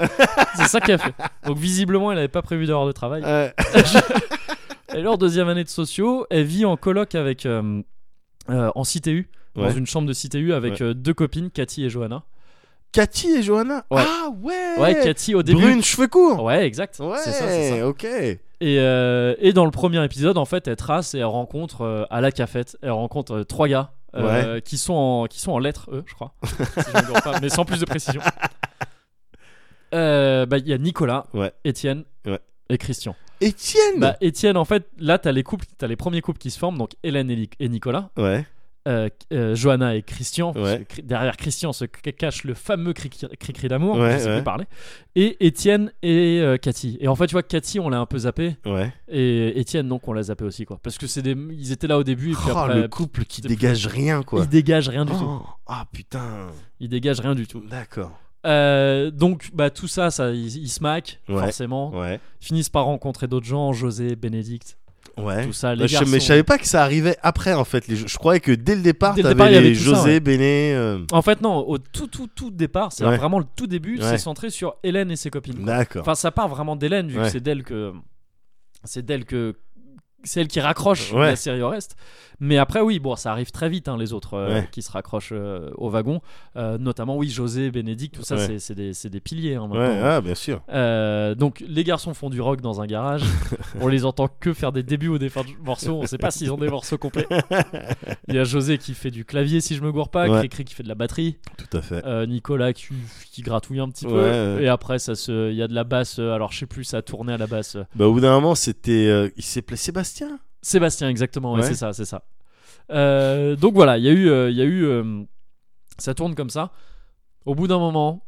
A: c'est ça qu'elle fait. Donc visiblement, elle n'avait pas prévu d'heures de travail.
B: Ouais.
A: Elle est en deuxième année de sociaux. Elle vit en coloc avec. euh, euh, en CTU, dans
B: Ouais.
A: une chambre de CTU avec euh, deux copines, Cathy et Johanna.
B: Cathy et Johanna.
A: Ouais.
B: Ah ouais.
A: Ouais, Cathy au début.
B: Brune, cheveux courts.
A: Ouais, exact.
B: Ouais,
A: C'est ça, c'est ça.
B: ok.
A: Et, euh, et dans le premier épisode, en fait, elle trace et elle rencontre euh, à la cafette, elle rencontre euh, trois gars euh, qui, sont en, qui sont en lettres, eux, je crois. Si je me gourre pas, mais sans plus de précision. Euh, bah, Il y a Nicolas,
B: Ouais.
A: Étienne
B: Ouais.
A: et Christian.
B: Étienne.
A: Bah, Étienne, en fait, là, t'as les couples, t'as les premiers couples qui se forment, donc Hélène et Li- et Nicolas.
B: Ouais.
A: euh, euh, Johanna et Christian. parce
B: Ouais.
A: que cri- derrière Christian se c- cache le fameux cri- cri- cri-cri d'amour,
B: Ouais,
A: je sais
B: ouais.
A: plus parler. Et Étienne et euh, Cathy. Et en fait, tu vois, Cathy, on l'a un peu zappé.
B: Ouais.
A: Et Étienne, donc, on l'a zappé aussi, quoi. Parce que c'est des... ils étaient là au début. Et puis
B: Oh,
A: après,
B: le couple qui
A: c'était
B: dégage rien quoi.
A: Ils dégagent rien du tout.
B: Oh, Ah putain.
A: Ils dégagent rien du tout.
B: D'accord.
A: Euh, donc, bah, tout ça, ça ils, ils se maquent,
B: Ouais.
A: forcément.
B: Ouais.
A: Finissent par rencontrer d'autres gens, José, Bénédicte,
B: Ouais.
A: tout ça. Les
B: Bah, je,
A: garçons.
B: mais je savais pas que ça arrivait après en fait. les jeux. je croyais que dès le départ,
A: Dès le
B: t'avais
A: départ, il y avait
B: les
A: tout ça,
B: José,
A: ouais.
B: Béné. euh,
A: En fait, non, au tout, tout, tout départ, c'est
B: Ouais.
A: vraiment le tout début,
B: Ouais.
A: c'est centré sur Hélène et ses copines. quoi.
B: euh, D'accord.
A: Enfin, ça part vraiment d'Hélène, vu que
B: Ouais.
A: c'est d'elle que. C'est d'elle que. C'est elle qui raccroche
B: Ouais.
A: la série au reste. Mais après, oui, bon, ça arrive très vite, hein, les autres euh,
B: Ouais.
A: qui se raccrochent euh, au wagon. Euh, notamment, oui, José, Bénédicte, tout ça,
B: Ouais.
A: c'est- c'est des, c'est des piliers. hein,
B: ouais,
A: maintenant.
B: ah, bien sûr.
A: Euh, donc, les garçons font du rock dans un garage. on les entend que faire des débuts ou des fins de morceaux. On sait pas s'ils ont des morceaux complets. Il y a José qui fait du clavier, si je me gourre pas.
B: Ouais.
A: Cricri qui fait de la batterie.
B: Tout à fait.
A: Euh, Nicolas qui, qui gratouille un petit peu
B: Ouais, ouais.
A: et après ça se il y a de la basse euh, alors je sais plus ça a tourné à la basse euh.
B: Bah, au bout d'un moment, c'était. euh, il s'appelait Sébastien
A: Sébastien exactement ouais,
B: Ouais.
A: c'est ça c'est ça Euh, donc voilà il y a eu euh, il y a eu euh, ça tourne comme ça au bout d'un moment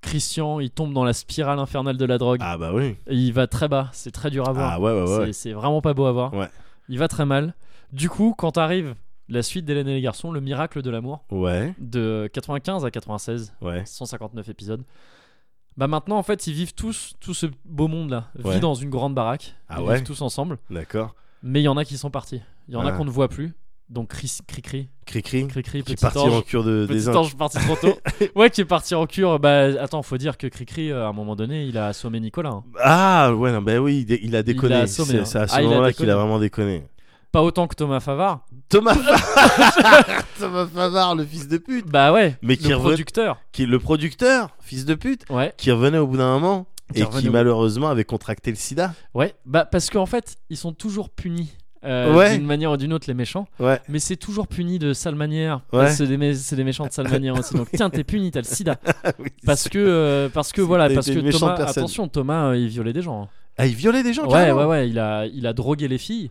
A: Christian il tombe dans la spirale infernale de la drogue
B: Ah, bah oui.
A: et il va très bas c'est très dur à voir
B: Ah, ouais, ouais,
A: C'est-
B: ouais.
A: c'est vraiment pas beau à voir
B: Ouais.
A: il va très mal du coup quand arrive la suite d'Hélène et les garçons le miracle de l'amour
B: Ouais,
A: de 95 à 96
B: ouais.
A: 159 épisodes. Bah maintenant en fait ils vivent tous tout ce beau monde là, vit
B: Ouais.
A: dans une grande baraque,
B: Ah
A: ils
B: ouais.
A: vivent tous ensemble.
B: D'accord.
A: Mais il y en a qui sont partis. Il y en a
B: Ouais.
A: qu'on ne voit plus. Donc Chris, Cricri,
B: Cricri,
A: Cricri,
B: Ah. qui est
A: Petit
B: parti en
A: Ange.
B: cure de, des
A: Petit
B: Indes.
A: Ange parti trop tôt. ouais, qui est parti en cure. Bah attends, faut dire que Cricri, euh, à un moment donné, il a assommé Nicolas. hein.
B: Ah ouais, non, bah oui, il, dé- il a déconné.
A: assommé,
B: C'est-
A: hein.
B: C'est à ce
A: Ah, il a
B: moment-là qu'il a
A: déconné.
B: vraiment déconné.
A: Pas autant que Thomas Favard.
B: Thomas Thomas Favard, le fils de pute.
A: Bah ouais.
B: Mais qui
A: le
B: reven-
A: producteur.
B: Qui est le producteur, fils de pute,
A: Ouais.
B: qui revenait au bout d'un moment
A: Qui
B: et
A: revenait
B: qui
A: au bout.
B: malheureusement avait contracté le sida.
A: Ouais, bah parce qu'en fait, ils sont toujours punis. euh,
B: Ouais.
A: D'une manière ou d'une autre, les méchants.
B: Ouais.
A: Mais c'est toujours puni de sale manière.
B: Ouais.
A: Parce que C'est des, mé- c'est des méchants de sale manière aussi. Donc tiens, t'es puni, t'as le sida.
B: Oui,
A: Parce
B: c'est-
A: que, euh, parce que
B: C'est-
A: voilà,
B: t'es-
A: parce
B: t'es
A: que
B: une méchante
A: Thomas,
B: personne.
A: attention, Thomas, euh, il violait des gens. hein.
B: Ah, il violait des gens
A: ouais,
B: carrément
A: ouais, ouais, il a, il a drogué les filles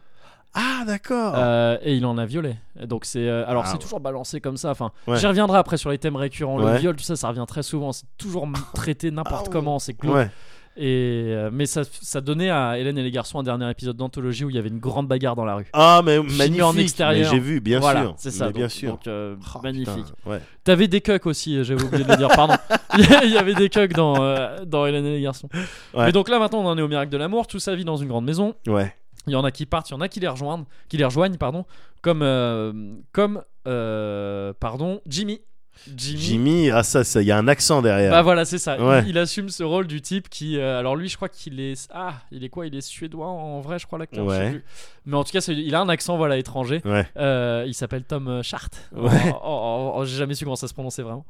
B: Ah, d'accord.
A: euh, et il en a violé. Donc c'est, euh, alors
B: Ah,
A: c'est
B: ouais.
A: toujours balancé comme ça. Enfin,
B: Ouais.
A: j'y reviendrai après sur les thèmes récurrents, le
B: Ouais.
A: viol, tout ça, ça revient très souvent. C'est toujours traité n'importe
B: Ah,
A: comment, c'est glauque.
B: ouais.
A: Et euh, mais ça, ça donnait à Hélène et les garçons un dernier épisode d'anthologie où il y avait une grande bagarre dans la rue.
B: Ah, mais
A: Filmé en
B: magnifique. mais
A: extérieur.
B: J'ai vu, bien
A: voilà,
B: sûr.
A: c'est ça.
B: Mais
A: donc-
B: bien sûr.
A: donc, euh,
B: Ah,
A: magnifique.
B: putain, ouais.
A: T'avais des cucks aussi, euh, j'avais oublié de le dire, pardon. Il y avait des cucks dans, euh, dans Hélène et les garçons.
B: Ouais.
A: Mais donc là, maintenant, on en est au miracle de l'amour. Tout ça vit dans une grande maison.
B: Ouais.
A: Il y en a qui partent, il y en a qui les rejoignent, qui les rejoignent pardon, comme, euh, comme euh, pardon, Jimmy. Jimmy.
B: Jimmy, ah, ça, ça, il y a un accent derrière.
A: Bah voilà, c'est ça.
B: Ouais.
A: Il, il assume ce rôle du type qui. euh, alors lui, je crois qu'il est. Ah, il est quoi Il est suédois en vrai, je crois, l'acteur. je sais
B: Ouais.
A: plus. Mais en tout cas, c'est- il a un accent voilà étranger.
B: Ouais.
A: Euh, il s'appelle Tom Oh, Chart.
B: Ouais.
A: J'ai jamais su comment ça se prononçait vraiment.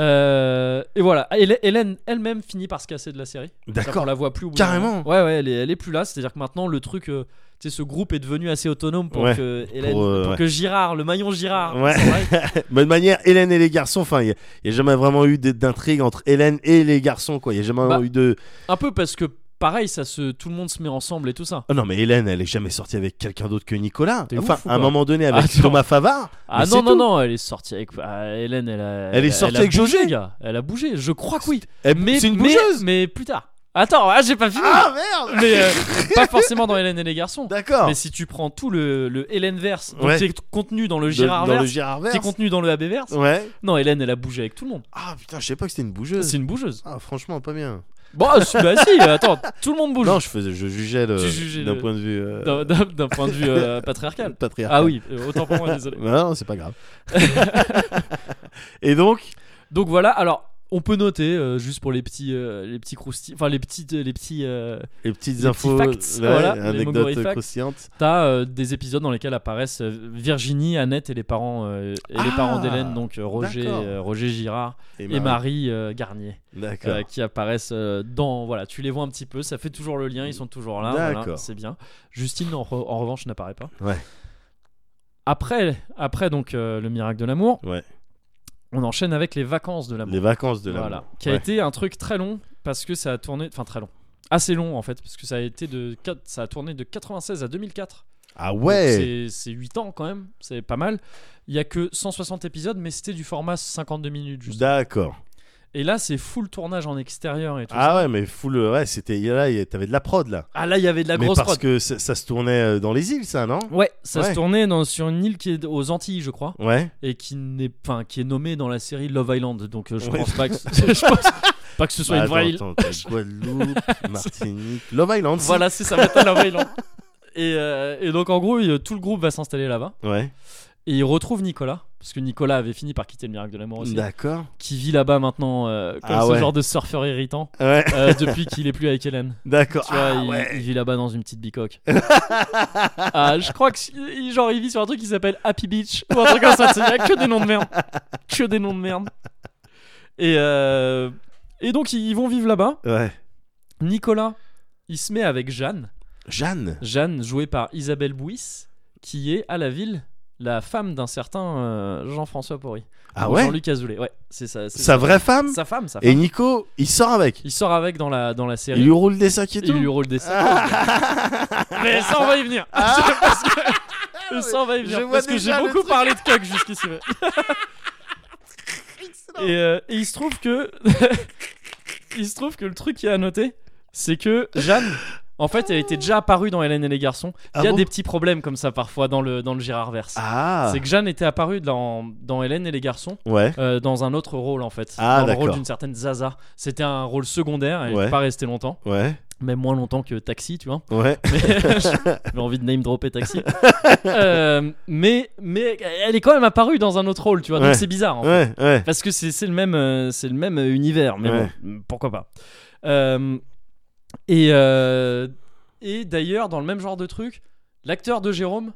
A: Euh, et voilà. Hélè- Hélène elle-même finit par se casser de la série. On
B: D'accord.
A: la voit plus. au bout
B: Carrément.
A: d'un moment. Ouais, ouais, elle est, elle est plus là. C'est-à-dire que maintenant, le truc. euh, tu sais, ce groupe est devenu assez autonome pour
B: Ouais.
A: que Hélène. Pour,
B: Pour, euh, ouais.
A: que Girard, le maillon Girard. c'est
B: Ouais.
A: vrai.
B: Bonne manière, Hélène et les garçons. Enfin, il n'y a, il y a jamais vraiment eu d- d'intrigue entre Hélène et les garçons, quoi. Il n'y a jamais
A: Bah.
B: eu de.
A: Un peu parce que. Pareil, ça se, tout le monde se met ensemble et tout ça.
B: Oh non, mais Hélène, elle est jamais sortie avec quelqu'un d'autre que Nicolas.
A: T'es
B: Enfin,
A: ouf ou
B: à un
A: pas
B: moment donné, avec
A: Attends.
B: Thomas Favard.
A: Ah
B: mais
A: non,
B: c'est
A: non,
B: tout.
A: non, elle est sortie avec. ah, Hélène, elle a.
B: Elle est sortie
A: a
B: avec
A: bougé,
B: José.
A: gars. Elle a bougé, je crois que oui.
B: Elle-
A: Mais,
B: Eh, C'est une
A: mais,
B: bougeuse.
A: mais plus tard. Attends, ah, j'ai pas fini.
B: Ah merde.
A: mais euh, pas forcément dans Hélène et les garçons.
B: D'accord.
A: Mais si tu prends tout le, le Hélène verse, donc
B: Ouais.
A: qui est contenu dans le
B: De-
A: Girard
B: Dans le
A: verse,
B: Girard
A: qui est contenu dans le AB verse,
B: Ouais.
A: non, Hélène, elle a bougé avec tout le monde.
B: Ah putain, je sais pas que c'était une bougeuse.
A: C'est une bougeuse.
B: Ah franchement, pas bien.
A: Bon, ah, si- bah si, attends, tout le monde bouge.
B: Non, je faisais, je jugeais le-
A: Tu jugeais
B: d'un
A: le-
B: point de vue euh,
A: D'un- D'un d'un point de vue euh, patriarcal.
B: patriarcal.
A: Ah oui, euh, autant pour moi, désolé.
B: Non, non, c'est pas grave. Et donc,
A: Donc voilà, alors on peut noter euh, juste pour les petits, euh, les petits croustilles, enfin les petits, les petits. euh,
B: les petites
A: petits
B: infos,
A: facts,
B: ouais,
A: voilà, les Moguri
B: anecdotes
A: facts.
B: croustillantes.
A: T'as euh, des épisodes dans lesquels apparaissent euh, Virginie, Annette et les parents euh, et les
B: Ah,
A: parents d'Hélène, donc euh, Roger,
B: d'accord.
A: euh, Roger Girard et
B: Marie.
A: Marie euh, Garnier.
B: D'accord.
A: euh, qui apparaissent euh, dans voilà tu les vois un petit peu ça fait toujours le lien ils sont toujours là
B: D'accord.
A: voilà, c'est bien Justine en, re- en revanche n'apparaît pas
B: Ouais.
A: après après donc euh, le miracle de l'amour
B: Ouais.
A: on enchaîne avec les vacances de l'amour
B: Les vacances de la
A: voilà qui a
B: Ouais.
A: été un truc très long parce que ça a tourné enfin très long assez long en fait parce que ça a été de quatre- ça a tourné de 96 à 2004
B: Ah
A: Donc,
B: ouais.
A: c'est- c'est 8 ans quand même c'est pas mal il y a que 160 épisodes mais c'était du format 52 minutes juste
B: D'accord.
A: et là c'est full tournage en extérieur et tout ça.
B: Ah ouais, mais full. euh, Ouais, c'était là, il y a- t'avais de la prod là.
A: Ah là, il y avait de la
B: mais
A: grosse
B: parce
A: prod.
B: que ça, ça se tournait euh, dans les îles, ça, non
A: Ouais, ça se
B: Ouais.
A: tournait dans, sur une île qui est aux Antilles, je crois,
B: Ouais.
A: et qui n'est, enfin, qui est nommée dans la série Love Island. Donc, euh, je
B: Ouais.
A: pense pas que, je pense pas que ce soit
B: Bah,
A: une vraie île.
B: attends, attends, t'as Guadeloupe, Martinique, Love Island. si.
A: Voilà, c'est ça, maintenant Love Island. Et, euh, et donc, en gros, il- tout le groupe va s'installer là-bas,
B: Ouais.
A: et il retrouve Nicolas, parce que Nicolas avait fini par quitter le miracle de l'amour aussi,
B: D'accord.
A: qui vit là-bas maintenant euh, comme
B: Ah
A: ce
B: ouais.
A: genre de surfeur irritant
B: Ouais.
A: euh, depuis qu'il est plus avec Hélène.
B: D'accord.
A: Tu vois,
B: Ah
A: il,
B: ouais.
A: il vit là-bas dans une petite bicoque. ah, je crois que il- genre il vit sur un truc qui s'appelle Happy Beach ou un truc comme ça. tu sais, Il y a que des noms de merde, que des noms de merde. Et euh, et donc ils ils vont vivre là-bas.
B: Ouais.
A: Nicolas, il se met avec Jeanne,
B: Jeanne.
A: Jeanne jouée par Isabelle Bouis, qui est à la ville la femme d'un certain euh, Jean-François Porry.
B: Ah
A: Ou
B: ouais.
A: Jean-Luc Azoulay. Ouais, c'est ça. c'est
B: Sa vraie femme.
A: Sa femme, sa
B: Et
A: femme.
B: Nico, il sort avec.
A: Il sort avec dans la dans la série.
B: Il lui roule des sacs et
A: Il lui
B: tout.
A: roule des sacs. Mais ça, on va y venir. Parce que- ça, on va y venir.
B: Ah. Je vois
A: parce que j'ai
B: déjà le
A: beaucoup
B: truc.
A: parlé de coq jusqu'ici. ouais. et, euh, et il se trouve que. il se trouve que le truc qu'il y a à noter, c'est que Jeanne. En fait, elle était déjà apparue dans Hélène et les garçons.
B: Ah
A: Il y a
B: bon
A: des petits problèmes comme ça parfois dans le, dans le Girard verse.
B: Ah.
A: C'est que Jeanne était apparue dans, dans Hélène et les garçons
B: Ouais.
A: euh, dans un autre rôle en fait.
B: Ah,
A: dans le rôle
B: d'accord.
A: d'une certaine Zaza. C'était un rôle secondaire, elle n'est
B: Ouais.
A: pas restée longtemps.
B: Ouais.
A: Même moins longtemps que Taxi, tu vois.
B: Ouais.
A: Mais j'ai envie de name dropper Taxi. Euh, mais, mais elle est quand même apparue dans un autre rôle, tu vois.
B: Ouais.
A: Donc c'est bizarre. en fait.
B: Ouais, ouais.
A: Parce que c'est c'est le même, euh, c'est le même euh, univers, mais
B: Ouais.
A: bon, mm, pourquoi pas. Euh, et euh, et d'ailleurs, dans le même genre de truc, l'acteur de Jérôme,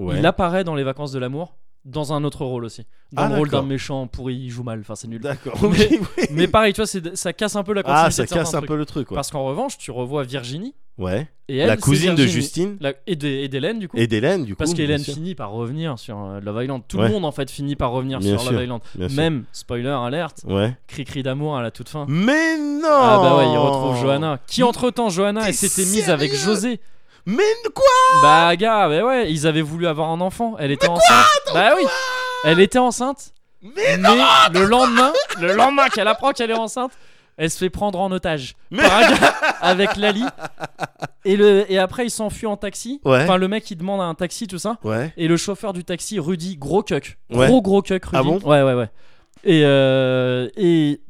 B: Ouais.
A: il apparaît dans Les Vacances de l'amour dans un autre rôle aussi, dans
B: Ah,
A: le rôle d'un
B: d'accord.
A: méchant pourri, il joue mal, enfin c'est nul.
B: D'accord.
A: Mais-
B: Oui, oui.
A: Mais pareil, tu vois, c'est- ça casse un peu la continuité
B: Ah, ça
A: de certains
B: casse un
A: trucs.
B: peu le truc, ouais.
A: Parce qu'en revanche, tu revois Virginie
B: Ouais.
A: et elle,
B: La
A: c'est
B: cousine de
A: Virginie.
B: Justine
A: La- et d'Hé- et d'Hélène du coup.
B: et d'Hélène, du coup.
A: parce qu'Hélène
B: bien sûr.
A: finit par revenir sur euh, Love Island. Tout
B: Ouais.
A: le monde en fait finit par revenir
B: Bien
A: sur
B: sûr,
A: Love Island.
B: Bien sûr.
A: Même, spoiler alerte,
B: Ouais.
A: cri-cri d'amour à la toute fin.
B: Mais non
A: Ah bah ouais, il retrouve Johanna. Qui entre temps, Johanna,
B: T'es
A: elle s'était mise avec
B: sérieux
A: José.
B: Mais quoi
A: Bah gars, bah ouais, ils avaient voulu avoir un enfant. Elle était enceinte. bah oui, elle était enceinte.
B: Mais
A: mais le lendemain, le lendemain qu'elle apprend qu'elle est enceinte, elle se fait prendre en otage
B: Mais-
A: par un gars avec Lali. Et le et après, il s'enfuit en taxi.
B: Ouais.
A: Enfin, le mec, il demande un taxi, tout ça.
B: Ouais.
A: Et le chauffeur du taxi, Rudy, gros cuck.
B: Ouais.
A: Gros gros cuck, Rudy.
B: Ah bon
A: ouais, ouais, ouais. Et, euh, et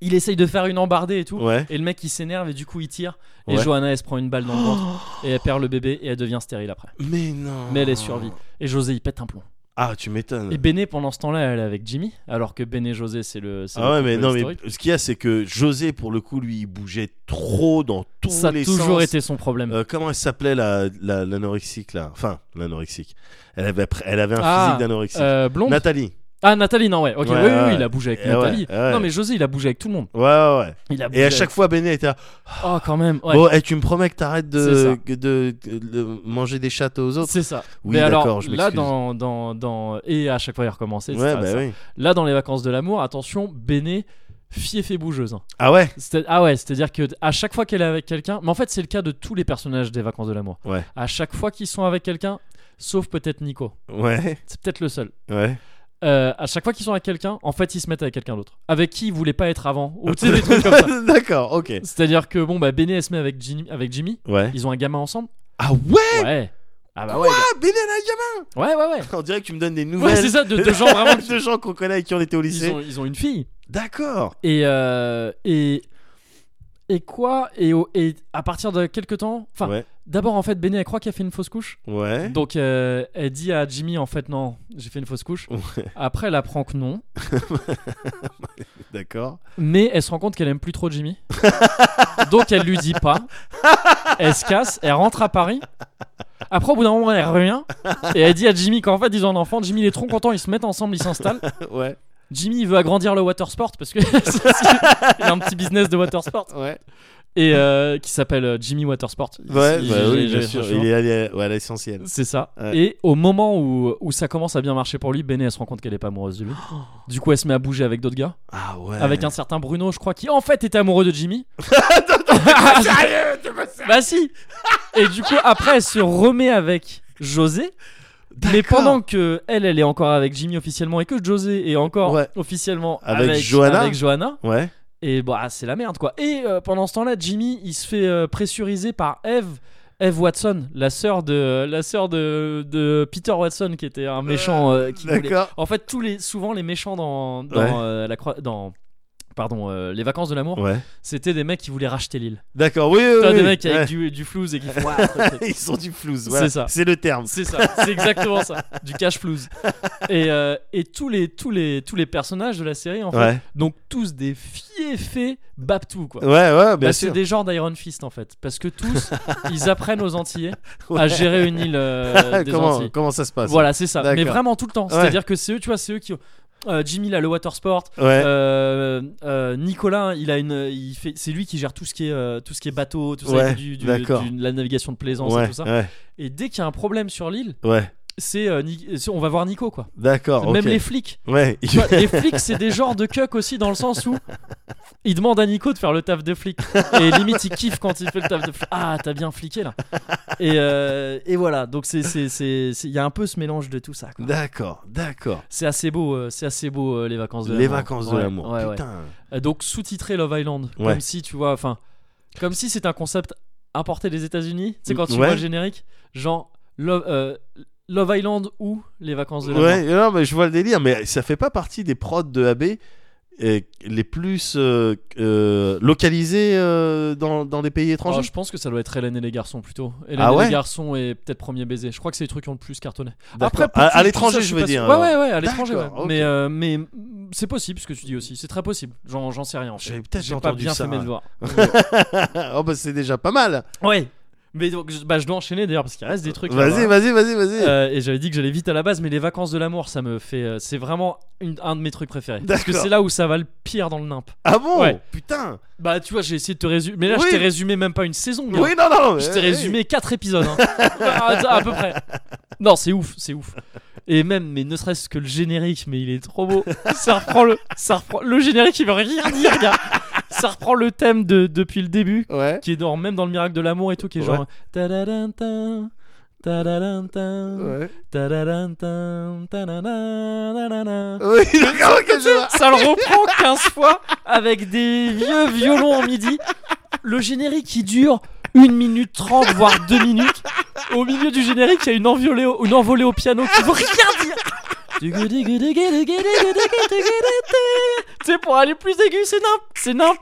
A: il essaye de faire une embardée et tout.
B: Ouais.
A: Et le mec, il s'énerve et du coup, il tire. Et
B: Ouais.
A: Johanna, elle se prend une balle dans le ventre. Et elle perd le bébé et elle devient stérile après.
B: Mais non.
A: Mais elle est survie. Et José, il pète un plomb.
B: Ah, tu m'étonnes.
A: Et bah, Béné, pendant ce temps-là, elle est avec Jimmy. Alors que Béné José, c'est le. c'est
B: Ah ouais,
A: le
B: mais
A: couple
B: non, mais
A: historique.
B: ce qu'il y a, c'est que José, pour le coup, lui, il bougeait trop dans tous
A: Ça a
B: les
A: toujours
B: sens.
A: été son problème.
B: Euh, comment elle s'appelait la, la- l'anorexique là Enfin, l'anorexique. Elle avait, pr- elle avait un
A: Ah,
B: physique d'anorexique.
A: Euh, blonde
B: Nathalie.
A: Ah, Nathalie, non, ouais. Ok,
B: Ouais,
A: oui, oui,
B: ouais,
A: oui,
B: ouais.
A: il a bougé avec
B: Eh ouais,
A: Nathalie.
B: ouais.
A: Non, mais José, il a bougé avec tout le monde.
B: Ouais, ouais, ouais.
A: Il a bougé
B: Et à chaque fois, Béné était là.
A: avec- Oh, quand même. ouais.
B: Bon, et tu me promets que t'arrêtes
A: C'est ça.
B: de, que de, que de manger des chattes aux autres
A: C'est ça.
B: Oui,
A: mais alors,
B: d'accord, je
A: là,
B: m'excuse.
A: dans, dans, dans. Et à chaque fois, il recommençait.
B: Ouais,
A: etc.,
B: bah
A: ça.
B: oui.
A: Là, dans les vacances de l'amour, attention, Béné, fief et bougeuse. hein.
B: Ah ouais
A: C'était- Ah ouais, c'est-à-dire que à chaque fois qu'elle est avec quelqu'un, mais en fait c'est le cas de tous les personnages des Vacances de l'amour.
B: Ouais.
A: À chaque fois qu'ils sont avec quelqu'un, sauf peut-être Nico,
B: Ouais,
A: c'est peut-être le seul.
B: ouais.
A: Euh, à chaque fois qu'ils sont avec quelqu'un, en fait ils se mettent avec quelqu'un d'autre, avec qui ils voulaient pas être avant, ou tu sais, des trucs comme ça.
B: D'accord, ok.
A: C'est-à-dire que bon bah Benny elle se met avec Jimmy, avec Jimmy,
B: Ouais.
A: ils ont un gamin ensemble.
B: Ah ouais
A: Ouais. Ah bah ouais.
B: Ah, Béné, là, il y a-
A: gars. Ouais ouais ouais.
B: On dirait que tu me donnes des
A: Ouais,
B: nouvelles
A: c'est ça, de, de gens vraiment.
B: de gens qu'on connaît et qui on était au
A: ils,
B: lycée.
A: ont, ils ont une fille.
B: D'accord.
A: Et euh, et et quoi et, au- et à partir de quelques temps, enfin
B: ouais. Eh
A: d'abord en fait Benny elle croit qu'elle fait une fausse couche.
B: Ouais.
A: Donc euh, elle dit à Jimmy en fait non, j'ai fait une fausse couche.
B: Ouais,
A: Après elle apprend que non,
B: D'accord.
A: mais elle se rend compte qu'elle aime plus trop Jimmy. Donc elle lui dit pas. Elle se casse, elle rentre à Paris. Après au bout d'un moment elle revient et elle dit à Jimmy qu'en fait ils ont un enfant. Jimmy il est trop content, ils se mettent ensemble, ils s'installent.
B: Ouais.
A: Jimmy il veut agrandir le watersport parce que il a un petit business de watersport
B: Ouais.
A: et euh, qui s'appelle euh, Jimmy Watersport.
B: Ouais, bah
A: Il- il-
B: oui,
A: il-
B: bien
A: il-
B: sûr. Il est allé à ouais, à l'essentiel.
A: C'est ça.
B: Ouais.
A: Et au moment où, où ça commence à bien marcher pour lui, Béné, elle se rend compte qu'elle est pas amoureuse de lui. Du coup, elle se met à bouger avec d'autres gars.
B: Ah ouais.
A: Avec un certain Bruno, je crois, qui en fait était amoureux de Jimmy. bah si Et du coup, après, elle se remet avec José. Mais
B: D'accord.
A: pendant que elle, elle est encore avec Jimmy officiellement et que José est encore
B: Ouais.
A: officiellement
B: Avec Johanna.
A: avec Johanna,
B: Ouais.
A: et bah c'est la merde quoi. Et euh, pendant ce temps-là, Jimmy, il se fait euh, pressuriser par Eve. Eve Watson, la sœur de la sœur de, de Peter Watson qui était un méchant euh, qui voulait-
B: D'accord.
A: En fait, tous les souvent les méchants dans dans
B: Ouais.
A: euh, la Croi- dans pardon, euh, les vacances de l'amour,
B: Ouais.
A: c'était des mecs qui voulaient racheter l'île.
B: D'accord. Oui, oui.
A: T'as des
B: oui.
A: mecs
B: Ouais.
A: avec du, du flouze et qui font Ouah, trop cool.
B: Ils sont du flouze.
A: C'est
B: voilà.
A: ça.
B: C'est le terme.
A: C'est ça, c'est exactement ça, du cash flouze. Et, euh, et tous les tous les tous les personnages de la série en fait,
B: Ouais.
A: donc tous des fiefés babtou quoi.
B: Ouais, ouais, bien
A: Bah, c'est
B: sûr.
A: des genres d'Iron Fist en fait, parce que tous ils apprennent aux Antillais à
B: Ouais.
A: gérer une île euh, des
B: comment,
A: Antilles.
B: comment ça se passe
A: Voilà, c'est ça. Mais
B: D'accord.
A: vraiment tout le temps.
B: Ouais.
A: C'est-à-dire que c'est eux, tu vois, c'est eux qui. ont- euh, Jimmy il a le water sport.
B: Ouais.
A: euh, euh, Nicolas, il a une, il fait, c'est lui qui gère tout ce qui est, euh, tout ce qui est bateau, tout ça,
B: Ouais,
A: du, du-
B: d'accord.
A: du- de la navigation de plaisance et
B: ouais,
A: tout ça.
B: ouais,
A: Et dès qu'il y a un problème sur l'île,
B: ouais.
A: c'est, euh, Ni- c'est- on va voir Nico quoi.
B: D'accord. Ah, ok.
A: Même les flics.
B: Ouais.
A: Tu vois, les flics, c'est des genres de cuck aussi, dans le sens où ils demandent à Nico de faire le taf de flic. Et limite, il kiffe quand il fait le taf de flic. Ah, t'as bien fliqué là. Et, euh, et voilà, donc c'est- c'est- c'est- c'est- il y a un peu ce mélange de tout ça. quoi.
B: D'accord, d'accord.
A: C'est assez beau, euh, c'est assez beau euh, les vacances de
B: Les
A: l'amour.
B: vacances de
A: Ouais,
B: l'amour.
A: ouais, ouais.
B: Putain.
A: Euh, Donc sous-titré Love Island,
B: Ouais.
A: comme si tu vois, enfin, comme si c'était un concept importé des États-Unis. Tu sais quand tu
B: Ouais.
A: vois le générique, genre Love, euh, Love Island ou les vacances de l'amour.
B: Ouais, non, mais je vois le délire, mais ça fait pas partie des prods de AB euh, les plus euh, euh, localisées euh, dans, dans les pays
A: Oh,
B: étrangers
A: je pense que ça doit être Hélène et les garçons plutôt. Hélène
B: Ah
A: et
B: ouais
A: les garçons et peut-être Premier baiser. Je crois que c'est les trucs qui ont le plus cartonné.
B: D'accord.
A: pour
B: À-
A: tout-
B: à
A: tout
B: l'étranger,
A: ça,
B: je
A: suis
B: veux
A: pas
B: dire,
A: sûr. Ouais, ouais, ouais, à l'étranger.
B: D'accord,
A: ouais.
B: ok.
A: Mais, euh, mais mm, c'est possible ce que tu dis aussi. C'est très possible. J'en, j'en sais rien. En fait.
B: J'avais peut-être
A: Oh, J'ai pas
B: entendu
A: bien
B: ça.
A: fait mes devoirs.
B: oh bah c'est déjà pas mal.
A: ouais. Mais donc, je, bah, je dois enchaîner d'ailleurs parce qu'il reste des trucs.
B: Euh, Vas-y,
A: là-bas.
B: vas-y, vas-y, vas-y.
A: Euh, et j'avais dit que j'allais vite à la base, mais les vacances de l'amour, ça me fait. euh, c'est vraiment une- un de mes trucs préférés. Parce que
B: D'accord.
A: c'est là où ça va le pire dans le nimp.
B: ah bon
A: ouais.
B: Putain.
A: Bah, tu vois, j'ai essayé de te résumer. Mais là,
B: Oui.
A: je t'ai résumé même pas une saison. gars.
B: Oui, non, non.
A: Je
B: euh,
A: t'ai
B: oui.
A: résumé 4 épisodes. hein. à, à peu près. Non, c'est ouf, c'est ouf. Et même, mais ne serait-ce que le générique, mais il est trop beau. Ça reprend le, ça reprend, le générique, il veut rien dire, gars. Ça reprend le thème de, depuis le début,
B: Ouais.
A: qui est dans, même dans le miracle de l'amour et tout, qui est genre. Tadadintin, tadadintin,
B: Ouais.
A: tadadintin, tadadintananana.
B: Oui, d'accord, ok, je vois.
A: Ça le reprend 15 fois avec des vieux violons en midi. Le générique qui dure 1 minute 30, voire 2 minutes. Au milieu du générique, il y a une envolée au, une envolée au piano qui veut rien dire. Tu sais, pour aller plus aigu, c'est nimp, c'est nimp.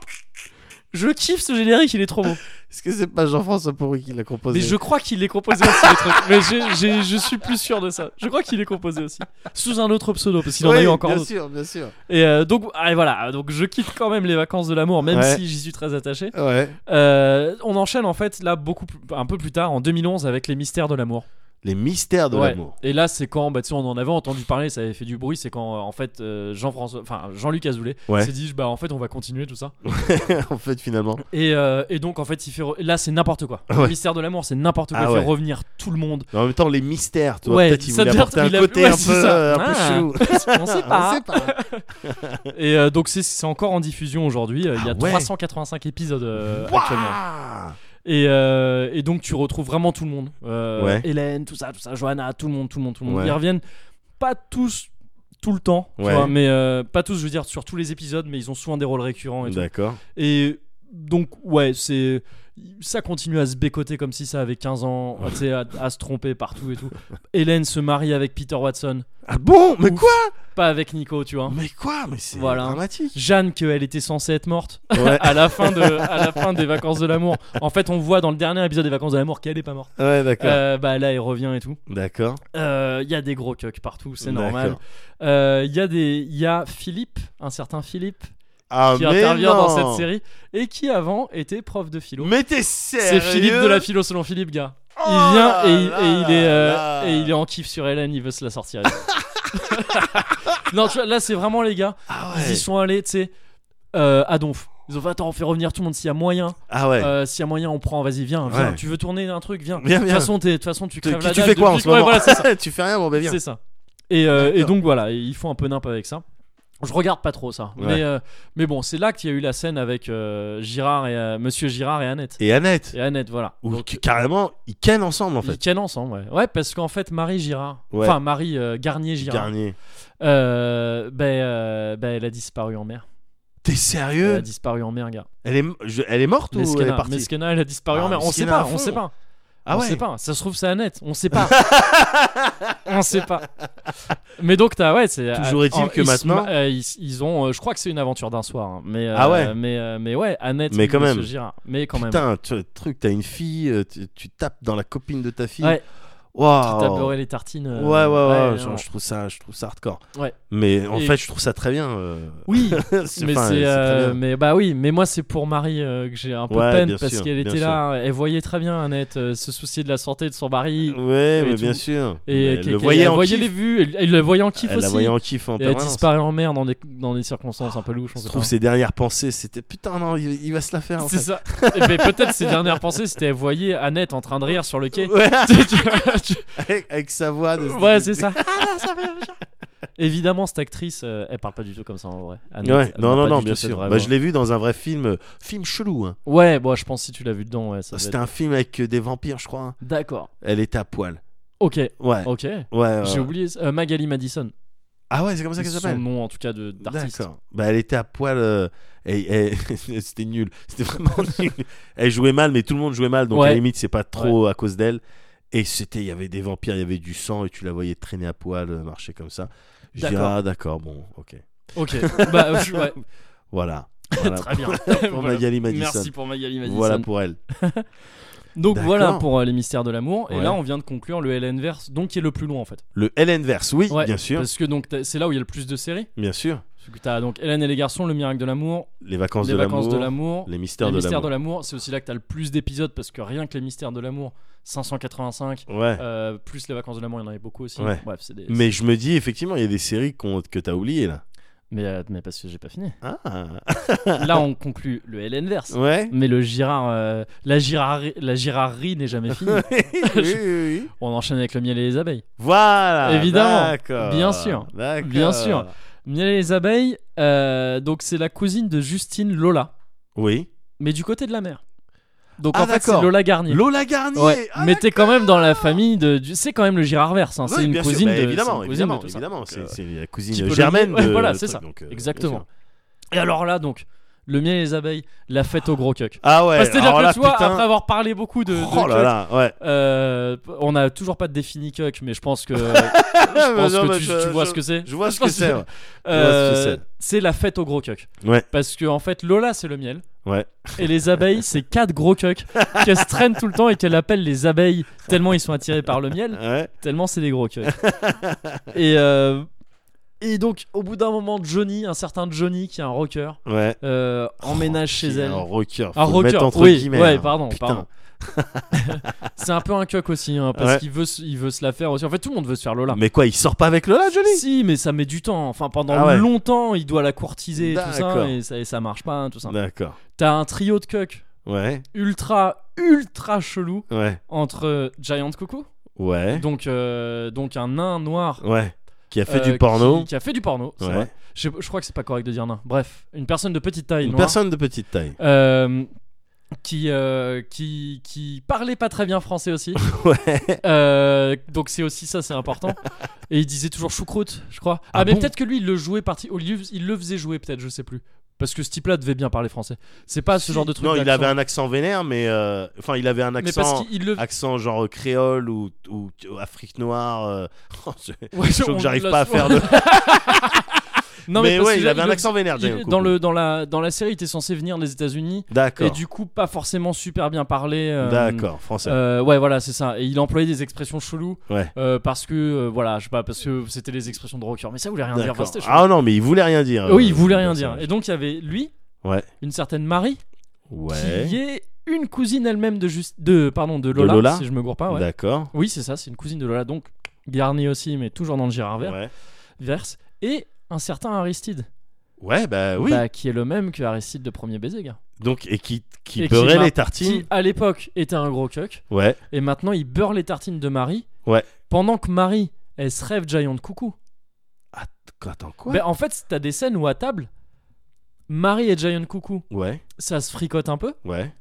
A: Je kiffe ce générique, il est trop beau.
B: Est-ce que c'est pas Jean-François Pourri qui l'a composé
A: Mais je crois qu'il est composé aussi, le truc. Mais je, j'ai- je suis plus sûr de ça. Je crois qu'il est composé aussi. Sous un autre pseudo, parce qu'il en a
B: Oui,
A: eu encore
B: Bien
A: d'autres.
B: sûr, bien sûr.
A: Et euh, donc, ah, et voilà, donc je quitte quand même les vacances de l'amour, même
B: Ouais.
A: si j'y suis très attaché.
B: Ouais.
A: Euh, on enchaîne en fait là beaucoup plus- un peu plus tard en 2011 avec les mystères de l'amour.
B: Les mystères de
A: Ouais.
B: l'amour.
A: Et là, c'est quand, bah, tu sais, on en avait entendu parler, ça avait fait du bruit. C'est quand euh, en fait euh, Jean-François, enfin Jean-Luc Azoulay,
B: Ouais.
A: s'est dit, bah en fait, on va continuer tout ça.
B: en fait, finalement.
A: Et, euh, et donc en fait, il fait re- là, c'est n'importe quoi.
B: Ouais.
A: Les mystères de l'amour, c'est n'importe quoi.
B: Ah
A: il fait
B: ouais.
A: revenir tout le monde.
B: Mais en même temps, les mystères, tu vois,
A: Ouais,
B: peut-être il
A: ça
B: voulait
A: devient-
B: apporter
A: il
B: un
A: a-
B: côté
A: ouais,
B: un,
A: c'est
B: peu,
A: ça.
B: euh, un peu
A: Ah.
B: chelou.
A: on sait
B: Ah, On
A: pas.
B: sait pas.
A: Et euh, donc c'est c'est encore en diffusion aujourd'hui. Euh, Il y a
B: Ah ouais.
A: 385 épisodes euh, actuellement.
B: Ouah
A: Et, euh, et donc tu retrouves vraiment tout le monde. Euh,
B: Ouais.
A: Hélène, tout ça, tout ça, Johanna, tout le monde, tout le monde, tout le monde.
B: Ouais.
A: Ils reviennent pas tous tout le temps, tu
B: Ouais.
A: vois, mais euh, pas tous, je veux dire, sur tous les épisodes, mais ils ont souvent des rôles récurrents et tout.
B: D'accord.
A: Et donc, ouais, c'est. Ça continue à se bécoter comme si ça avait 15 ans, tu sais, à, à se tromper partout et tout. Hélène se marie avec Peter Watson,
B: Ah bon Mais
A: Ouf.
B: quoi
A: pas avec Nico, tu vois.
B: Mais quoi Mais c'est
A: Voilà.
B: dramatique.
A: Jeanne, qu'elle était censée être morte
B: Ouais.
A: à, la fin de, à la fin des Vacances de l'amour. En fait, on voit dans le dernier épisode des Vacances de l'amour qu'elle est pas morte.
B: Ouais, d'accord.
A: Euh, bah là, il revient et tout.
B: D'accord.
A: Il y a des gros cucks partout, c'est normal.
B: D'accord.
A: Il euh, y, a des- y a Philippe, un certain Philippe,
B: Ah,
A: qui
B: mais
A: intervient dans
B: non.
A: cette série et qui avant était prof de philo.
B: Mais t'es
A: C'est
B: sérieux
A: Philippe de la philo selon Philippe, gars.
B: Oh
A: il vient et, il-
B: là
A: et il
B: là
A: est, euh,
B: là.
A: et il est en kiff sur Hélène, il veut se la sortir. non, tu vois, là, c'est vraiment les gars.
B: Ah
A: Ils
B: ouais.
A: y sont allés, tu sais, euh, à Donf. Ils ont fait attends, on fait revenir tout le monde s'il y a moyen.
B: Ah ouais.
A: Euh, s'il y a moyen, on prend, vas-y, viens, viens.
B: Ouais.
A: Tu veux tourner un truc, viens.
B: Viens,
A: De toute
B: viens.
A: façon, t'es- de toute façon, tu
B: Tu-
A: crèves la
B: tu
A: dalle
B: fais quoi en
A: depuis-
B: ce
A: Ouais,
B: moment
A: voilà, c'est ça.
B: Tu fais rien, bon, ben viens.
A: C'est ça. Et, euh, et
B: D'accord.
A: donc voilà, ils font un peu nimp avec ça. Je regarde pas trop ça.
B: Ouais.
A: Mais, euh, mais bon, c'est là qu'il y a eu la scène avec euh, Girard et euh, Monsieur Girard et Annette.
B: Et Annette,
A: Et Annette, voilà.
B: où carrément, ils kennent ensemble en
A: Ils
B: fait.
A: tiennent ensemble, ouais. Ouais, parce qu'en fait, Marie Girard,
B: Ouais.
A: enfin Marie euh, Garnier Girard,
B: Garnier.
A: euh, ben, euh, ben, elle a disparu en mer.
B: T'es
A: Elle a
B: sérieux
A: disparu en mer, gars.
B: elle est, je- elle est morte ou elle Euh. est
A: Mesquena,
B: partie
A: Mesquena, elle a disparu
B: Ah,
A: en mer. On sait
B: Mesquena à
A: pas, on
B: fond.
A: sait pas.
B: Ah
A: on
B: ouais.
A: sait pas, ça se trouve c'est Annette, on sait pas. on sait pas. Mais donc t'as ouais, c'est
B: Toujours est-il
A: en-
B: que
A: ils se
B: maintenant-
A: ma- euh, ils, ils ont euh, je crois que c'est une aventure d'un soir hein. mais euh,
B: Ah ouais.
A: mais euh, mais ouais, Annette
B: Mais quand
A: Monsieur
B: même.
A: Girard. mais quand même.
B: Putain, tu- truc, t'as une fille, euh, tu, tu tapes dans la copine de ta fille.
A: Ouais,
B: Waouh.
A: tu t'adorais les tartines. euh,
B: Ouais, ouais, ouais,
A: non.
B: genre, je trouve ça, je trouve ça hardcore.
A: Ouais.
B: Mais en
A: Et-
B: fait, je trouve ça très bien. euh,
A: Oui,
B: c'est-
A: mais
B: enfin,
A: c'est euh,
B: très bien.
A: mais bah oui, mais moi c'est pour Marie euh, que j'ai un peu
B: Ouais,
A: de peine
B: bien
A: parce
B: sûr,
A: qu'elle
B: bien
A: était là, hein. elle voyait très bien Annette euh, se soucier de la santé de son mari
B: Ouais,
A: et
B: mais
A: tout.
B: bien sûr. Mais
A: et
B: elle
A: qu'elle-
B: le
A: qu'elle-
B: voyait
A: elle
B: en
A: voyait les
B: kiff.
A: vues, elle, elle le voyait en kiff
B: Elle
A: aussi.
B: la voyait en kiff en
A: Et elle
B: permanence.
A: disparaît en mer dans des, dans des circonstances un peu louches. on
B: Je
A: sait
B: trouve
A: pas.
B: ses dernières pensées, c'était putain, non, il, il va se la faire. en
A: C'est
B: fait.
A: ça. Et ben, peut-être ses dernières pensées, c'était elle voyait Annette en train de rire sur le quai.
B: Ouais,
A: Tu- tu- tu-
B: avec, avec sa voix. De...
A: ouais, c'est ça. Ah, là, ça va, ça. Évidemment, cette actrice, euh, elle parle pas du tout comme ça en vrai. Annette,
B: Ouais,
A: elle
B: non,
A: n'a
B: non,
A: pas
B: non,
A: du
B: bien
A: tout cette
B: sûr.
A: vraie
B: Bah,
A: voix.
B: je l'ai vu dans un vrai film, euh, film chelou. hein.
A: Ouais, bon, je pense si tu l'as vu dedans, ouais, ça doit
B: C'était
A: être-
B: un film avec euh, des vampires, je crois. hein.
A: D'accord.
B: Elle était à poil.
A: Ok,
B: Ouais,
A: ok.
B: ouais. ouais,
A: J'ai
B: ouais.
A: oublié. ça. Euh, Magali Madison.
B: Ah ouais, c'est comme ça qu'elle
A: Son
B: s'appelle.
A: nom, en tout cas, de- d'artiste.
B: D'accord. Bah, elle était à poil. euh, et, et- c'était nul. C'était vraiment nul. Elle jouait mal, mais tout le monde jouait mal. Donc, à
A: Ouais.
B: la limite, c'est pas trop à cause d'elle. Et c'était, il y avait des vampires, il y avait du sang, et tu la voyais traîner à poil, euh, marcher comme ça. J'ai dit,
A: D'accord.
B: ah, d'accord, bon, ok.
A: Ok. Bah, je- ouais.
B: Voilà. Voilà
A: Très bien. Voilà.
B: pour Magali Madison.
A: Merci pour Magali Madison.
B: Voilà pour elle.
A: Donc
B: D'accord.
A: voilà pour euh, les mystères de l'amour. Et
B: Ouais.
A: là, on vient de conclure le LN verse, donc qui est le plus long en fait.
B: Le Hélène Verse, oui,
A: Ouais,
B: bien sûr.
A: Parce que donc t'as- c'est là où il y a le plus de séries.
B: Bien sûr.
A: Parce que t'as donc Hélène et les garçons, le miracle de l'amour,
B: Les vacances,
A: les
B: de,
A: vacances de
B: l'amour,
A: l'amour,
B: les mystères
A: les
B: de
A: mystères de
B: l'amour.
A: l'amour. C'est aussi là que t'as le plus d'épisodes parce que rien que les mystères de l'amour, 585,
B: Ouais.
A: euh, plus les vacances de l'amour, il y en avait beaucoup aussi.
B: Ouais.
A: Bref, c'est des.
B: Mais je me dis, effectivement, il y a des séries qu'on- que t'as oubliées là.
A: Mais, euh, mais parce que j'ai pas fini.
B: Ah.
A: là, on conclut le LN verse.
B: Ouais.
A: Mais le Girard, euh, la Girarderie, la Girarderie n'est jamais
B: oui,
A: finie.
B: oui, oui.
A: on enchaîne avec le miel et les abeilles.
B: Voilà.
A: Évidemment.
B: d'accord,
A: Bien sûr.
B: d'accord.
A: Bien sûr. Miel et les abeilles, euh, donc c'est la cousine de Justine Lola,
B: Oui.
A: mais du côté de la mer. Donc
B: Ah,
A: en fait, c'est
B: d'accord.
A: Lola Garnier.
B: Lola Garnier.
A: Ouais,
B: Ah,
A: mais t'es quand même dans la famille de. du- C'est quand même le Girard verse, hein,
B: Oui,
A: c'est une
B: bien sûr,
A: cousine
B: bah,
A: de. c'est
B: évidemment,
A: une cousine de
B: évidemment,
A: tout ça.
B: évidemment.
A: Donc,
B: C'est
A: euh,
B: c'est la
A: petit
B: cousine
A: peu le
B: germaine.
A: lien- ouais,
B: de-
A: voilà,
B: le
A: c'est
B: truc,
A: ça.
B: donc, euh, bien
A: Exactement.
B: sûr.
A: euh, Et alors là, donc, le miel et les abeilles, la fête au gros cuck.
B: Ah ouais.
A: Enfin, Bah, C'est-à-dire
B: alors
A: que
B: là,
A: tu vois,
B: putain.
A: après avoir parlé beaucoup de. de
B: Oh là
A: cuck,
B: là, ouais.
A: euh, on a toujours pas de défini cuck, mais je pense que, je
B: Je
A: pense que tu, tu vois ce que c'est.
B: Je vois ce
A: pense
B: que c'est. ouais.
A: Euh,
B: Je vois ce que
A: c'est la fête au gros cuck.
B: Ouais.
A: Parce que en fait, Lola, c'est le miel.
B: Ouais.
A: Et les abeilles, c'est quatre gros cucks qu'elle se traîne tout le temps et qu'elle appelle les abeilles tellement ils sont attirés par le miel.
B: Ouais.
A: tellement c'est des gros culs. et, euh, et donc, au bout d'un moment, Johnny, un certain Johnny qui est un rocker,
B: Ouais.
A: euh, emménage
B: Oh,
A: chez
B: putain,
A: elle.
B: Un rocker. Faut
A: Un
B: le
A: rocker,
B: mettre entre
A: oui,
B: guillemets,
A: ouais,
B: hein.
A: pardon,
B: Putain.
A: pardon. C'est un peu un cuck aussi, hein, parce
B: Ouais.
A: qu'il veut, se- il veut se la faire aussi. En fait, tout le monde veut se faire Lola.
B: Mais quoi, il sort pas avec Lola, Johnny
A: Si, mais ça met du temps. Enfin, pendant
B: Ah ouais.
A: longtemps, il doit la courtiser et tout
B: D'accord.
A: ça, et ça, et ça marche pas, hein, tout ça.
B: D'accord.
A: T'as un trio de cucks
B: Ouais.
A: ultra, ultra chelou
B: Ouais.
A: entre Giant Coucou,
B: Ouais.
A: donc, euh, donc un nain noir
B: Ouais. Qui a fait
A: euh,
B: du porno.
A: qui, qui a fait du porno c'est
B: Ouais.
A: vrai. Je, je crois que c'est pas correct de dire nain bref une personne de petite taille
B: Une
A: noire,
B: personne de petite taille.
A: euh, qui, euh, qui qui parlait pas très bien français aussi
B: Ouais.
A: Euh, donc c'est aussi ça c'est important et il disait toujours choucroute je crois ah,
B: Ah
A: mais
B: bon
A: peut-être que lui il le jouait parti au lieu il le faisait jouer peut-être je sais plus parce que ce type-là devait bien parler français c'est pas ce genre de truc
B: Non, il
A: d'accent.
B: avait un accent vénère, mais. euh, Enfin, il avait un
A: mais parce
B: accent.
A: qu'il le
B: Accent genre créole ou, ou, ou Afrique noire. euh, je-
A: Ouais,
B: je trouve
A: on
B: que j'arrive
A: l'a-
B: pas à faire le.
A: non mais,
B: mais
A: parce
B: ouais,
A: qu'il
B: il avait un
A: le-
B: accent vénère,
A: il-
B: Jay Okoku.
A: dans le dans la dans la série il était censé venir des États-Unis et
B: D'accord.
A: du coup pas forcément super bien parlé euh,
B: D'accord, français.
A: Euh, ouais, voilà, c'est ça. Et il employait des expressions cheloues.
B: Ouais.
A: euh, parce que, euh, voilà, je sais pas, parce que c'était les expressions de rocker. Mais ça voulait rien dire.
B: D'accord.
A: Enfin, c'était chelou.
B: ah non, mais il voulait rien dire.
A: oui,
B: euh,
A: il voulait
B: le
A: rien dire.
B: personnage.
A: Et donc, il y avait lui,
B: Ouais.
A: une certaine Marie,
B: Ouais.
A: qui est une cousine elle-même de, Jus- de, pardon, de, Lola,
B: Lola.
A: si je me gourre pas. ah Ouais.
B: D'accord.
A: Oui, c'est ça, c'est une cousine de Lola. Donc, Garnier aussi, mais toujours dans le Girard vert-
B: Ouais.
A: verse. Et un certain Aristide.
B: Ouais, bah oui.
A: Bah, qui est le même que Aristide de Premier Baiser, gars.
B: Donc, et qui, qui
A: Et qui
B: beurrait
A: m'a-
B: les
A: Qui,
B: tartines.
A: à l'époque, était un gros cuck.
B: Ouais.
A: Et maintenant, il beurre les tartines de Marie.
B: Ouais.
A: Pendant que Marie, elle se rêve Giant Coucou.
B: Attends, quoi
A: Ben, en fait, t'as des scènes où à table, Marie et Giant Coucou,
B: Ouais,
A: ça se fricote un peu.
B: ouais,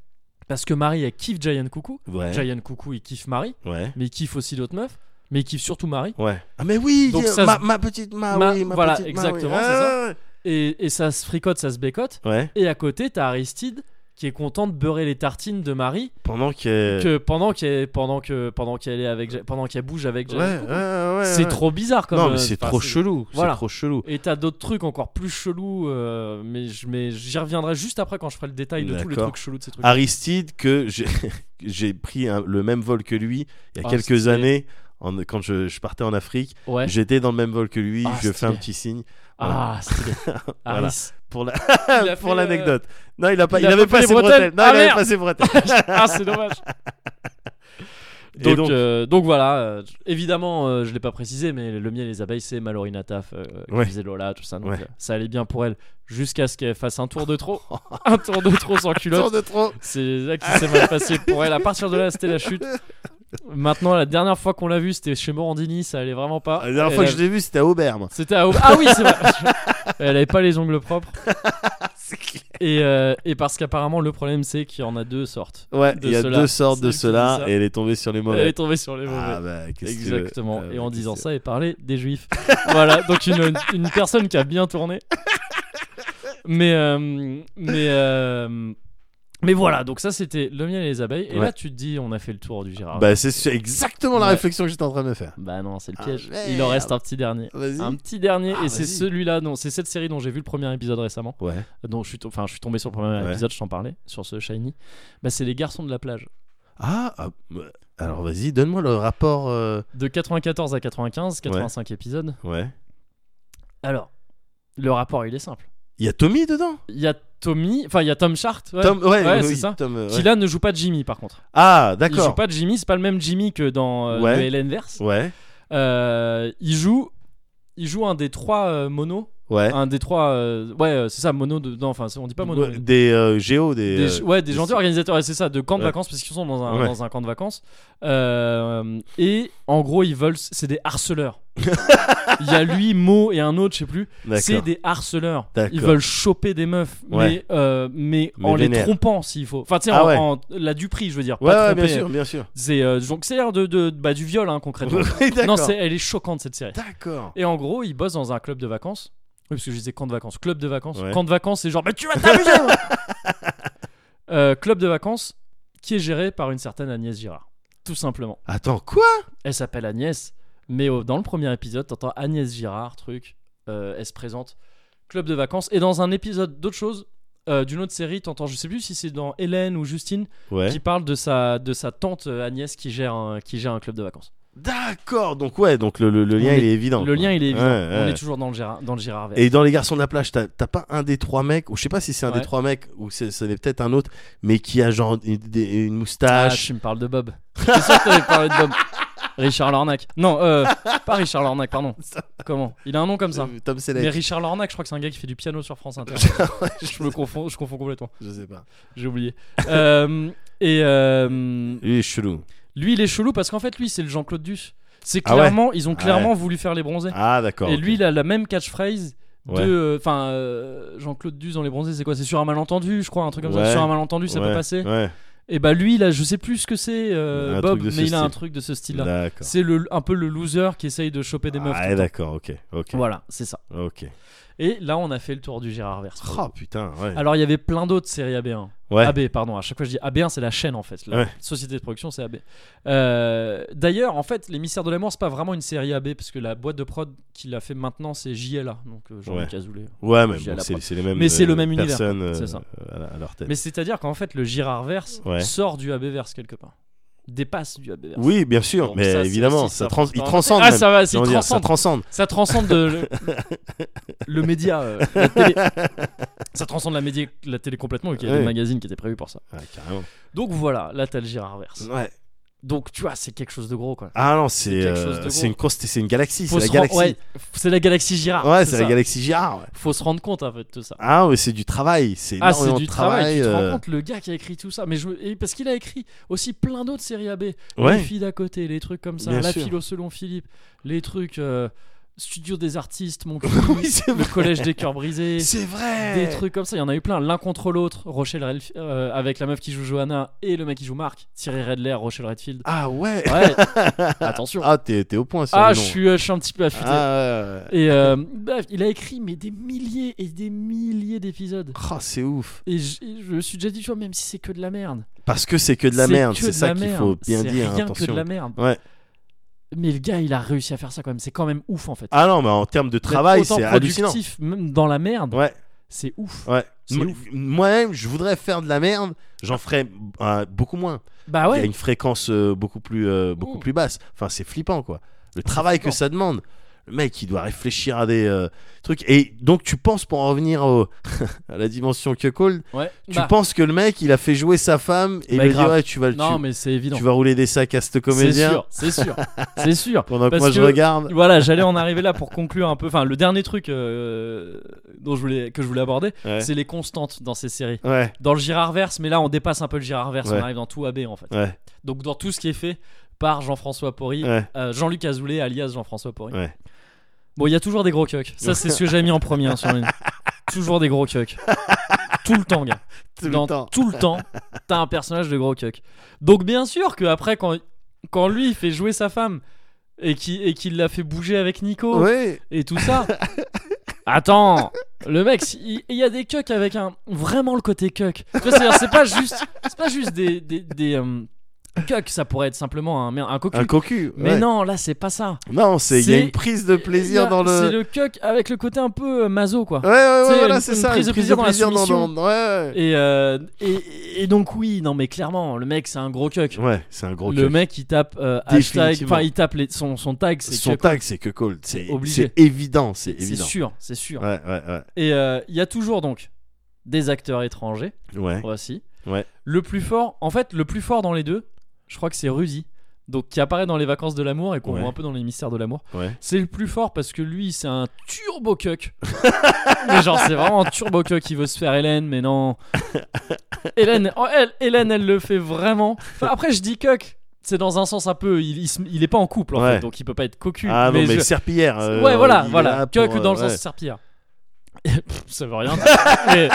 A: Parce que Marie, elle kiffe Giant Coucou.
B: ouais.
A: Giant Coucou, il kiffe Marie.
B: Ouais.
A: Mais il kiffe aussi d'autres meufs. Mais il kiffe surtout Marie.
B: Ouais. Ah, mais oui,
A: Donc
B: euh,
A: ça se-
B: ma, ma petite ma,
A: Ma-
B: oui, ma
A: voilà,
B: petite ma,
A: exactement,
B: oui.
A: c'est ça.
B: Ouais,
A: Et, et ça se fricote, ça se bécote.
B: Ouais. ouais.
A: Et à côté, t'as Aristide qui est content de beurrer les tartines de Marie
B: Pendant que.
A: que pendant qu'elle pendant que pendant qu'elle est avec Gi- pendant qu'elle bouge avec
B: Ouais,
A: Giant
B: ouais,
A: Coucou.
B: ouais. ouais,
A: c'est
B: ouais.
A: trop bizarre comme
B: Non, mais
A: euh,
B: c'est
A: enfin,
B: trop chelou.
A: voilà.
B: C'est trop chelou.
A: Et t'as d'autres trucs encore plus chelous, euh, mais je- mais j'y reviendrai juste après quand je ferai le détail de tous les
B: D'accord. Ah,
A: trucs chelous de ces trucs.
B: Aristide, que j'ai- j'ai pris un- le même vol que lui il y a
A: Ah,
B: quelques
A: stylé.
B: années, en- quand je, je partais en Afrique,
A: ouais.
B: j'étais dans le même vol que lui,
A: Ah,
B: je fais un
A: stylé.
B: petit signe
A: Ah, stylé.
B: Voilà.
A: Aris.
B: pour la
A: Il a fait, euh,
B: pour l'anecdote. Non, il a pas,
A: il
B: il,
A: a
B: avait
A: pas
B: pas
A: fait
B: ses
A: les
B: bretelles.
A: bretelles.
B: Non,
A: Ah,
B: il avait
A: merde.
B: pas ses bretelles.
A: euh, ah, c'est dommage.
B: Et
A: Donc, euh, donc,
B: donc-
A: voilà, euh, j- évidemment, euh, je l'ai pas précisé, mais le miel et les abeilles, c'est Malorina Taff, euh, qui
B: Ouais.
A: faisait Lola, tout ça. Donc,
B: Ouais.
A: euh, ça allait bien pour elle jusqu'à ce qu'elle fasse un tour de trop. un tour de trop sans
B: Tour
A: culotte.
B: de trop.
A: C'est là qui s'est mal passé pour elle. À partir de là, c'était la chute. Maintenant, la dernière fois qu'on l'a vue, c'était chez Morandini, ça allait vraiment pas.
B: La dernière
A: Elle
B: fois que
A: a-
B: je l'ai vu, c'était à Auberme.
A: C'était à Aub- Ah oui, c'est vrai. Elle avait pas les ongles propres. Et, euh, et parce qu'apparemment, le problème, c'est qu'il y en a deux sortes.
B: Ouais,
A: De
B: il y a
A: cela.
B: deux sortes de
A: C'est qui
B: cela
A: ça
B: et elle est tombée sur les
A: Elle
B: mauvais.
A: est tombée sur les mauvais.
B: Ah bah, qu'est-ce que tu veux
A: Exactement.
B: Ah,
A: et
B: bah,
A: en
B: qu'est-ce
A: disant
B: que-
A: ça, elle parlait des juifs. voilà, donc une, une personne qui a bien tourné. Mais, euh, mais, euh, Mais voilà, donc ça c'était le miel et les abeilles. Et
B: Ouais.
A: là tu te dis, on a fait le tour du Gérard.
B: Bah, c'est c'est exactement la
A: Ouais.
B: réflexion que j'étais en train de me faire.
A: Bah non, c'est le
B: Ah,
A: piège.
B: merde.
A: Il en reste un petit dernier.
B: Vas-y.
A: Un petit dernier,
B: Ah,
A: et c'est
B: vas-y.
A: celui-là, non, c'est cette série dont j'ai vu le premier épisode récemment.
B: Ouais.
A: dont je suis, to- enfin, je suis tombé sur le premier
B: Ouais.
A: épisode, je t'en parlais, sur ce Shiny. Bah, c'est Les Garçons de la plage.
B: Ah, ah, bah, alors vas-y, donne-moi le rapport. euh,
A: De 94 à 95, 85 épisodes.
B: Ouais.
A: Alors, le rapport, il est simple.
B: Il y a Tommy dedans
A: Il y a Tommy, enfin, il y a Tom Chart, ouais,
B: Tom, ouais,
A: Ouais,
B: oui,
A: c'est ça.
B: Tom, euh,
A: qui
B: ouais.
A: là ne joue pas Jimmy par contre.
B: Ah,
A: Il joue
B: d'accord.
A: pas Jimmy, c'est pas le même Jimmy que dans euh,
B: Ouais.
A: le Hélène Verse.
B: Ouais,
A: Euh, il joue. Il joue un des trois euh, monos.
B: ouais.
A: Un des trois. euh, ouais, euh, c'est ça, mono. De, non, enfin, c'est- on dit pas mono. mais-
B: Des euh, géos, des.
A: Des-
B: euh,
A: ouais, des
B: des-
A: gentils organisateurs, et c'est ça, de camps de
B: Ouais.
A: vacances, parce qu'ils sont dans un,
B: Ouais.
A: dans un camp de vacances. Euh, et en gros, ils veulent. C'est des harceleurs. Il y a lui, Mo et un autre, je sais plus.
B: D'accord.
A: C'est des harceleurs.
B: D'accord.
A: Ils veulent choper des meufs,
B: Ouais.
A: mais, euh, mais,
B: Mais
A: en les
B: vénère.
A: trompant s'il faut. Enfin, tu sais,
B: Ah
A: en-
B: ouais.
A: en- la duperie, je veux dire.
B: Ouais,
A: pas
B: ouais, bien
A: tromper.
B: sûr, bien sûr.
A: C'est euh, donc c'est l'air de, de- bah, du viol hein, concrètement.
B: Oui,
A: non,
B: d'accord.
A: c'est, elle est choquante cette série.
B: D'accord.
A: Et en gros, ils bossent dans un club de vacances. Oui, parce que je disais camp de vacances. Club de vacances.
B: Ouais.
A: Camp de vacances, c'est genre, mais tu vas t'amuser moi. Euh, Club de vacances qui est géré par une certaine Agnès Girard. Tout simplement.
B: Attends, quoi
A: Elle s'appelle Agnès, mais au- dans le premier épisode, t'entends Agnès Girard, truc. euh, elle se présente. Club de vacances. Et dans un épisode d'autre chose, euh, d'une autre série, t'entends, je sais plus si c'est dans Hélène ou Justine,
B: Ouais.
A: qui parle de sa, de sa tante euh, Agnès qui gère un, qui gère un club de vacances.
B: D'accord, donc ouais, donc le, le- le lien
A: On est-
B: il est évident.
A: Le
B: quoi.
A: lien, il est évident.
B: Ouais,
A: On
B: ouais.
A: est toujours dans le Gérard, dans le Gérard vert.
B: Et dans Les Garçons de la plage, t'as t'as pas un des trois mecs, ou je sais pas si c'est un
A: Ouais.
B: des trois mecs, ou c'est- ce n'est peut-être un autre, mais qui a genre une, des- une
A: Ah,
B: moustache.
A: tu me parles de Bob. C'est sûr que t'avais parlé de Bob. Richard Lornac. Non, euh, pas Richard Lornac, pardon. Comment Il a un nom comme ça.
B: Euh, Tom
A: Mais
B: Selleck,
A: Richard Lornac, je crois que c'est un gars qui fait du piano sur France Inter. je me confonds, je confonds complètement.
B: je sais pas.
A: J'ai oublié. Euh, et euh,
B: Lui, il est chelou.
A: lui, il est chelou parce qu'en fait, lui, c'est le Jean-Claude Duss. C'est
B: Ah ouais
A: clairement, ils ont
B: Ah
A: clairement voulu faire les bronzés.
B: Ah, d'accord.
A: et
B: ok.
A: lui, il a la même catchphrase
B: Ouais.
A: de. euh, Enfin, euh, Jean-Claude Duss dans les bronzés, c'est quoi C'est sur un malentendu, je crois, un truc comme ça.
B: Ouais.
A: Sur un malentendu, ça
B: Ouais,
A: peut passer.
B: Ouais,
A: Et bah lui là je sais plus ce que c'est euh,
B: Un
A: Bob
B: truc de ce
A: mais il a un
B: style.
A: truc de ce style là.
B: d'accord.
A: C'est le, un peu le loser qui essaye de choper des meufs. tout
B: Ah,
A: le temps.
B: d'accord, ok. ok
A: Voilà c'est ça.
B: Ok.
A: Et là on a fait le tour du Gérard Verse.
B: Oh putain, ouais.
A: Alors il y avait plein d'autres séries AB1.
B: ouais.
A: AB pardon à chaque fois je dis AB1 c'est la chaîne en fait. La
B: Ouais.
A: société de production c'est AB. Euh, D'ailleurs en fait l'émissaire de l'amour c'est pas vraiment une série AB parce que la boîte de prod qui l'a fait maintenant c'est JLA donc euh, Jean-Luc Azoulay.
B: ouais, mais
A: J'ai
B: bon,
A: à la
B: c'est
A: prod.
B: c'est les mêmes
A: Mais c'est le
B: euh,
A: même univers,
B: personnes, euh,
A: c'est ça.
B: à la- à leur tête.
A: Mais c'est à dire qu'en fait le Gérard Verse
B: Ouais.
A: sort du AB Verse quelque part. Dépasse du AB Verse.
B: Oui, bien sûr,
A: Donc
B: mais
A: ça, c'est
B: évidemment,
A: aussi
B: ça,
A: ça.
B: trans- il transcende.
A: Ah
B: même.
A: ça va c'est
B: J'ai envie de dire, ça
A: transcende.
B: transcende.
A: Ça transcende de- le, le média, euh, la télé. Ça transcende la, média, la télé complètement, et qu'il y a
B: Ouais.
A: des magazines qui étaient prévus pour ça.
B: Ah, carrément.
A: Donc voilà, là t'as le Girard Verse.
B: Ouais.
A: Donc tu vois, c'est quelque chose de gros quoi.
B: Ah non,
A: C'est
B: c'est
A: quelque chose de
B: euh,
A: gros.
B: c'est une const- c'est une galaxie,
A: Faut se
B: c'est la
A: rend-
B: galaxie.
A: ouais, Ah, c'est la galaxie Girard.
B: Ouais, c'est la
A: ça.
B: galaxie Girard. ouais.
A: Faut se rendre compte un peu de tout ça.
B: Ah, mais c'est du travail, c'est
A: Ah,
B: énormément
A: c'est du
B: de
A: travail,
B: travail.
A: tu te
B: euh,
A: rends compte, le gars qui a écrit tout ça. Mais je... et parce qu'il a écrit aussi plein d'autres séries AB. Les
B: euh, Ouais.
A: filles d'à côté, les trucs comme ça.
B: Bien
A: la
B: sûr.
A: philo selon Philippe. Les trucs. euh, Studio des artistes, mon
B: Oui, c'est
A: le
B: vrai.
A: collège des cœurs brisés.
B: C'est vrai.
A: des trucs comme ça. Il y en a eu plein, l'un contre l'autre. Rochelle Redf- euh, avec la meuf qui joue Johanna et le mec qui joue Marc. Thierry Redler, Rochelle Redfield.
B: Ah ouais.
A: Ouais, attention. Ah,
B: Ah, t'es t'es au point sur le
A: je,
B: nom.
A: suis, euh, je suis un petit peu affûté.
B: Ah, ouais, ouais.
A: Et euh, bref, il a écrit mais des milliers et des milliers d'épisodes.
B: Ah, c'est ouf.
A: Et je, et je me suis déjà dit, tu vois, même si c'est que de la merde.
B: Parce que c'est que de la
A: c'est
B: merde,
A: que
B: c'est
A: de la
B: ça qu'il
A: merde.
B: faut bien
A: C'est
B: dire.
A: rien que
B: Attention.
A: de la merde.
B: Ouais.
A: Mais le gars, il a réussi à faire ça quand même. C'est quand même ouf en fait.
B: Ah non, mais en termes de
A: D'être
B: travail,
A: autant
B: c'est hallucinant.
A: productif, même dans la merde,
B: Ouais,
A: c'est ouf.
B: ouais.
A: C'est
B: Moi-
A: ouf.
B: Moi-même, je voudrais faire de la merde, j'en ferais euh, beaucoup moins.
A: Bah
B: Il y a
A: ouais.
B: une fréquence euh, beaucoup plus euh, beaucoup
A: Mm.
B: plus basse. Enfin, c'est flippant quoi. Le travail que
A: flippant.
B: ça demande. Le mec, il doit réfléchir à des euh, trucs. Et donc, tu penses pour en revenir au- à la dimension que cold.
A: ouais.
B: Tu
A: Bah,
B: penses que le mec, il a fait jouer sa femme et
A: Bah,
B: il lui dit
A: grave.
B: ouais, tu vas le
A: Non,
B: tu,
A: mais c'est évident.
B: tu vas rouler des sacs à ce comédien
A: C'est sûr, c'est sûr, c'est sûr.
B: pendant que
A: Parce
B: moi je
A: que-
B: regarde.
A: Voilà, j'allais en arriver là pour conclure un peu. Enfin, le dernier truc euh, dont je voulais, que je voulais aborder,
B: Ouais.
A: c'est les constantes dans ces séries.
B: Ouais,
A: Dans le Girardverse, mais là on dépasse un peu le Girardverse,
B: Ouais.
A: on arrive dans tout AB en fait.
B: ouais,
A: Donc dans tout ce qui est fait par Jean-François Porry,
B: ouais.
A: euh, Jean-Luc Azoulay alias Jean-François Porry.
B: Ouais.
A: Bon, il y a toujours des gros cucks. Ça, c'est ce que j'ai mis en premier hein, sur une- Toujours des gros cucks. Tout le temps, gars
B: Tout
A: dans
B: le temps.
A: tout le temps, t'as un personnage de gros cuck. Donc bien sûr que après quand quand lui il fait jouer sa femme et qui et qu'il l'a fait bouger avec Nico
B: Ouais.
A: et tout ça. Attends, le mec, il il y, a des cucks avec un vraiment le côté cuck. Tu vois, c'est-à-dire, c'est pas juste, c'est pas juste des des, des euh, cucks, ça pourrait être simplement un merde, un cocu.
B: Un cocu.
A: mais
B: ouais.
A: non, là c'est pas ça.
B: Non, c'est il y a
A: C'est-
B: une prise de plaisir
A: Il y a-
B: dans le.
A: C'est le cuck avec le côté un peu euh, maso quoi.
B: Ouais, ouais,
A: C'est
B: ouais, voilà,
A: une-
B: c'est
A: une
B: ça.
A: prise de plaisir dans la soumission.
B: dans- Ouais, ouais.
A: Et, euh, et et donc oui, non mais clairement, le mec c'est un gros cuck.
B: Ouais, c'est un gros.
A: le
B: cuck.
A: mec il tape euh, hashtag,
B: Définitivement.
A: enfin il tape les- son son tag, c'est
B: Son
A: cuck.
B: tag, c'est que cold. C'est
A: obligé.
B: c'est évident, c'est
A: c'est
B: évident.
A: sûr, c'est sûr.
B: Ouais, ouais, ouais.
A: Et euh, il y a toujours donc des acteurs étrangers
B: Ouais.
A: voici.
B: Ouais.
A: Le plus fort, en fait, le plus fort dans les deux, je crois que c'est Rudy. Donc qui apparaît dans les vacances de l'amour et qu'on
B: Ouais.
A: voit un peu dans les mystères de l'amour.
B: Ouais.
A: C'est le plus fort parce que lui, c'est un turbo cuck. mais genre c'est vraiment un turbo cuck qui veut se faire Hélène, mais non. Hélène, oh, elle, Hélène, elle le fait vraiment. Enfin, après je dis cuck, c'est dans un sens un peu, il, il, se- il est pas en couple en
B: Ouais.
A: fait, donc il peut pas être cocu.
B: Ah non, mais
A: je-
B: serpillière. euh,
A: ouais, voilà,
B: il est
A: voilà.
B: là
A: Tu vois
B: pour,
A: que dans le
B: euh,
A: sens
B: ouais.
A: serpillard. Pff, ça veut rien dire. mais,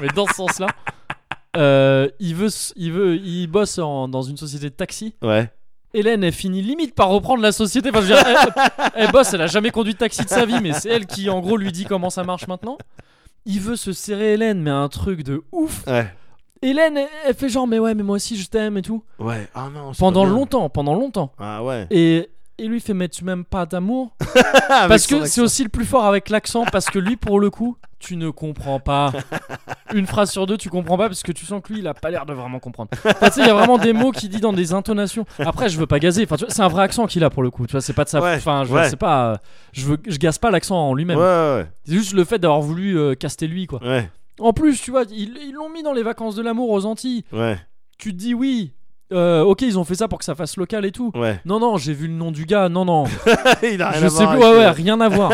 A: mais dans ce sens-là, euh, il veut, s- il veut, il bosse en- dans une société de taxi.
B: Ouais.
A: Hélène, elle finit limite par reprendre la société. Enfin, je veux dire, elle, elle bosse, elle a jamais conduit de taxi de sa vie, mais c'est elle qui, en gros, lui dit comment ça marche maintenant. Il veut se serrer Hélène, mais un truc de ouf.
B: Ouais.
A: Hélène, elle, elle fait genre, mais ouais, mais moi aussi je t'aime et tout.
B: Ouais. Ah non. c'est pas
A: Pendant
B: bien.
A: longtemps, pendant longtemps.
B: Ah ouais. Ah,
A: Et, et lui fait, mais tu m'aimes pas d'amour.
B: Avec
A: Parce
B: son
A: que c'est aussi le plus fort avec l'accent, parce que lui, pour le coup, tu ne comprends pas. Une phrase sur deux, tu comprends pas, parce que tu sens que lui, il a pas l'air de vraiment comprendre. Enfin, tu sais, il y a vraiment des mots qu'il dit dans des intonations. Après, je veux pas gazer. Enfin, tu vois, c'est un vrai accent qu'il a pour le coup. Tu vois, c'est pas de sa.
B: Ouais,
A: Enfin, je
B: ouais.
A: sais pas. euh, Je veux, je gaze pas l'accent en
B: Ouais,
A: lui-même.
B: ouais,
A: C'est juste le fait d'avoir voulu euh, caster lui, quoi.
B: ouais. Ouais,
A: En plus, tu vois, ils ils l'ont mis dans les vacances de l'amour aux Antilles.
B: ouais,
A: Tu te dis oui. euh, ok, ils ont fait ça pour que ça fasse local et tout.
B: ouais.
A: Non, non, j'ai vu le nom du gars. Non, non.
B: Il a rien
A: Je
B: à
A: sais
B: voir
A: plus,
B: avec,
A: ouais, ouais,
B: euh,
A: rien à voir.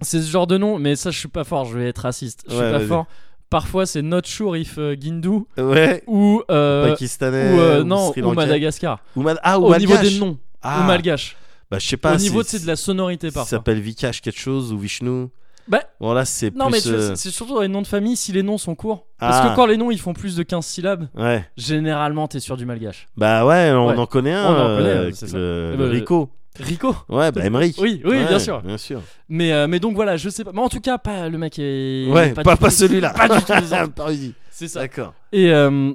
A: c'est ce genre de nom, mais ça, je suis pas fort, je vais être raciste. Je suis
B: Ouais,
A: pas
B: vas-y.
A: fort. Parfois, c'est Not Sure If euh, Guindou
B: Ouais.
A: ou. euh,
B: Pakistanais.
A: ou euh, non,
B: Sri
A: ou
B: Lankais.
A: Madagascar.
B: Ou Mad- Ah, ou
A: Au niveau
B: Malgache.
A: des noms,
B: Ah,
A: ou malgache.
B: Bah, je sais pas.
A: Au niveau
B: c'est-
A: c'est de la sonorité
B: Ça
A: parfois.
B: s'appelle Vikash quelque chose ou Vishnu.
A: Bah,
B: Bon, là, c'est
A: non, mais
B: plus.
A: tu vois,
B: euh,
A: c'est- c'est surtout dans les noms de famille si les noms sont courts. Parce
B: Ah.
A: que quand les noms ils font plus de 15 syllabes,
B: Ouais.
A: généralement t'es sûr du malgache.
B: Bah, ouais, on
A: Ouais.
B: en connaît un.
A: On en connaît un,
B: euh,
A: c'est ça.
B: le...
A: Eh ben,
B: Rico.
A: Rico
B: Ouais, bah, Emmerich.
A: Oui, oui, bien
B: Ouais,
A: sûr.
B: Bien sûr.
A: Mais, euh, mais donc voilà, je sais pas. Mais en tout cas, pas le mec est.
B: Ouais,
A: du
B: pas,
A: tout-
B: pas celui-là.
A: Pas du tout les autres.
B: Paris.
A: C'est ça.
B: D'accord.
A: Et, euh,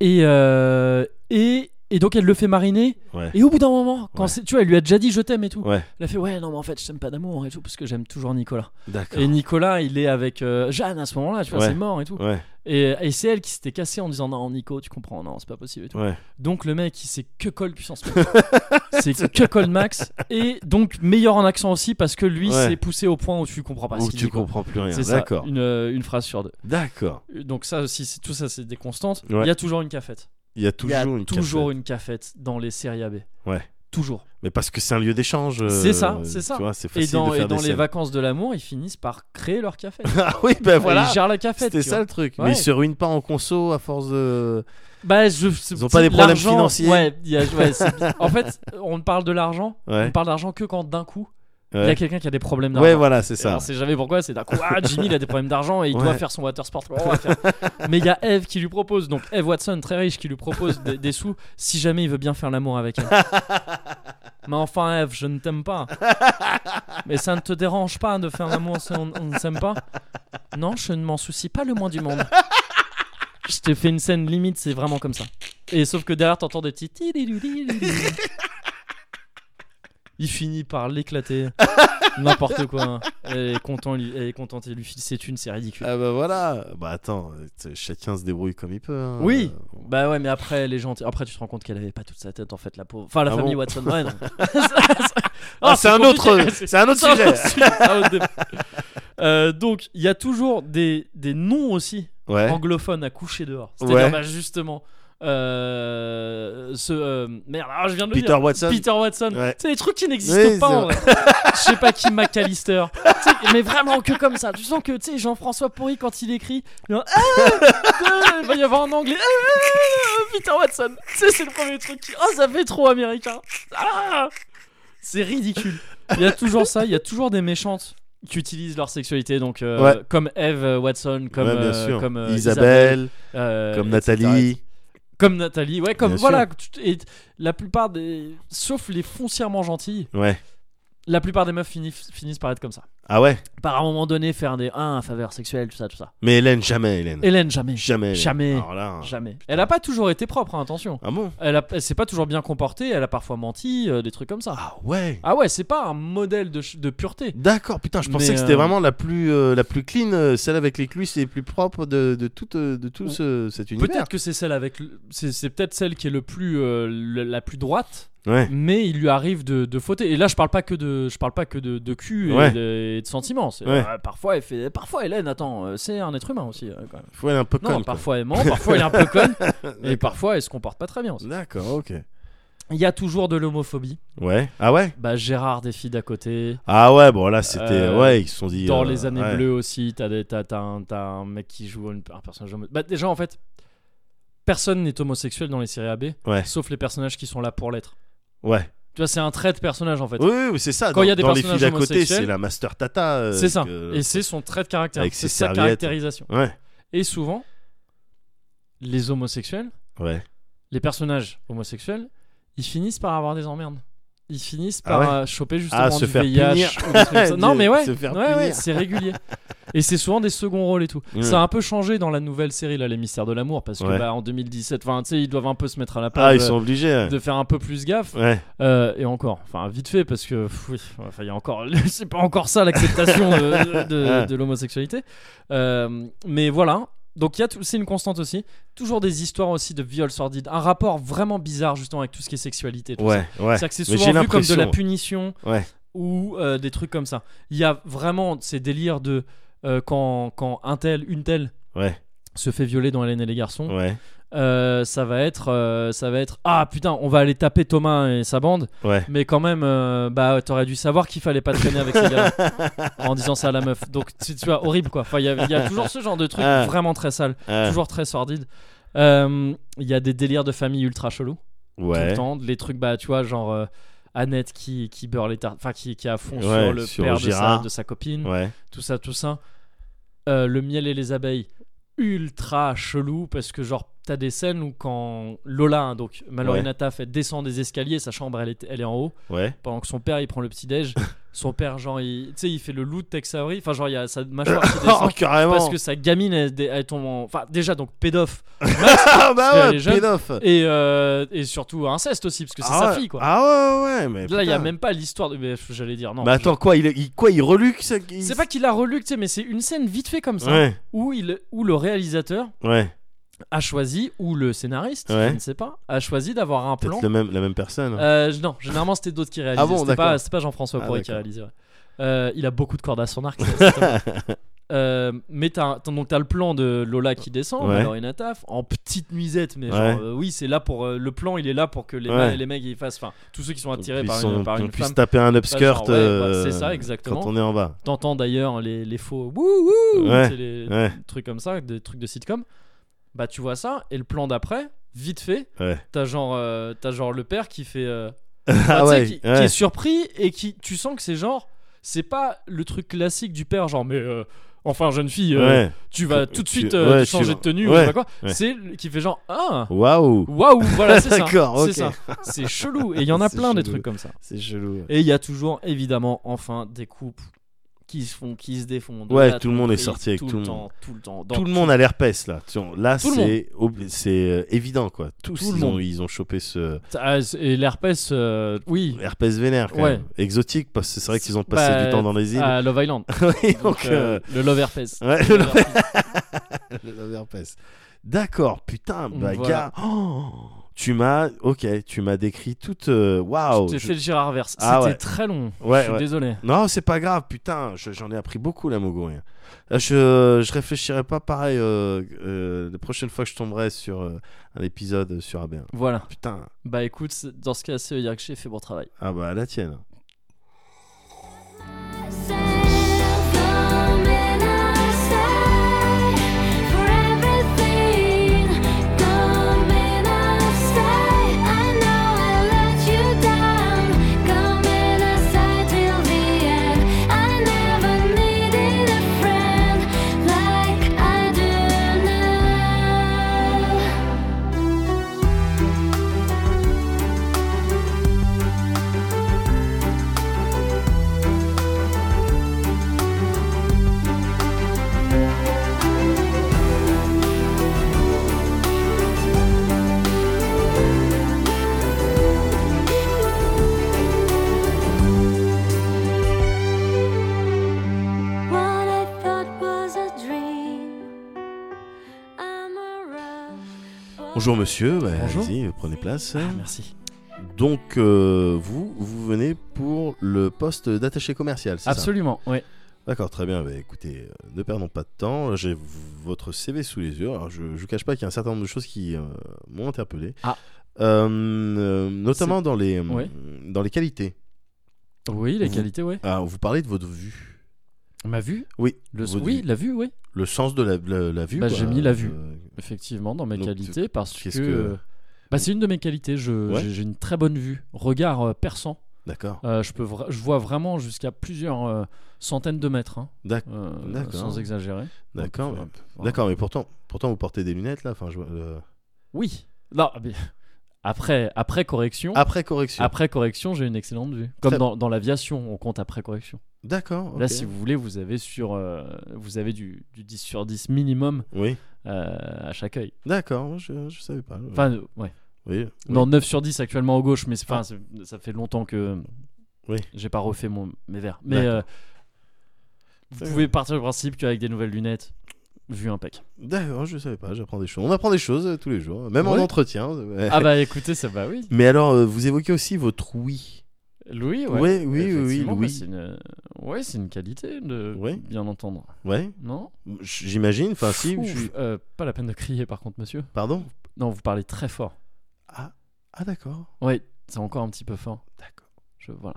A: et, euh, et, et donc elle le fait mariner.
B: Ouais.
A: Et au bout d'un moment, quand
B: Ouais.
A: c'est- tu vois, elle lui a déjà dit je t'aime et tout.
B: Ouais,
A: Elle a fait ouais, non, mais en fait, je t'aime pas d'amour et tout, parce que j'aime toujours Nicolas.
B: d'accord.
A: Et Nicolas, il est avec euh, Jeanne à ce moment-là, tu vois,
B: Oh. Ouais.
A: c'est mort et tout.
B: Ouais,
A: Et, et c'est elle qui s'était cassée en disant non, Nico, tu comprends, non, c'est pas possible et tout.
B: ouais.
A: Donc le mec, il sait que col puissance max. c'est que col max. Et donc meilleur en accent aussi, parce que lui,
B: Ouais.
A: c'est poussé au point où tu comprends pas ce
B: Ou
A: qu'il
B: tu
A: dit, quoi.
B: comprends plus rien.
A: C'est ça,
B: D'accord.
A: une, euh, une phrase sur deux.
B: D'accord.
A: Donc ça aussi, c'est- tout ça, c'est des constantes.
B: Ouais.
A: Il y a toujours une cafette.
B: Il
A: Il
B: y a
A: y a
B: toujours une
A: toujours une cafette dans les séries AB.
B: Ouais.
A: Toujours.
B: Mais parce que c'est un lieu d'échange. euh,
A: C'est ça, c'est ça.
B: Tu vois, c'est
A: Et
B: facile
A: dans,
B: de
A: et
B: faire
A: dans
B: des
A: les
B: scènes.
A: vacances de l'amour, ils finissent par créer leur cafette.
B: ah oui, ben voilà.
A: Ils gèrent la cafette.
B: C'était
A: tu
B: ça
A: vois.
B: le truc.
A: Ouais.
B: Mais ils se ruinent pas en conso à force de.
A: Bah, je- c'est-
B: Ils ont pas des problèmes
A: l'argent-
B: financiers.
A: Ouais, il y a- ouais, c'est- en fait, on ne parle de l'argent.
B: Ouais.
A: On parle d'argent que quand d'un coup, il y a
B: Ouais,
A: quelqu'un qui a des problèmes d'argent.
B: Ouais, voilà, c'est
A: Et On
B: ça.
A: sait jamais pourquoi, c'est d'un coup, ah, Jimmy il a des problèmes d'argent et il
B: Ouais.
A: doit faire son water sport. Comment on va faire Mais il y a Eve qui lui propose, donc Eve Watson, très riche, qui lui propose des, des sous si jamais il veut bien faire l'amour avec elle. Mais enfin, Eve, je ne t'aime pas. Mais ça ne te dérange pas de faire l'amour si on, on ne s'aime pas Non, je ne m'en soucie pas le moins du monde. Je t'ai fait une scène limite, c'est vraiment comme ça. Et sauf que derrière, t'entends des petits. tididididididi. Il finit par l'éclater. N'importe quoi. hein. Elle est contente, elle est contente, il lui file ses thunes, c'est ridicule.
B: Ah bah voilà. Bah attends, euh, t- chacun se débrouille comme il peut. hein.
A: Oui.
B: Euh,
A: Bah ouais, mais après, les gens. Après, tu te rends compte qu'elle avait pas toute sa tête, en fait, la pauvre. Enfin, la
B: Ah
A: famille
B: bon
A: Watson. Ouais, non.
B: Ah,
A: Ah,
B: c'est un autre.
A: compliqué.
B: Euh, C'est un autre
A: C'est un
B: sujet.
A: autre sujet, c'est un autre débat. Euh, donc, il y a toujours des, des noms aussi
B: Ouais.
A: anglophones à coucher dehors. C'est-à-dire,
B: Ouais.
A: bah, justement, euh, ce. euh, merde, ah, je viens de le
B: Peter
A: dire.
B: Watson.
A: Peter Watson.
B: Ouais.
A: C'est des trucs qui n'existent
B: Euh, Oui,
A: pas
B: c'est
A: en vrai. Je sais pas qui McAllister. Tu sais, mais vraiment que comme ça. Tu sens que tu sais Jean-François Pourri quand il écrit, il y a un Ah, il va y avoir un anglais. Ah, Peter Watson. Tu sais c'est le premier truc qui Oh, ça fait trop américain. Ah c'est ridicule. Il y a toujours ça, il y a toujours des méchantes qui utilisent leur sexualité donc euh,
B: Ouais.
A: comme Eve Watson comme
B: Ouais, bien
A: euh,
B: sûr.
A: comme euh,
B: Isabelle,
A: euh,
B: comme
A: etc.,
B: Nathalie.
A: comme Nathalie ouais comme
B: Bien
A: voilà tu- et la plupart des sauf les foncièrement gentils
B: Ouais.
A: la plupart des meufs finissent, finissent par être comme ça.
B: Ah ouais
A: Par un moment donné, faire des 1 un, faveur sexuelle, tout ça, tout ça.
B: Mais Hélène, jamais Hélène.
A: Hélène, jamais.
B: Jamais. Hélène.
A: Eh, Jamais.
B: Alors là, hein.
A: Jamais. Elle a pas toujours été propre, hein, attention.
B: Ah bon
A: Elle, a- elle s'est pas toujours bien comportée, elle a parfois menti, euh, des trucs comme ça.
B: Ah ouais
A: Ah ouais, c'est pas un modèle de, ch- de pureté.
B: D'accord, putain, je pensais
A: Mais,
B: que c'était
A: euh,
B: vraiment la plus, euh, la plus clean, euh, celle avec les clus et les plus propre de, de tout, euh, de tout
A: Ou-
B: ce, cet univers.
A: Peut-être que c'est celle avec, le- c'est c'est peut-être celle qui est le plus, euh, le- la plus droite,
B: Ouais.
A: mais il lui arrive de, de fauter. Et là, je parle pas que de, je parle pas que de, de cul et,
B: Ouais.
A: de, et de sentiments. C'est-
B: Ouais.
A: euh, parfois, elle fait, parfois Hélène, attends, euh, c'est un être humain aussi. euh, quand même.
B: Faut aller un peu
A: Non,
B: comme.
A: parfois elle ment, parfois elle est un peu conne, et parfois elle se comporte pas très bien. aussi.
B: D'accord, ok.
A: Il y a toujours de l'homophobie.
B: Ouais. Ah ouais
A: Bah Gérard Défi d'à côté.
B: Ah ouais, bon là c'était.
A: Euh,
B: ouais, ils se sont dit.
A: Dans
B: euh,
A: les années
B: ouais.
A: bleues aussi, t'as des- t'as- t'as un, t'as un mec qui joue une- un personnage homo- Bah, déjà, en fait, personne n'est homosexuel dans les séries AB,
B: Ouais.
A: sauf les personnages qui sont là pour l'être.
B: Ouais.
A: Tu vois, c'est un trait de personnage, en fait.
B: Oui, oui, oui, c'est ça.
A: Quand
B: dans,
A: il y a des
B: dans les filles
A: personnages
B: d'à côté,
A: homosexuels,
B: c'est la master tata. euh,
A: c'est ça.
B: que-
A: Et c'est son trait de caractère.
B: Avec
A: C'est
B: ses
A: sa
B: serviettes.
A: caractérisation.
B: Ouais.
A: Et souvent, les homosexuels,
B: Ouais.
A: les personnages homosexuels, ils finissent par avoir des emmerdes. Ils finissent
B: Ah
A: par
B: ouais
A: euh, choper justement
B: Ah, se
A: du
B: faire
A: VIH.
B: punir.
A: ou des trucs comme ça. non mais ouais,
B: Se faire
A: ouais, ouais,
B: punir.
A: c'est régulier. Et c'est souvent des seconds rôles et tout.
B: Ouais.
A: Ça a un peu changé dans la nouvelle série là, les mystères de l'amour, parce que
B: Ouais.
A: bah, en 2017, enfin tu sais, ils doivent un peu se mettre à la
B: Ah,
A: page euh,
B: ils sont obligés. ouais.
A: de faire un peu plus gaffe.
B: Ouais.
A: Euh, et encore, enfin vite fait parce que pff, oui, enfin il y a encore, c'est pas encore ça l'acceptation de, de- de l'homosexualité. Euh, mais voilà, donc il y a tout- c'est une constante aussi. Toujours des histoires aussi de viol sordide, un rapport vraiment bizarre justement avec tout ce qui est sexualité. et tout ça.
B: Ouais. Ouais.
A: C'est-à-dire que c'est
B: Mais
A: souvent
B: j'ai
A: vu comme de
B: l'impression-
A: la punition
B: Ouais.
A: ou euh, des trucs comme ça. Il y a vraiment ces délires de euh, quand quand un tel, une telle
B: Ouais.
A: se fait violer dans Hélène et les garçons.
B: Ouais.
A: Euh, ça va être euh, ça va être ah putain on va aller taper Thomas et sa bande
B: Ouais.
A: mais quand même euh, bah t'aurais dû savoir qu'il fallait pas traîner avec ces gars en disant ça à la meuf donc tu, tu vois horrible quoi enfin il y, a- il y a toujours ce genre de truc
B: Ah.
A: vraiment très sale
B: Ah,
A: toujours très sordide Euh, il y a des délires de famille ultra chelou tout
B: Ouais.
A: le temps les trucs bah tu vois genre euh, Annette qui qui beurre les tartes enfin qui qui est à fond
B: Ouais,
A: sur le
B: sur
A: père de sa,
B: Gérard.
A: de sa copine
B: Ouais.
A: tout ça, tout ça. Euh, le miel et les abeilles, ultra chelou, parce que genre, t'as des scènes où quand Lola, hein, donc Malorina Taf, elle descend des escaliers, sa chambre elle est, elle est en haut,
B: Ouais.
A: pendant que son père il prend le petit-déj, son père genre, il- tu sais, il fait le loup de Tex Avery, enfin genre, il y a sa mâchoire qui
B: Oh,
A: descend.
B: carrément.
A: Parce que sa gamine, elle, dé- elle tombe en. Enfin, déjà, donc pédof.
B: ah
A: parce
B: bah
A: qu'elle
B: ouais,
A: est jeune.
B: pédof.
A: Et, euh, et surtout inceste aussi, parce que c'est
B: ah,
A: sa
B: ouais.
A: fille, quoi.
B: Ah ouais, ouais, ouais, mais.
A: Là, il y a
B: putain.
A: même pas l'histoire de. mais J'allais dire, non.
B: Mais attends, quoi, il, il- quoi, il reluque ça il-
A: C'est pas qu'il a relu, tu sais, mais c'est une scène vite fait comme ça.
B: Ouais,
A: où, il, où le réalisateur
B: ouais.
A: a choisi, ou le scénariste,
B: Ouais.
A: je ne sais pas, a choisi d'avoir un plan.
B: Peut-être le même, la même personne. hein.
A: Euh, non, généralement c'était d'autres qui réalisaient.
B: Ah bon,
A: c'était
B: d'accord.
A: pas, c'était pas Jean-François
B: Ah,
A: Pourret qui
B: d'accord.
A: réalisait. ouais. Euh, il a beaucoup de cordes à son arc. c'est vrai. Euh, mais t'as, t'as- donc t'as le plan de Lola qui descend,
B: Ouais.
A: Malorina Taf, en petite nuisette. Mais
B: Ouais.
A: genre, euh, oui, c'est là pour euh, le plan, il est là pour que les,
B: Ouais.
A: ma- les mecs ils fassent, enfin, tous ceux qui sont
B: Qu'on
A: attirés
B: puisse-
A: par une,
B: on-
A: par
B: qu'on
A: une
B: puisse
A: femme.
B: taper un upskirt
A: ouais,
B: euh,
A: bah, c'est ça, exactement.
B: quand on est en bas.
A: T'entends d'ailleurs les, les faux wouh wouh,
B: Ouais,
A: tu sais, les,
B: Ouais,
A: trucs comme ça, des trucs de sitcom. Bah tu vois ça et le plan d'après, vite fait,
B: ouais.
A: t'as genre euh, t'as genre le père qui fait euh,
B: Ah
A: tu sais,
B: ouais,
A: qui, qui
B: ouais.
A: est surpris et qui tu sens que c'est genre c'est pas le truc classique du père genre mais euh, enfin jeune fille euh,
B: ouais.
A: tu vas
B: Tu-
A: tout de suite
B: tu-
A: euh,
B: ouais,
A: changer
B: tu-
A: de tenue ou
B: ouais,
A: je sais pas quoi.
B: ouais.
A: C'est le- qui fait genre ah
B: Waouh.
A: waouh voilà c'est ça.
B: D'accord,
A: C'est
B: ok.
A: ça. C'est chelou et il y en a
B: C'est
A: plein des
B: chelou.
A: trucs comme ça.
B: C'est chelou.
A: Et il y a toujours évidemment enfin des couples qui se font qui se défont. de
B: Ouais,
A: la
B: tout le monde est
A: tromperie,
B: sorti avec tout le
A: temps,
B: monde.
A: tout le temps dans
B: Tout le monde a l'herpès là. Tu- Là,
A: Tout le monde.
B: c'est ob- c'est euh, évident quoi. Tous
A: Tout le
B: ils ont,
A: monde.
B: ils ont chopé ce
A: Ah, c- et l'herpès, euh, oui.
B: herpès vénère. Quand
A: Ouais.
B: même. Exotique parce que c'est vrai qu'ils ont passé
A: Bah,
B: du temps dans les îles.
A: À Love Island.
B: Oui,
A: Donc,
B: donc
A: euh, le Love herpès. Euh,
B: ouais,
A: Le
B: le-
A: Love herpès.
B: le herpès. D'accord, putain, bah
A: Voilà.
B: gars, oh, tu m'as, ok, tu m'as décrit toute, euh, waouh.
A: J'ai
B: je-
A: fait le Gérard Verse.
B: Ah
A: C'était
B: ouais.
A: très long.
B: Ouais,
A: je suis
B: ouais.
A: désolé.
B: Non, c'est pas grave, putain, je- j'en ai appris beaucoup là, Mogo. hein. Là, je, je réfléchirai pas pareil euh, euh, la prochaine fois que je tomberai sur euh, un épisode sur AB1.
A: Voilà.
B: Putain,
A: Bah écoute, c'est- dans ce cas, c'est dire que j'ai fait bon travail.
B: ah bah la tienne.
C: I
B: Bonjour monsieur, Bah,
A: Bonjour.
B: allez-y, prenez place.
A: Ah, merci.
B: Donc euh, vous, vous venez pour le poste d'attaché commercial, c'est ça
A: Absolument, ouais.
B: D'accord, très bien. Bah, écoutez, euh, ne perdons pas de temps. J'ai v- votre CV sous les yeux. Alors, je ne vous cache pas qu'il y a un certain nombre de choses qui euh, m'ont interpellé.
A: Ah.
B: Euh, euh, notamment dans les,
A: Ouais.
B: dans les qualités.
A: Oui, les
B: Vous-
A: qualités, ouais.
B: Ah, vous parlez de votre vue.
A: Ma vue
B: Oui,
A: le...
B: votre
A: Oui,
B: vue.
A: la vue, oui.
B: le sens de la, la- la vue.
A: Bah,
B: quoi.
A: j'ai mis la vue.
B: Euh,
A: Effectivement, dans mes
B: Donc,
A: qualités, parce que.
B: qu'est-ce que-
A: euh, Bah, c'est une de mes qualités. Je,
B: Ouais.
A: j'ai, j'ai une très bonne vue. Regard euh, perçant.
B: D'accord.
A: Euh, je, peux vra- je vois vraiment jusqu'à plusieurs euh, centaines de mètres, hein,
B: D'ac-
A: euh,
B: D'accord.
A: sans exagérer.
B: D'accord.
A: Donc, euh,
B: mais-
A: enfin,
B: D'accord, mais pourtant, pourtant vous portez des lunettes là. Enfin, je vois, euh,
A: Oui. Non, mais après, après correction.
B: Après correction.
A: Après correction, j'ai une excellente vue. Comme
B: Ah, Très-
A: dans, dans l'aviation, on compte après correction.
B: D'accord.
A: Là,
B: ok.
A: si vous voulez, vous avez, sur, euh, vous avez du, du 10 sur 10 minimum
B: Oui.
A: euh, à chaque œil.
B: D'accord. Je, je savais pas.
A: Enfin, euh, ouais.
B: oui. oui.
A: Non, 9 sur 10 actuellement au gauche, mais c'est- enfin, c'est- ça fait longtemps que
B: Ah. Oui.
A: j'ai pas refait mon, mes verres. Mais
B: D'accord.
A: euh, vous pouvez partir du principe qu'avec des nouvelles lunettes, vue impec.
B: D'accord, je savais pas, j'apprends des choses. On apprend des choses euh, tous les jours, même en
A: Ouais.
B: entretien. euh, Ouais.
A: ah bah écoutez, ça va, oui.
B: Mais alors, euh, vous évoquez aussi votre oui.
A: Louis, ouais.
B: Ouais, oui, oui, oui,
A: Effectivement, bah,
B: oui.
A: c'est une... Ouais, c'est une qualité de
B: Ouais.
A: bien entendre,
B: Ouais,
A: non
B: j'imagine. Enfin, si.
A: Ouf,
B: je-
A: euh, pas la peine de crier par contre, monsieur.
B: Pardon
A: Non, vous parlez très fort.
B: Ah, ah d'accord.
A: Ouais, c'est encore un petit peu fort.
B: D'accord.
A: Je voilà,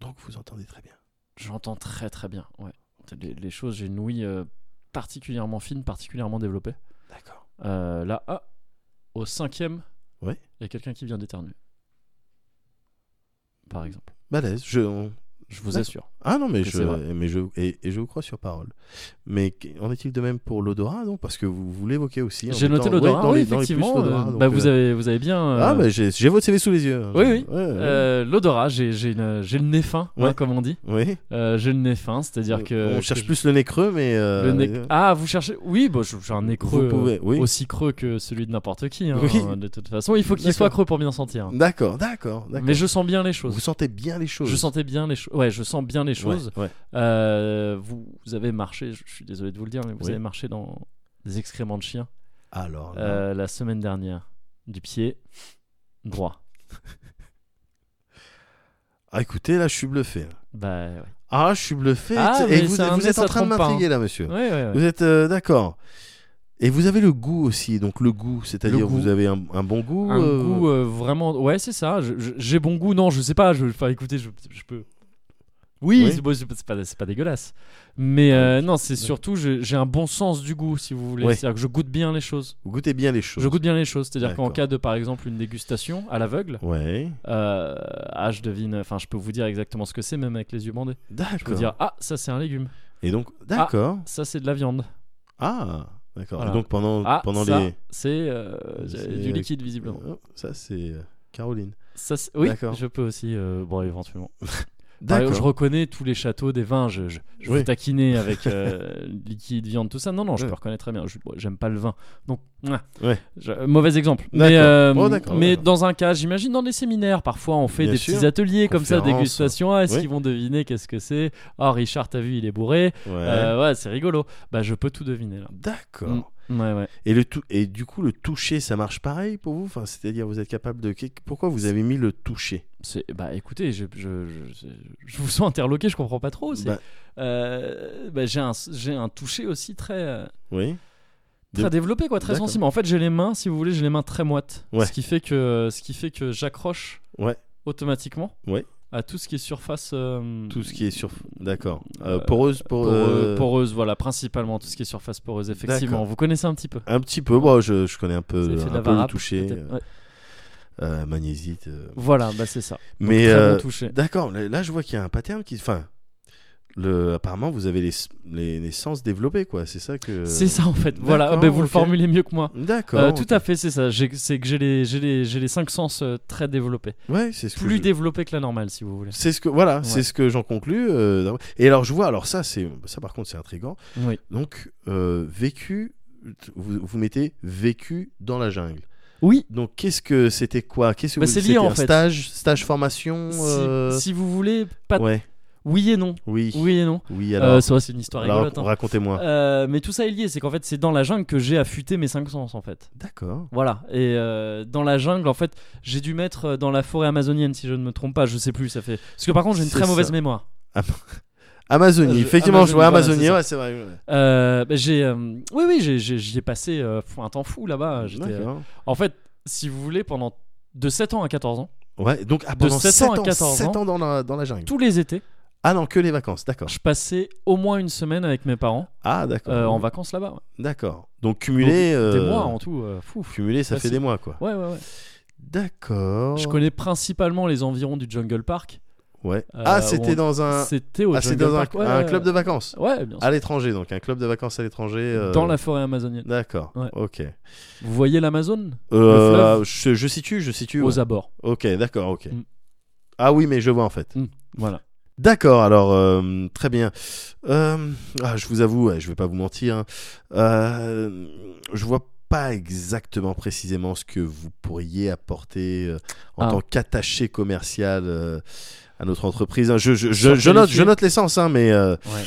B: Donc, vous entendez très bien.
A: j'entends très très bien. Ouais, les, les choses, j'ai une ouïe euh, particulièrement fine, particulièrement développée.
B: D'accord.
A: Euh, là, ah, au cinquième,
B: Ouais.
A: il y a quelqu'un qui vient d'éternuer. Par exemple,
B: Balèze, je. on-
A: je vous
B: D'accord.
A: assure.
B: Ah non, mais
A: Que
B: je,
A: c'est vrai.
B: mais je et, et je vous crois sur parole. Mais qu- en est-il de même pour l'odorat, donc Parce que vous, vous l'évoquez aussi. hein, en
A: J'ai
B: même
A: noté
B: temps. Ouais,
A: l'odorat.
B: dans
A: oui,
B: les- dans les plus,
A: effectivement.
B: l'odorat,
A: euh,
B: donc,
A: bah, vous
B: euh,
A: avez, vous avez bien. euh,
B: Ah, mais j'ai j'ai votre CV sous les yeux.
A: Oui, oui.
B: Ouais, ouais.
A: euh, l'odorat, j'ai, j'ai, une- j'ai le nez fin, hein,
B: Ouais.
A: comme on dit.
B: Oui.
A: Euh, j'ai le nez fin, c'est-à-dire
B: On-
A: que
B: on
A: que
B: cherche
A: je-
B: plus le nez creux, mais
A: Le
B: euh,
A: nez- Ah, vous cherchez Oui, bah, je- j'ai un nez
B: Vous
A: creux. euh,
B: pouvez- oui.
A: Aussi creux que celui de n'importe qui. hein,
B: Oui.
A: De toute façon, il faut qu'il
B: D'accord.
A: soit creux pour bien sentir.
B: D'accord, d'accord, d'accord.
A: Mais je sens bien les
B: Vous
A: choses.
B: sentez bien les choses.
A: Je sentais bien les choses. Ouais, je sens bien les
B: Ouais,
A: choses.
B: ouais.
A: Euh, vous, vous avez marché, je je suis désolé de vous le dire, mais vous
B: Oui. Ah
A: avez marché dans des excréments de chiens
B: Alors, là,
A: euh, la semaine dernière. Du pied droit.
B: ah, écoutez, là, je suis bluffé. là.
A: Bah ouais.
B: Ah, je suis bluffé.
A: Ah,
B: et
A: mais
B: vous,
A: c'est un
B: vous
A: nez,
B: êtes en
A: ça
B: train de
A: trompe pas, hein.
B: m'intriguer là, monsieur.
A: Ouais, ouais, ouais.
B: Vous êtes euh, d'accord. Et vous avez le goût aussi, donc le goût,
A: Le
B: c'est-à-dire
A: goût.
B: vous avez un, un bon goût.
A: Un
B: euh,
A: goût euh, vraiment. Ouais, c'est ça. Je- je- J'ai bon goût. Non, je sais pas. Je... Enfin, écoutez, je, je peux. Oui,
B: Oui.
A: c'est bon, c'est pas, c'est pas- c'est pas dégueulasse. Mais euh, non, c'est surtout, je- j'ai un bon sens du goût, si vous voulez.
B: Ouais.
A: C'est-à-dire que je goûte bien les choses.
B: Vous goûtez bien les choses.
A: Je goûte bien les choses. C'est-à-dire qu'en
B: D'accord.
A: cas de, par exemple, une dégustation à l'aveugle,
B: Ouais.
A: euh, ah, je devine. Enfin, je peux vous dire exactement ce que c'est, même avec les yeux bandés. Je peux
B: D'accord.
A: dire, ah, ça c'est un légume.
B: Et donc, d'accord.
A: Ça c'est de la viande.
B: Ah, d'accord.
A: Voilà.
B: Et donc pendant
A: Ah,
B: pendant
A: ça,
B: les.
A: c'est euh,
B: C'est-
A: du liquide visiblement.
B: Oh, Ça c'est euh, Caroline.
A: Ça, c'est- oui,
B: D'accord.
A: je peux aussi, euh, bon, éventuellement. Par exemple,
B: D'accord.
A: Bah, je reconnais tous les châteaux des vins. Je, je, je
B: Oui.
A: vous taquinais avec euh, liquide, viande, tout ça. Non, non, je
B: Ouais.
A: peux reconnaître très bien. Je- bon, J'aime pas le vin. Donc, mouah.
B: Ouais.
A: Je- euh, mauvais exemple.
B: D'accord.
A: Mais, euh,
B: Oh, d'accord,
A: mais
B: d'accord.
A: dans un cas, j'imagine dans des séminaires, parfois, on fait
B: Bien
A: des
B: sûr.
A: petits ateliers comme ça,
B: Conférences.
A: dégustation. Ah, Est-ce
B: Oui.
A: qu'ils vont deviner qu'est-ce que c'est Ah, Richard, t'as vu, il est bourré.
B: Ouais.
A: Euh, ouais, c'est rigolo. Bah, je peux tout deviner là.
B: D'accord.
A: Mm. Ouais, ouais.
B: Et le tou- et du coup le toucher ça marche pareil pour vous. Enfin, c'est-à-dire vous êtes capable de. Pourquoi vous avez mis le toucher
A: C'est- Bah écoutez, je, je, je, je vous sens interloqué, je comprends pas trop. Oh, c'est-
B: Bah,
A: Euh, bah, j'ai un, j'ai un toucher aussi très. euh,
B: Oui.
A: Très
B: De-
A: développé quoi, très
B: D'accord.
A: sensible. En fait, j'ai les mains, si vous voulez, j'ai les mains très moites,
B: Ouais.
A: ce qui fait que ce qui fait que j'accroche
B: Ouais.
A: automatiquement
B: Ouais.
A: à tout ce qui est surface euh,
B: Tout ce qui est sur. D'accord. Euh,
A: Euh,
B: poreuse pour.
A: poreux-
B: euh,
A: poreuse, voilà, principalement tout ce qui est surface poreuse. Effectivement,
B: D'accord.
A: vous connaissez un petit peu.
B: Un petit peu. Bon, je, je connais un
A: Vous avez
B: peu.
A: fait de la
B: Un peu le
A: varap,
B: toucher.
A: peut-être.
B: euh,
A: Ouais.
B: euh, magnésite. euh.
A: Voilà, bah c'est ça. Donc,
B: Mais
A: très bon
B: euh,
A: toucher.
B: d'accord. Là, là, je vois qu'il y a un pattern qui. Enfin. Le, apparemment, vous avez les, les, les sens développés, quoi. C'est ça que.
A: C'est ça en fait. Voilà,
B: d'accord,
A: bah, vous le
B: ok.
A: formulez mieux que moi.
B: D'accord.
A: Euh, tout à fait, c'est ça. J'ai- C'est que j'ai les, j'ai les, j'ai les cinq sens euh, très développés.
B: Ouais, c'est ce que.
A: Plus
B: je-
A: développés que la normale, si vous voulez.
B: C'est ce que voilà,
A: Ouais.
B: c'est ce que j'en conclus. euh, et alors je vois, alors ça c'est ça par contre c'est intrigant.
A: Oui.
B: Donc euh, vécu, vous, vous mettez vécu dans la jungle.
A: Oui,
B: Donc qu'est-ce que c'était quoi Qu'est-ce que
A: Bah,
B: vous-
A: c'est lié,
B: c'était
A: en
B: un
A: fait.
B: stage, stage formation.
A: si-
B: euh,
A: si, vous voulez, pas
B: ouais.
A: Oui et non.
B: Oui.
A: Oui et non.
B: Oui,
A: Euh,
B: alors.
A: ça va, c'est une histoire
B: alors,
A: rigolote. hein.
B: racontez-moi.
A: Euh, mais tout ça est lié, c'est qu'en fait c'est dans la jungle que j'ai affûté mes cinq sens en fait.
B: D'accord.
A: Voilà, et euh, dans la jungle en fait j'ai dû mettre euh, dans la forêt amazonienne si je ne me trompe pas, je sais plus, ça fait... Parce que par contre j'ai une
B: C'est
A: très
B: ça.
A: mauvaise mémoire.
B: Amazonie,
A: Euh, je-
B: effectivement, je vois
A: Amazonie,
B: Amazonie,
A: voilà,
B: ouais, c'est vrai. ouais.
A: Euh, bah, j'ai, euh, oui, oui, j'ai- j'ai- j'y ai passé euh, un temps fou là-bas. J'étais, euh,
B: D'accord.
A: en fait, si vous voulez, pendant de 7 ans à 14 ans,
B: Ouais, donc ah,
A: euh, de
B: pendant
A: 7
B: 7
A: ans à
B: ans,
A: 14
B: 7
A: ans.
B: ans dans la, dans la jungle.
A: tous les étés,
B: Ah non, que les vacances, d'accord.
A: je passais au moins une semaine avec mes parents
B: Ah, d'accord.
A: euh, en vacances là-bas. ouais.
B: D'accord. Donc cumulé.
A: Des
B: euh,
A: mois en tout, euh, fou.
B: Cumulé, ça
A: Ouais,
B: fait
A: c'est-
B: des mois, quoi.
A: Ouais, ouais, ouais.
B: D'accord.
A: Je connais principalement les environs du Jungle Park.
B: Ouais.
A: Euh,
B: ah,
A: où
B: c'était
A: on-
B: dans un.
A: C'était au
B: Ah, c'est
A: Jungle
B: dans un,
A: Park. ouais,
B: un
A: ouais,
B: club de vacances.
A: Ouais, bien sûr.
B: À l'étranger, donc un club de vacances à l'étranger. euh,
A: Dans la forêt amazonienne.
B: D'accord.
A: Ouais.
B: Ok.
A: Vous voyez l'Amazone
B: Euh,
A: fleuve.
B: je, je situe, je situe. ouais.
A: Aux abords.
B: Ok, d'accord, ok.
A: Mm.
B: Ah oui, mais je vois en fait.
A: Voilà.
B: D'accord, alors euh, très bien. Euh, ah, je vous avoue, ouais, je vais pas vous mentir, hein, euh, je vois pas exactement précisément ce que vous pourriez apporter euh, en
A: Ah.
B: tant qu'attaché commercial euh, à notre entreprise. hein. Je, je, je- je
A: Surqualifié.
B: note, je note l'essence, hein, mais euh,
A: Ouais.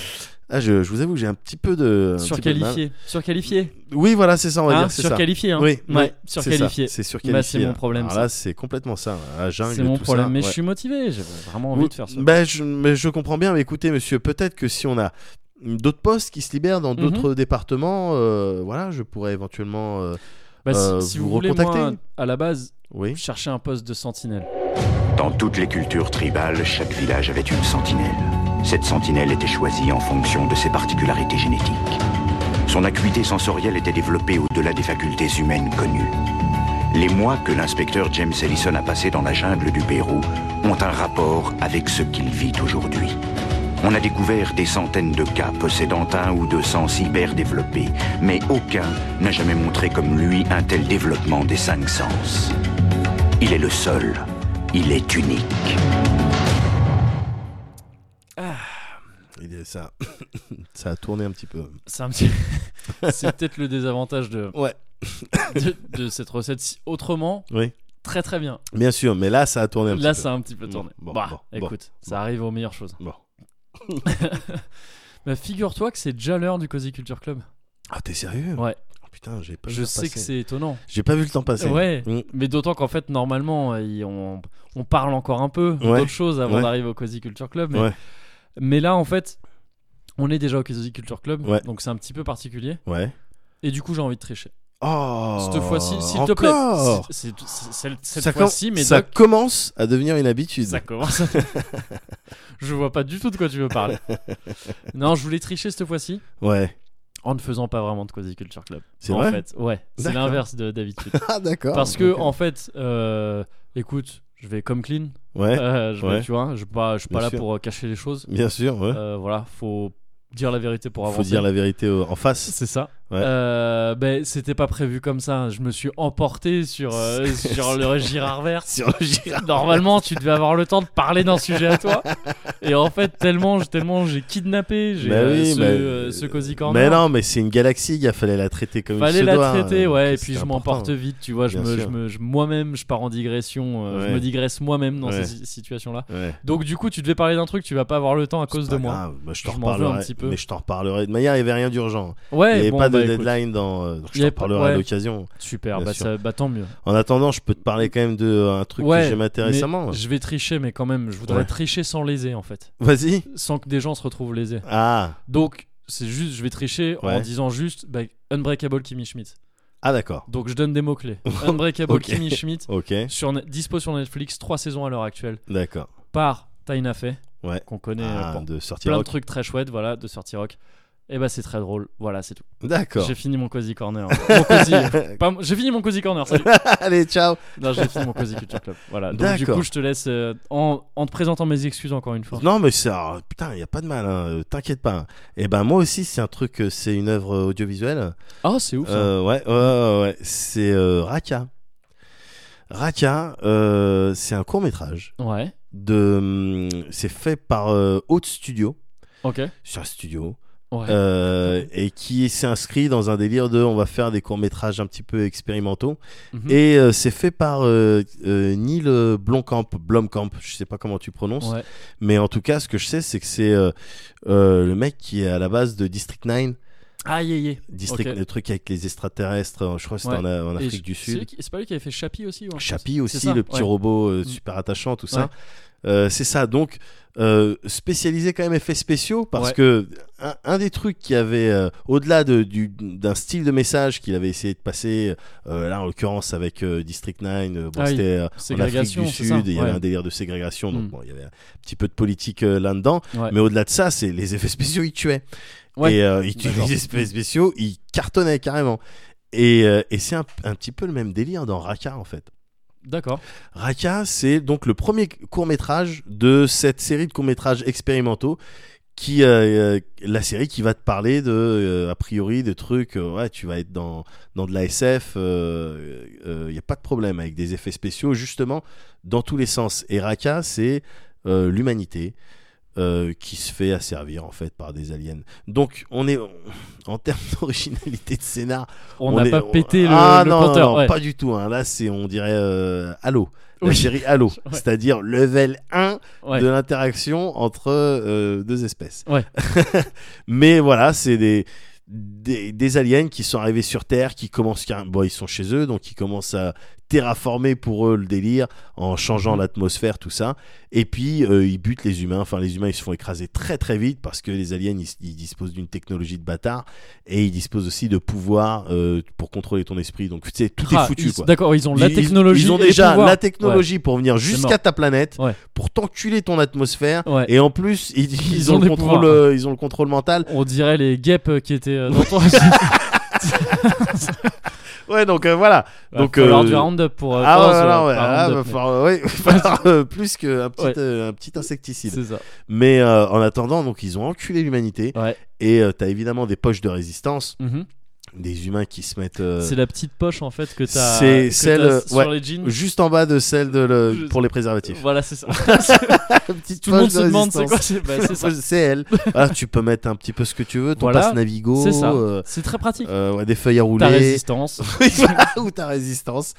B: ah, je, je vous avoue, j'ai un petit peu de un petit peu de Euh, mal.
A: Surqualifié. Surqualifié.
B: Oui, voilà, c'est ça, on va
A: Hein,
B: dire, c'est ça.
A: surqualifié, hein.
B: Oui,
A: Ouais,
B: ouais, c'est ça,
A: surqualifié.
B: C'est
A: Bah,
B: surqualifié.
A: c'est mon
B: hein.
A: problème,
B: Alors
A: ça.
B: là, c'est complètement ça. hein, La jungle,
A: C'est mon
B: tout
A: problème,
B: ça,
A: mais
B: ouais.
A: je suis motivé. J'avais vraiment envie de faire ça.
B: Ben, je, mais je comprends bien, mais écoutez, monsieur, peut-être que si on a d'autres postes qui se libèrent dans d'autres
A: Mhm.
B: départements, euh, voilà, je pourrais éventuellement. euh,
A: Bah, si-
B: Euh,
A: si,
B: vous
A: vous, voulez, moi,
B: recontactez
A: à la base,
B: oui.
A: chercher un poste de sentinelle.
G: Dans toutes les cultures tribales, chaque village avait une sentinelle. Cette sentinelle était choisie en fonction de ses particularités génétiques. Son acuité sensorielle était développée au-delà des facultés humaines connues. Les mois que l'inspecteur James Ellison a passés dans la jungle du Pérou ont un rapport avec ce qu'il vit aujourd'hui. On a découvert des centaines de cas possédant un ou deux sens hyper développés, mais aucun n'a jamais montré comme lui un tel développement des cinq sens. Il est le seul. Il est unique.
B: Il est- ça, ça a tourné un petit peu.
A: C'est un petit- c'est peut-être le désavantage de,
B: Ouais.
A: de, de cette recette. Si autrement,
B: Oui.
A: très très bien.
B: Bien sûr, mais là, ça a tourné un
A: Là,
B: petit peu.
A: ça a un petit peu tourné.
B: Bon,
A: Bah,
B: bon, bon,
A: écoute, ça arrive aux meilleures choses.
B: Bon.
A: Bah, figure-toi que c'est déjà l'heure du Cozy Culture Club.
B: Ah, t'es sérieux
A: Ouais.
B: Oh, Putain, j'ai pas. vu
A: Je
B: le temps
A: sais que
B: passer.
A: c'est étonnant.
B: J'ai pas vu le temps passer.
A: Ouais.
B: Mm.
A: Mais d'autant qu'en fait, normalement, euh, il- on, on parle encore un peu
B: Ouais.
A: d'autres choses avant
B: Ouais.
A: d'arriver au Cozy Culture Club. Mais,
B: Ouais.
A: mais là, en fait, on est déjà au Cozy Culture Club.
B: Ouais.
A: Donc c'est un petit peu particulier.
B: Ouais.
A: Et du coup, j'ai envie de tricher.
B: Oh.
A: Cette fois-ci, s'il te plaît.
B: encore
A: C'est- c'est- c'est- c'est- Cette
B: Ça com-
A: fois-ci, mais
B: ça
A: ça,
B: commence à devenir une habitude.
A: ça commence. je vois pas du tout de quoi tu veux parler. non, je voulais tricher cette fois-ci
B: Ouais.
A: en ne faisant pas vraiment de Cozy Culture Club.
B: C'est
A: en
B: vrai.
A: fait, ouais, c'est
B: D'accord.
A: l'inverse de d'habitude.
B: Ah d'accord.
A: Parce que
B: Ok.
A: en fait, euh, écoute, je vais comme clean.
B: Ouais.
A: Euh, je vais-
B: ouais.
A: tu vois, je suis pas, je suis pas
B: Bien
A: là
B: sûr.
A: pour euh, cacher les choses.
B: Bien sûr. Ouais.
A: Euh, voilà, faut dire la vérité pour avancer.
B: Faut dire la vérité euh, en face.
A: C'est ça.
B: Ouais.
A: Euh, ben, c'était pas prévu comme ça. Je me suis emporté sur, euh, sur le Girard vert.
B: Sur le girard.
A: Normalement, tu devais avoir le temps de parler d'un sujet à toi. Et en fait, tellement, tellement j'ai kidnappé j'ai,
B: Bah
A: euh,
B: oui,
A: ce,
B: mais-
A: euh, ce Cozy Corner.
B: Mais non, mais c'est une galaxie, il a fallait la traiter comme il
A: Fallait
B: se
A: la
B: doit.
A: traiter,
B: euh,
A: ouais, et
B: donc
A: puis
B: c'est
A: je
B: important.
A: m'emporte vite, tu vois. Je
B: Bien
A: me,
B: sûr.
A: je me- je- moi-même, je pars en digression, euh, je
B: Ouais.
A: me digresse moi-même dans
B: Ouais.
A: ces si- situations-là.
B: Ouais.
A: Donc, du coup, tu devais parler d'un truc, tu vas pas avoir le temps à cause
B: C'est
A: de
B: pas
A: moi.
B: grave, bah, je t'en
A: Je m'en veux un
B: reparlerai.
A: petit peu.
B: Mais je t'en reparlerai. De manière, il n'y avait rien d'urgent. il
A: Ouais,
B: n'y avait
A: bon,
B: pas de
A: bah, écoute,
B: deadline dans. euh, donc
A: Il y
B: je t'en
A: avait pas-
B: reparlerai à
A: ouais.
B: l'occasion.
A: super,
B: Bien
A: bah,
B: sûr.
A: ça- bah, tant mieux.
B: En attendant, je peux te parler quand même de euh, un truc
A: Ouais,
B: que j'ai maté
A: mais
B: récemment.
A: Je vais tricher, mais quand même, je voudrais
B: Ouais.
A: tricher sans léser en fait.
B: Vas-y.
A: Sans que des gens se retrouvent lésés.
B: Ah,
A: Donc, c'est juste, je vais tricher en
B: Ouais.
A: disant juste bah, Unbreakable Kimmy Schmidt.
B: ah d'accord.
A: Donc, je donne des mots-clés. Unbreakable
B: Ok.
A: Kimmy Schmidt,
B: Ok,
A: sur, Ne- dispo sur Netflix, trois saisons à l'heure actuelle,
B: d'accord.
A: par Taina Fey,
B: Ouais.
A: qu'on connaît euh,
B: Ah,
A: pour
B: de sortir.
A: plein de
B: rock.
A: trucs très chouettes, voilà, de sortie rock. Et bah, c'est très drôle, voilà, c'est tout.
B: D'accord.
A: J'ai fini mon Cozy Corner. Mon Cozy. pas mon- J'ai fini mon Cozy Corner, salut.
B: Allez, ciao.
A: Non, j'ai fini mon Cozy Culture Club. Voilà, donc du
B: D'accord.
A: coup, je te laisse euh, en, en te présentant mes excuses encore une fois.
B: Non, mais ça, putain, il n'y a pas de mal, hein, euh, t'inquiète pas. Et ben moi aussi, c'est un truc, euh, c'est une œuvre euh, audiovisuelle.
A: Ah, c'est ouf ça.
B: Euh, ouais, ouais, ouais, ouais. C'est euh, Raka. Raka, euh, c'est un court métrage.
A: Ouais,
B: De, hum, c'est fait par euh, Haute Studio.
A: ok.
B: C'est un studio
A: Ouais.
B: euh, et qui s'inscrit dans un délire de on va faire des courts-métrages un petit peu expérimentaux.
A: Mhm.
B: Et euh, c'est fait par euh, euh, Neil Blomkamp, Blomkamp, je sais pas comment tu prononces,
A: Ouais.
B: mais en tout cas, ce que je sais, c'est que c'est euh, euh, le mec qui est à la base de District 9,
A: Aïe, aïe, aïe.
B: District,
A: Ok.
B: le truc avec les extraterrestres, euh, je crois que c'était
A: Ouais.
B: en, A- en
A: Et
B: Afrique du
A: c'est
B: Sud.
A: lui qui- C'est pas lui qui avait fait Chappie aussi ouais, je
B: Chappie
A: pense. C'est
B: aussi,
A: ça,
B: le petit
A: ouais.
B: robot euh,
A: Mm.
B: super attachant, tout ça. Euh, c'est ça, donc euh, spécialisé quand même effets spéciaux parce
A: Ouais.
B: que un, un des trucs qui avait euh, au-delà de- du- d'un style de message qu'il avait essayé de passer euh, là en l'occurrence avec euh, District 9 euh, bon,
A: Ah oui,
B: c'était euh, en Afrique
A: Ségrégation,
B: du
A: c'est ça
B: Sud et il y avait
A: ouais.
B: un délire de ségrégation donc
A: Mm.
B: bon il y avait un petit peu de politique euh, là-dedans
A: Ouais.
B: mais au-delà de ça c'est les effets spéciaux ils tuaient
A: Ouais.
B: et euh, ils tuaient
A: D'accord.
B: les effets spéciaux ils cartonnaient carrément et, euh, et c'est un, un petit peu le même délire dans Raka en fait
A: D'accord.
B: Raka, c'est donc le premier court métrage de cette série de courts métrages expérimentaux. Qui, euh, euh, la série qui va te parler de, euh, a priori, de trucs, euh, ouais, tu vas être dans, dans de la SF, il n'y euh, a pas de problème avec des effets spéciaux, justement, dans tous les sens. Et Raka, c'est euh, l'humanité euh, qui se fait asservir, en fait, par des aliens. Donc, on est, en termes d'originalité de scénar,
A: On n'a
B: est-
A: pas pété le,
B: ah,
A: le
B: non, non,
A: compteur.
B: non,
A: ouais.
B: pas du tout. hein. Là, c'est, on dirait euh, Halo. La
A: Oui.
B: série Halo. C'est-à-dire level 1
A: Ouais.
B: de l'interaction entre euh, deux espèces.
A: Ouais.
B: Mais voilà, c'est des, des, des aliens qui sont arrivés sur Terre, qui commencent. car- Bon, ils sont chez eux, donc ils commencent à terraformer pour eux le délire en changeant
A: Mhm.
B: l'atmosphère, tout ça. Et puis, euh, ils butent les humains. Enfin, les humains, ils se font écraser très très vite parce que les aliens, ils, ils disposent d'une technologie de bâtard et ils disposent aussi de pouvoirs euh, pour contrôler ton esprit. Donc, tu sais, tout
A: Ah,
B: est foutu,
A: ils-
B: quoi.
A: D'accord, ils ont la
B: Ils- ils-
A: technologie.
B: Ils, ont
A: et le
B: déjà
A: pouvoir.
B: la technologie pour venir jusqu'à
A: mort.
B: ta planète,
A: Ouais.
B: pour t'enculer ton atmosphère.
A: Ouais.
B: Et en plus, ils, ils
A: Ils
B: ont,
A: ont
B: le
A: des
B: contrôle,
A: pouvoirs,
B: euh, ils ont le contrôle mental.
A: On dirait les guêpes euh, qui étaient euh, dans ton.
B: Ouais, donc euh, voilà. Donc,
A: Donc, il va falloir
B: euh,
A: du round-up pour. euh,
B: ah
A: Thor,
B: ouais,
A: euh,
B: non,
A: enfin,
B: ouais, ah,
A: Roundup,
B: va
A: mais
B: falloir- ouais, va falloir, euh, plus qu'un petit,
A: Ouais.
B: euh, un petit insecticide.
A: C'est ça.
B: Mais euh, en attendant, donc ils ont enculé l'humanité.
A: Ouais.
B: Et euh, t'as évidemment des poches de résistance,
A: Mhm.
B: des humains qui se mettent euh,
A: C'est la petite poche en fait que t'as.
B: c'est
A: que t'as
B: celle-
A: sur
B: ouais.
A: les jeans.
B: juste en bas de celle de le-
A: Je-
B: pour les préservatifs.
A: Voilà, c'est ça.
B: Petite
A: Tout le
B: poche
A: monde
B: de
A: se demande c'est
B: résistance.
A: quoi. C'est bah, c'est ça.
B: C'est elle. Voilà, tu peux mettre un petit peu ce que tu veux, ton
A: Voilà,
B: passe Navigo,
A: C'est ça.
B: euh,
A: C'est très pratique.
B: euh, ouais, des feuilles à
A: Ta
B: rouler,
A: résistance.
B: Oui, voilà, ou ta résistance.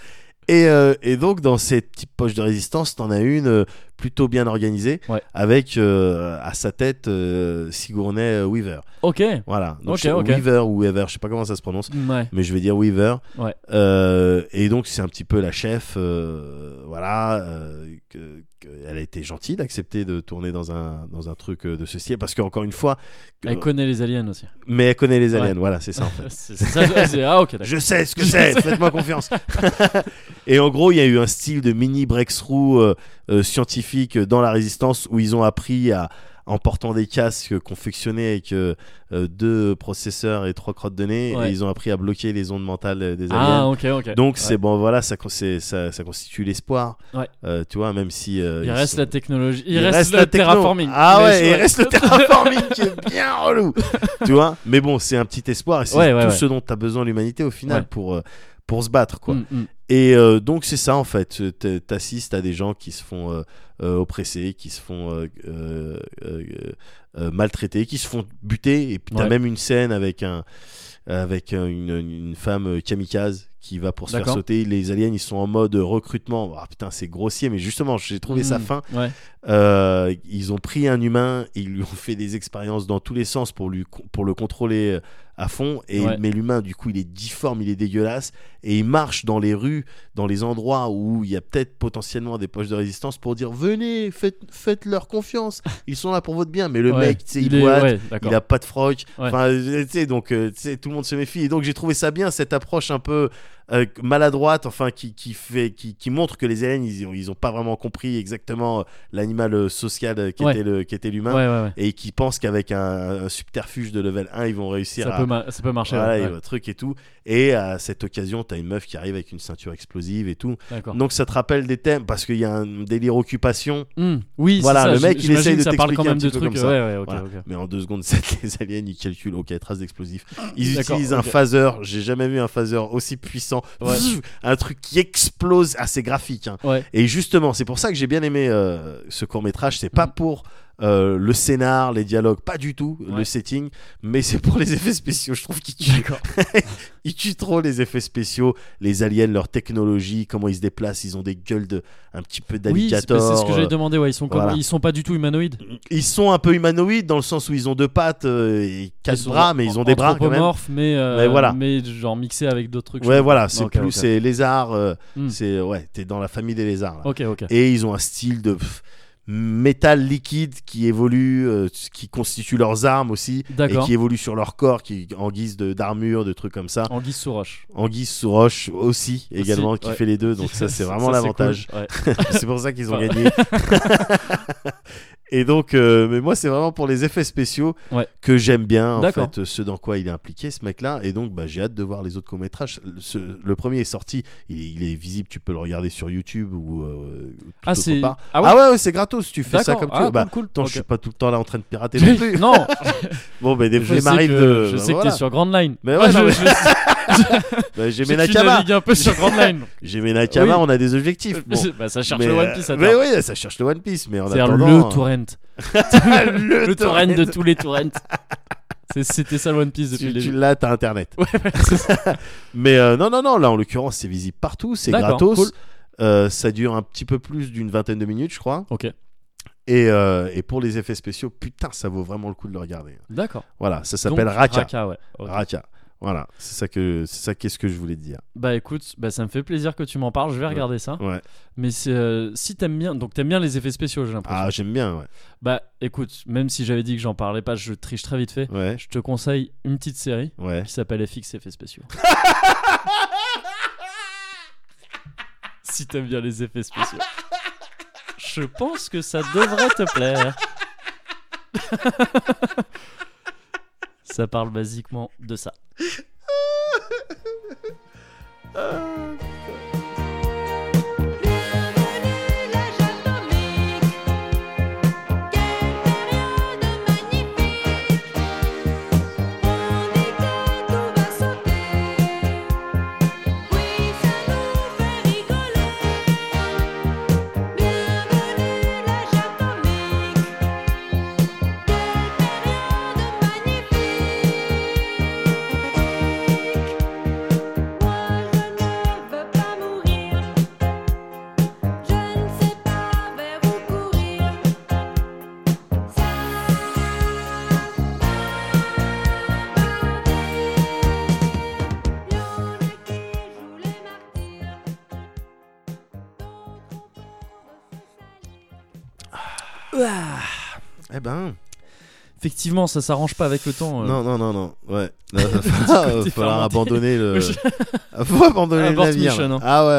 B: Et, euh, et donc, dans cette petite poche de résistance, t'en as une euh, plutôt bien organisée,
A: Ouais.
B: avec euh, à sa tête euh, Sigourney Weaver.
A: Ok. Ouais.
B: Voilà. Donc,
A: Ok,
B: je-
A: ok.
B: Weaver ou Weaver, je sais pas comment ça se prononce, mais je vais dire Weaver.
A: Ouais.
B: Euh, et donc, c'est un petit peu la chef. euh, voilà. euh, que- que- elle a été gentille d'accepter de tourner dans un, dans un truc euh, de ce style, parce qu'encore une fois, que-
A: Elle connaît les aliens aussi.
B: mais elle connaît les aliens.
A: Ouais.
B: Voilà, c'est ça en fait.
A: C'est c'est ça. c'est- Ah ok. D'accord.
B: Je sais ce que c'est, faites-moi confiance. et en gros, il y a eu un style de mini breakthrough euh, euh, scientifique dans la résistance où ils ont appris à en portant des casques confectionnés avec euh, euh, deux processeurs et trois crottes de nez,
A: Ouais.
B: et ils ont appris à bloquer les ondes mentales euh, des
A: Ah
B: aliens.
A: ok ok.
B: Donc
A: Ouais.
B: c'est bon, voilà, ça, con- c'est- ça, ça constitue l'espoir.
A: Ouais.
B: Euh, tu vois, même si euh,
A: Il
B: ils
A: reste
B: sont-
A: la technologie. Il,
B: il
A: reste,
B: reste
A: le
B: la techno.
A: terraforming.
B: Ah
A: Mais
B: ouais,
A: je-
B: il reste le terraforming qui est bien relou. tu vois Mais bon, c'est un petit espoir et c'est
A: Ouais, ouais,
B: tout
A: ouais.
B: ce dont t'as besoin l'humanité au final
A: Ouais.
B: pour, euh, pour se battre. quoi.
A: Mm, mm.
B: Et euh, donc, c'est ça en fait. T'es- T'assistes à des gens qui se font euh, euh, oppresser, qui se font euh, euh, euh, euh, maltraiter, qui se font buter. Et puis, t'as
A: Ouais.
B: même une scène avec un. Avec un- une, une femme euh, kamikaze qui va pour se faire
A: D'accord.
B: sauter. Les aliens, ils sont en mode recrutement. Ah putain, c'est grossier, mais justement, j'ai trouvé ça
A: Mm.
B: fin.
A: Ouais.
B: Euh, ils ont pris un humain, ils lui ont fait des expériences dans tous les sens pour, lui, pour le contrôler euh, à fond. Et,
A: Ouais.
B: Mais l'humain, du coup, il est difforme, il est dégueulasse. Et il marche dans les rues, dans les endroits où il y a peut-être potentiellement des poches de résistance pour dire Venez, faites, faites leur confiance. Ils sont là pour votre bien. Mais le
A: Ouais.
B: mec, tu sais, il,
A: est-
B: boite,
A: ouais,
B: il a
A: d'accord.
B: pas de froc.
A: Ouais.
B: Enfin, euh, tu sais, donc euh, tu sais, tout le monde se méfie. Et donc j'ai trouvé ça bien cette approche un peu euh, maladroite, enfin qui, qui fait, qui, qui montre que les aliens ils, ont- ils ont pas vraiment compris exactement euh, l'animal euh, social euh, qui
A: Ouais.
B: était le, qui était l'humain.
A: Ouais ouais ouais.
B: Et qui pensent qu'avec un, un subterfuge de level 1, ils vont réussir
A: Ça
B: à,
A: peut, ma- ça peut marcher.
B: voilà,
A: ouais,
B: et
A: ouais,
B: le truc et tout. Et à cette occasion, t'as une meuf qui arrive avec une ceinture explosive et tout.
A: D'accord.
B: Donc ça te rappelle des thèmes parce qu'il y a un délire occupation.
A: Hmm, Oui, c'est
B: Voilà,
A: ça,
B: le
A: j-
B: mec, il
A: j'imagine
B: essaye
A: que
B: de
A: ça parle quand
B: t'expliquer un
A: même de
B: petit peu
A: trucs.
B: comme ça.
A: Ouais, ouais, ok,
B: Voilà.
A: ok.
B: Mais en 2 secondes 7, les aliens, ils calculent, ok, trace d'explosif. Ils
A: D'accord,
B: utilisent un
A: ok.
B: phaser, j'ai jamais vu un phaser aussi puissant.
A: Ouais.
B: Pfff, Un truc qui explose, assez graphique. hein.
A: Ouais. Mm.
B: Et justement, c'est pour ça que j'ai bien aimé euh, ce court métrage, c'est pas pour euh, le scénar, les dialogues, pas du tout le
A: Ouais.
B: setting, mais c'est pour les effets spéciaux, je trouve qu'ils tuent. ils tuent trop les effets spéciaux, les aliens, leur technologie, comment ils se déplacent, ils ont des gueules de un petit peu
A: Oui, c'est
B: d'alligator.
A: c'est ce que
B: euh,
A: j'avais demandé. Ouais, ils sont comme-
B: voilà.
A: ils sont pas du tout humanoïdes.
B: ils sont un peu humanoïdes dans le sens où ils ont deux pattes euh, et
A: Ils
B: quatre
A: sont
B: bras, mais ils ont des bras quand même.
A: anthropomorphes, mais, euh,
B: Mais voilà.
A: mais genre mixés avec d'autres trucs. je
B: Ouais,
A: crois.
B: voilà, c'est
A: Ok,
B: plus
A: ok.
B: c'est lézard, euh,
A: Hmm.
B: c'est ouais, t'es dans la famille des lézards. là.
A: Ok, ok.
B: Et ils ont un style de pff, métal liquide qui évolue, euh, qui constitue leurs armes aussi, et
A: D'accord.
B: qui évolue sur leur corps, qui en guise de d'armure, de trucs comme ça.
A: En guise sous roche.
B: En guise sous roche aussi, également, qui
A: ouais.
B: fait les deux. Donc ça, c'est vraiment
A: Ça,
B: l'avantage.
A: cool. Ouais.
B: c'est pour ça qu'ils ont
A: Ouais.
B: gagné. Et donc, euh, mais moi, c'est vraiment pour les effets spéciaux
A: Ouais.
B: que j'aime bien, en
A: D'accord.
B: fait, euh, ce dans quoi il est impliqué, ce mec-là. Et donc, bah, j'ai hâte de voir les autres courts-métrages. Le, ce- le premier est sorti, il, est- il est visible, tu peux le regarder sur YouTube ou. euh, ou
A: Ah,
B: tout autre
A: c'est-
B: part.
A: ah
B: Ah
A: ouais
B: ouais, ouais, c'est gratos, tu fais ça
A: D'accord.
B: comme tu
A: Ah,
B: veux. Bah,
A: cool, cool.
B: attends,
A: Ok.
B: je suis pas tout le temps là en train de pirater non plus.
A: non,
B: Bon, mais des
A: je
B: fois, il
A: sais
B: m'arrive
A: que,
B: de.
A: je
B: bah,
A: sais que
B: voilà.
A: t'es sur Grand Line.
B: Mais
A: Moi,
B: ouais, non,
A: je, je-
B: Bah, j'ai
A: je- tu
B: Menakama.
A: navigues un peu sur Grand Line.
B: J'ai Menakama,
A: Oui.
B: on a des objectifs. Bon.
A: bah, ça cherche
B: Mais,
A: le One
B: euh,
A: Piece à
B: Mais
A: tort.
B: oui, ça cherche le One Piece. Mais en
A: C'est-à-dire
B: attendant.
A: le
B: euh,
A: torrent.
B: le,
A: Le torrent de
B: torrent.
A: tous les torrents. C'est- C'était ça le One Piece depuis
B: Tu,
A: le
B: tu
A: début.
B: l'as, t'as internet. Mais euh, non, non, non, là en l'occurrence, c'est visible partout, c'est
A: D'accord,
B: gratos.
A: cool.
B: Euh, ça dure un petit peu plus d'une vingtaine de minutes, je crois.
A: Ok,
B: Et, euh, et pour les effets spéciaux, putain, ça vaut vraiment le coup de le regarder.
A: d'accord.
B: Voilà, ça s'appelle
A: Donc,
B: Raka.
A: Raka, ouais. Ok.
B: Raka. Voilà, c'est ça que c'est ça qu'est-ce que je voulais te dire.
A: Bah écoute, bah, ça me fait plaisir que tu m'en parles, je vais regarder ça.
B: Ouais.
A: Mais c'est, euh, si t'aimes bien, donc t'aimes bien les effets spéciaux, j'ai l'impression.
B: Ah, j'aime bien, ouais.
A: Bah écoute, même si j'avais dit que j'en parlais pas, je triche très vite fait.
B: Ouais.
A: Je te conseille une petite série
B: Ouais.
A: qui s'appelle FX Effets Spéciaux. si t'aimes bien les effets spéciaux. Je pense que ça devrait te plaire. ça parle basiquement de ça.
B: Eh ben.
A: Effectivement, ça s'arrange pas avec le temps. euh.
B: Non, non, non, non. Ouais. Là, va falloir-
A: côté
B: falloir
A: fermenté.
B: abandonner le.
A: Je-
B: Faut abandonner le
A: Abort
B: navire.
A: mission, hein.
B: Ah ouais.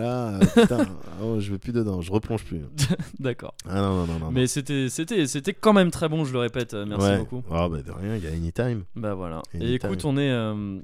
B: Là, putain. Oh, je veux plus dedans. Je replonge plus.
A: D'accord.
B: Ah non, non, non, non.
A: Mais c'était, c'était, c'était quand même très bon, je le répète. euh, Merci
B: Ouais.
A: beaucoup.
B: Ah bah de rien, il y a Anytime.
A: Bah voilà.
B: Et
A: Et
B: l'Italie.
A: écoute, on est, euh,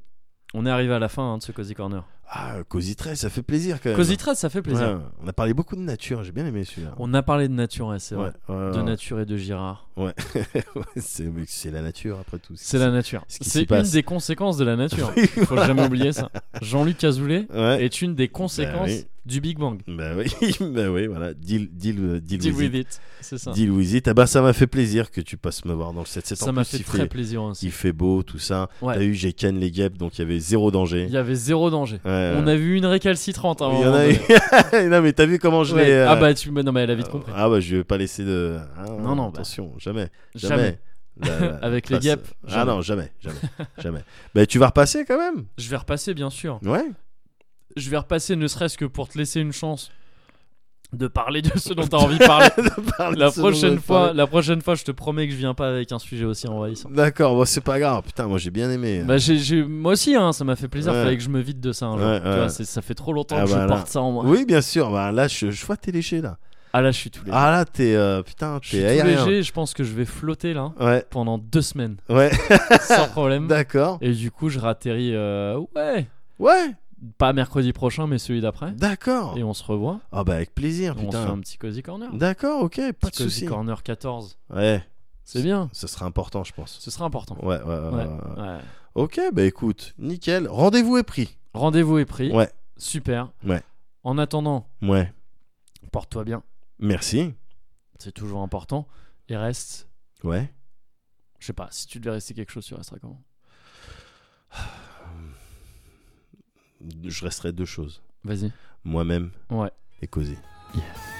A: on est arrivé à la fin hein, de ce Cozy Corner.
B: Ah, Cozy 13, ça fait plaisir quand même.
A: Cozy 13, ça fait plaisir.
B: Ouais, on a parlé beaucoup de nature, j'ai bien aimé celui-là.
A: On a parlé de nature, ouais, c'est
B: Ouais,
A: vrai.
B: ouais,
A: De
B: ouais.
A: nature et de Girard.
B: Ouais. Ouais, c'est mais c'est la nature après tout.
A: C'est la nature.
B: ce qui
A: C'est
B: s'y
A: une
B: passe.
A: des conséquences de la nature. Faut jamais oublier ça. Jean-Luc Cazoulet
B: Ouais. Bah
A: est une des conséquences
B: oui.
A: du Big Bang.
B: Bah oui, bah oui, voilà. Deal, deal, euh, deal,
A: Deal
B: with,
A: with
B: it.
A: it. C'est ça.
B: Deal with it. Ah bah ça m'a fait plaisir que tu passes me voir dans le 7 7
A: Ça m'a fait très plaisir aussi.
B: Il fait beau, tout ça.
A: Ouais.
B: T'as eu, j'ai ken les guêpes, donc il y avait zéro danger.
A: Il y avait zéro danger.
B: Ouais,
A: On
B: ouais.
A: a vu une récalcitrante. hein,
B: Euh. Il y
A: à un
B: en a
A: moment
B: eu.
A: donné.
B: non, mais t'as vu comment je
A: Ouais.
B: l'ai. euh,
A: Ah bah tu... Non mais elle a vite
B: euh,
A: compris.
B: Ah bah je vais pas laisser de. Ah,
A: Non, non, bah.
B: Attention, jamais.
A: Jamais.
B: Jamais. La- la-
A: Avec les
B: passe-
A: guêpes,
B: Ah
A: jamais.
B: non, jamais, jamais, jamais. Bah tu vas repasser quand même.
A: Je vais repasser bien sûr.
B: Ouais.
A: je vais repasser ne serait-ce que pour te laisser une chance de parler de ce dont t'as envie de parler. la prochaine fois, la prochaine fois, je te promets que je viens pas avec un sujet aussi envahissant.
B: D'accord, bon, c'est pas grave. Putain, moi j'ai bien aimé.
A: Bah j'ai- j'ai- moi aussi, hein, ça m'a fait plaisir.
B: Ouais.
A: Fallait que je me vide de ça. un jour.
B: Ouais,
A: Tu
B: ouais.
A: vois, c'est- ça fait trop longtemps
B: Ah
A: que
B: bah
A: je
B: là.
A: porte ça en moi.
B: Oui, bien sûr. Bah là, je, je vois que t'es léché là.
A: Ah là, je suis tout léger.
B: Ah là, t'es euh, putain,
A: je suis
B: t'es
A: tout
B: aérien.
A: léger. Je pense que je vais flotter là
B: Ouais,
A: pendant deux semaines
B: ouais.
A: sans problème.
B: D'accord.
A: Et du coup, je ratterris. euh, ouais,
B: Ouais,
A: pas mercredi prochain, mais celui d'après.
B: d'accord.
A: Et on se revoit.
B: Ah bah avec plaisir,
A: On se fait un
B: putain.
A: petit cozy corner.
B: D'accord, ok, pas de
A: Petit cozy
B: souci.
A: corner 14.
B: Ouais,
A: C'est bien.
B: ce sera important, je pense.
A: Ce sera important.
B: Ouais, ouais, ouais,
A: Ouais,
B: ouais.
A: ouais.
B: Ok, bah écoute, nickel. Rendez-vous est pris.
A: Rendez-vous est pris.
B: Ouais,
A: Super.
B: Ouais.
A: En attendant,
B: ouais.
A: porte-toi bien.
B: Merci.
A: C'est toujours important. et reste.
B: Ouais.
A: Je sais pas, si tu devais rester quelque chose, tu resterais comment
B: Je resterai deux choses.
A: Vas-y.
B: Moi-même
A: Ouais.
B: et Cosy.
A: Yes.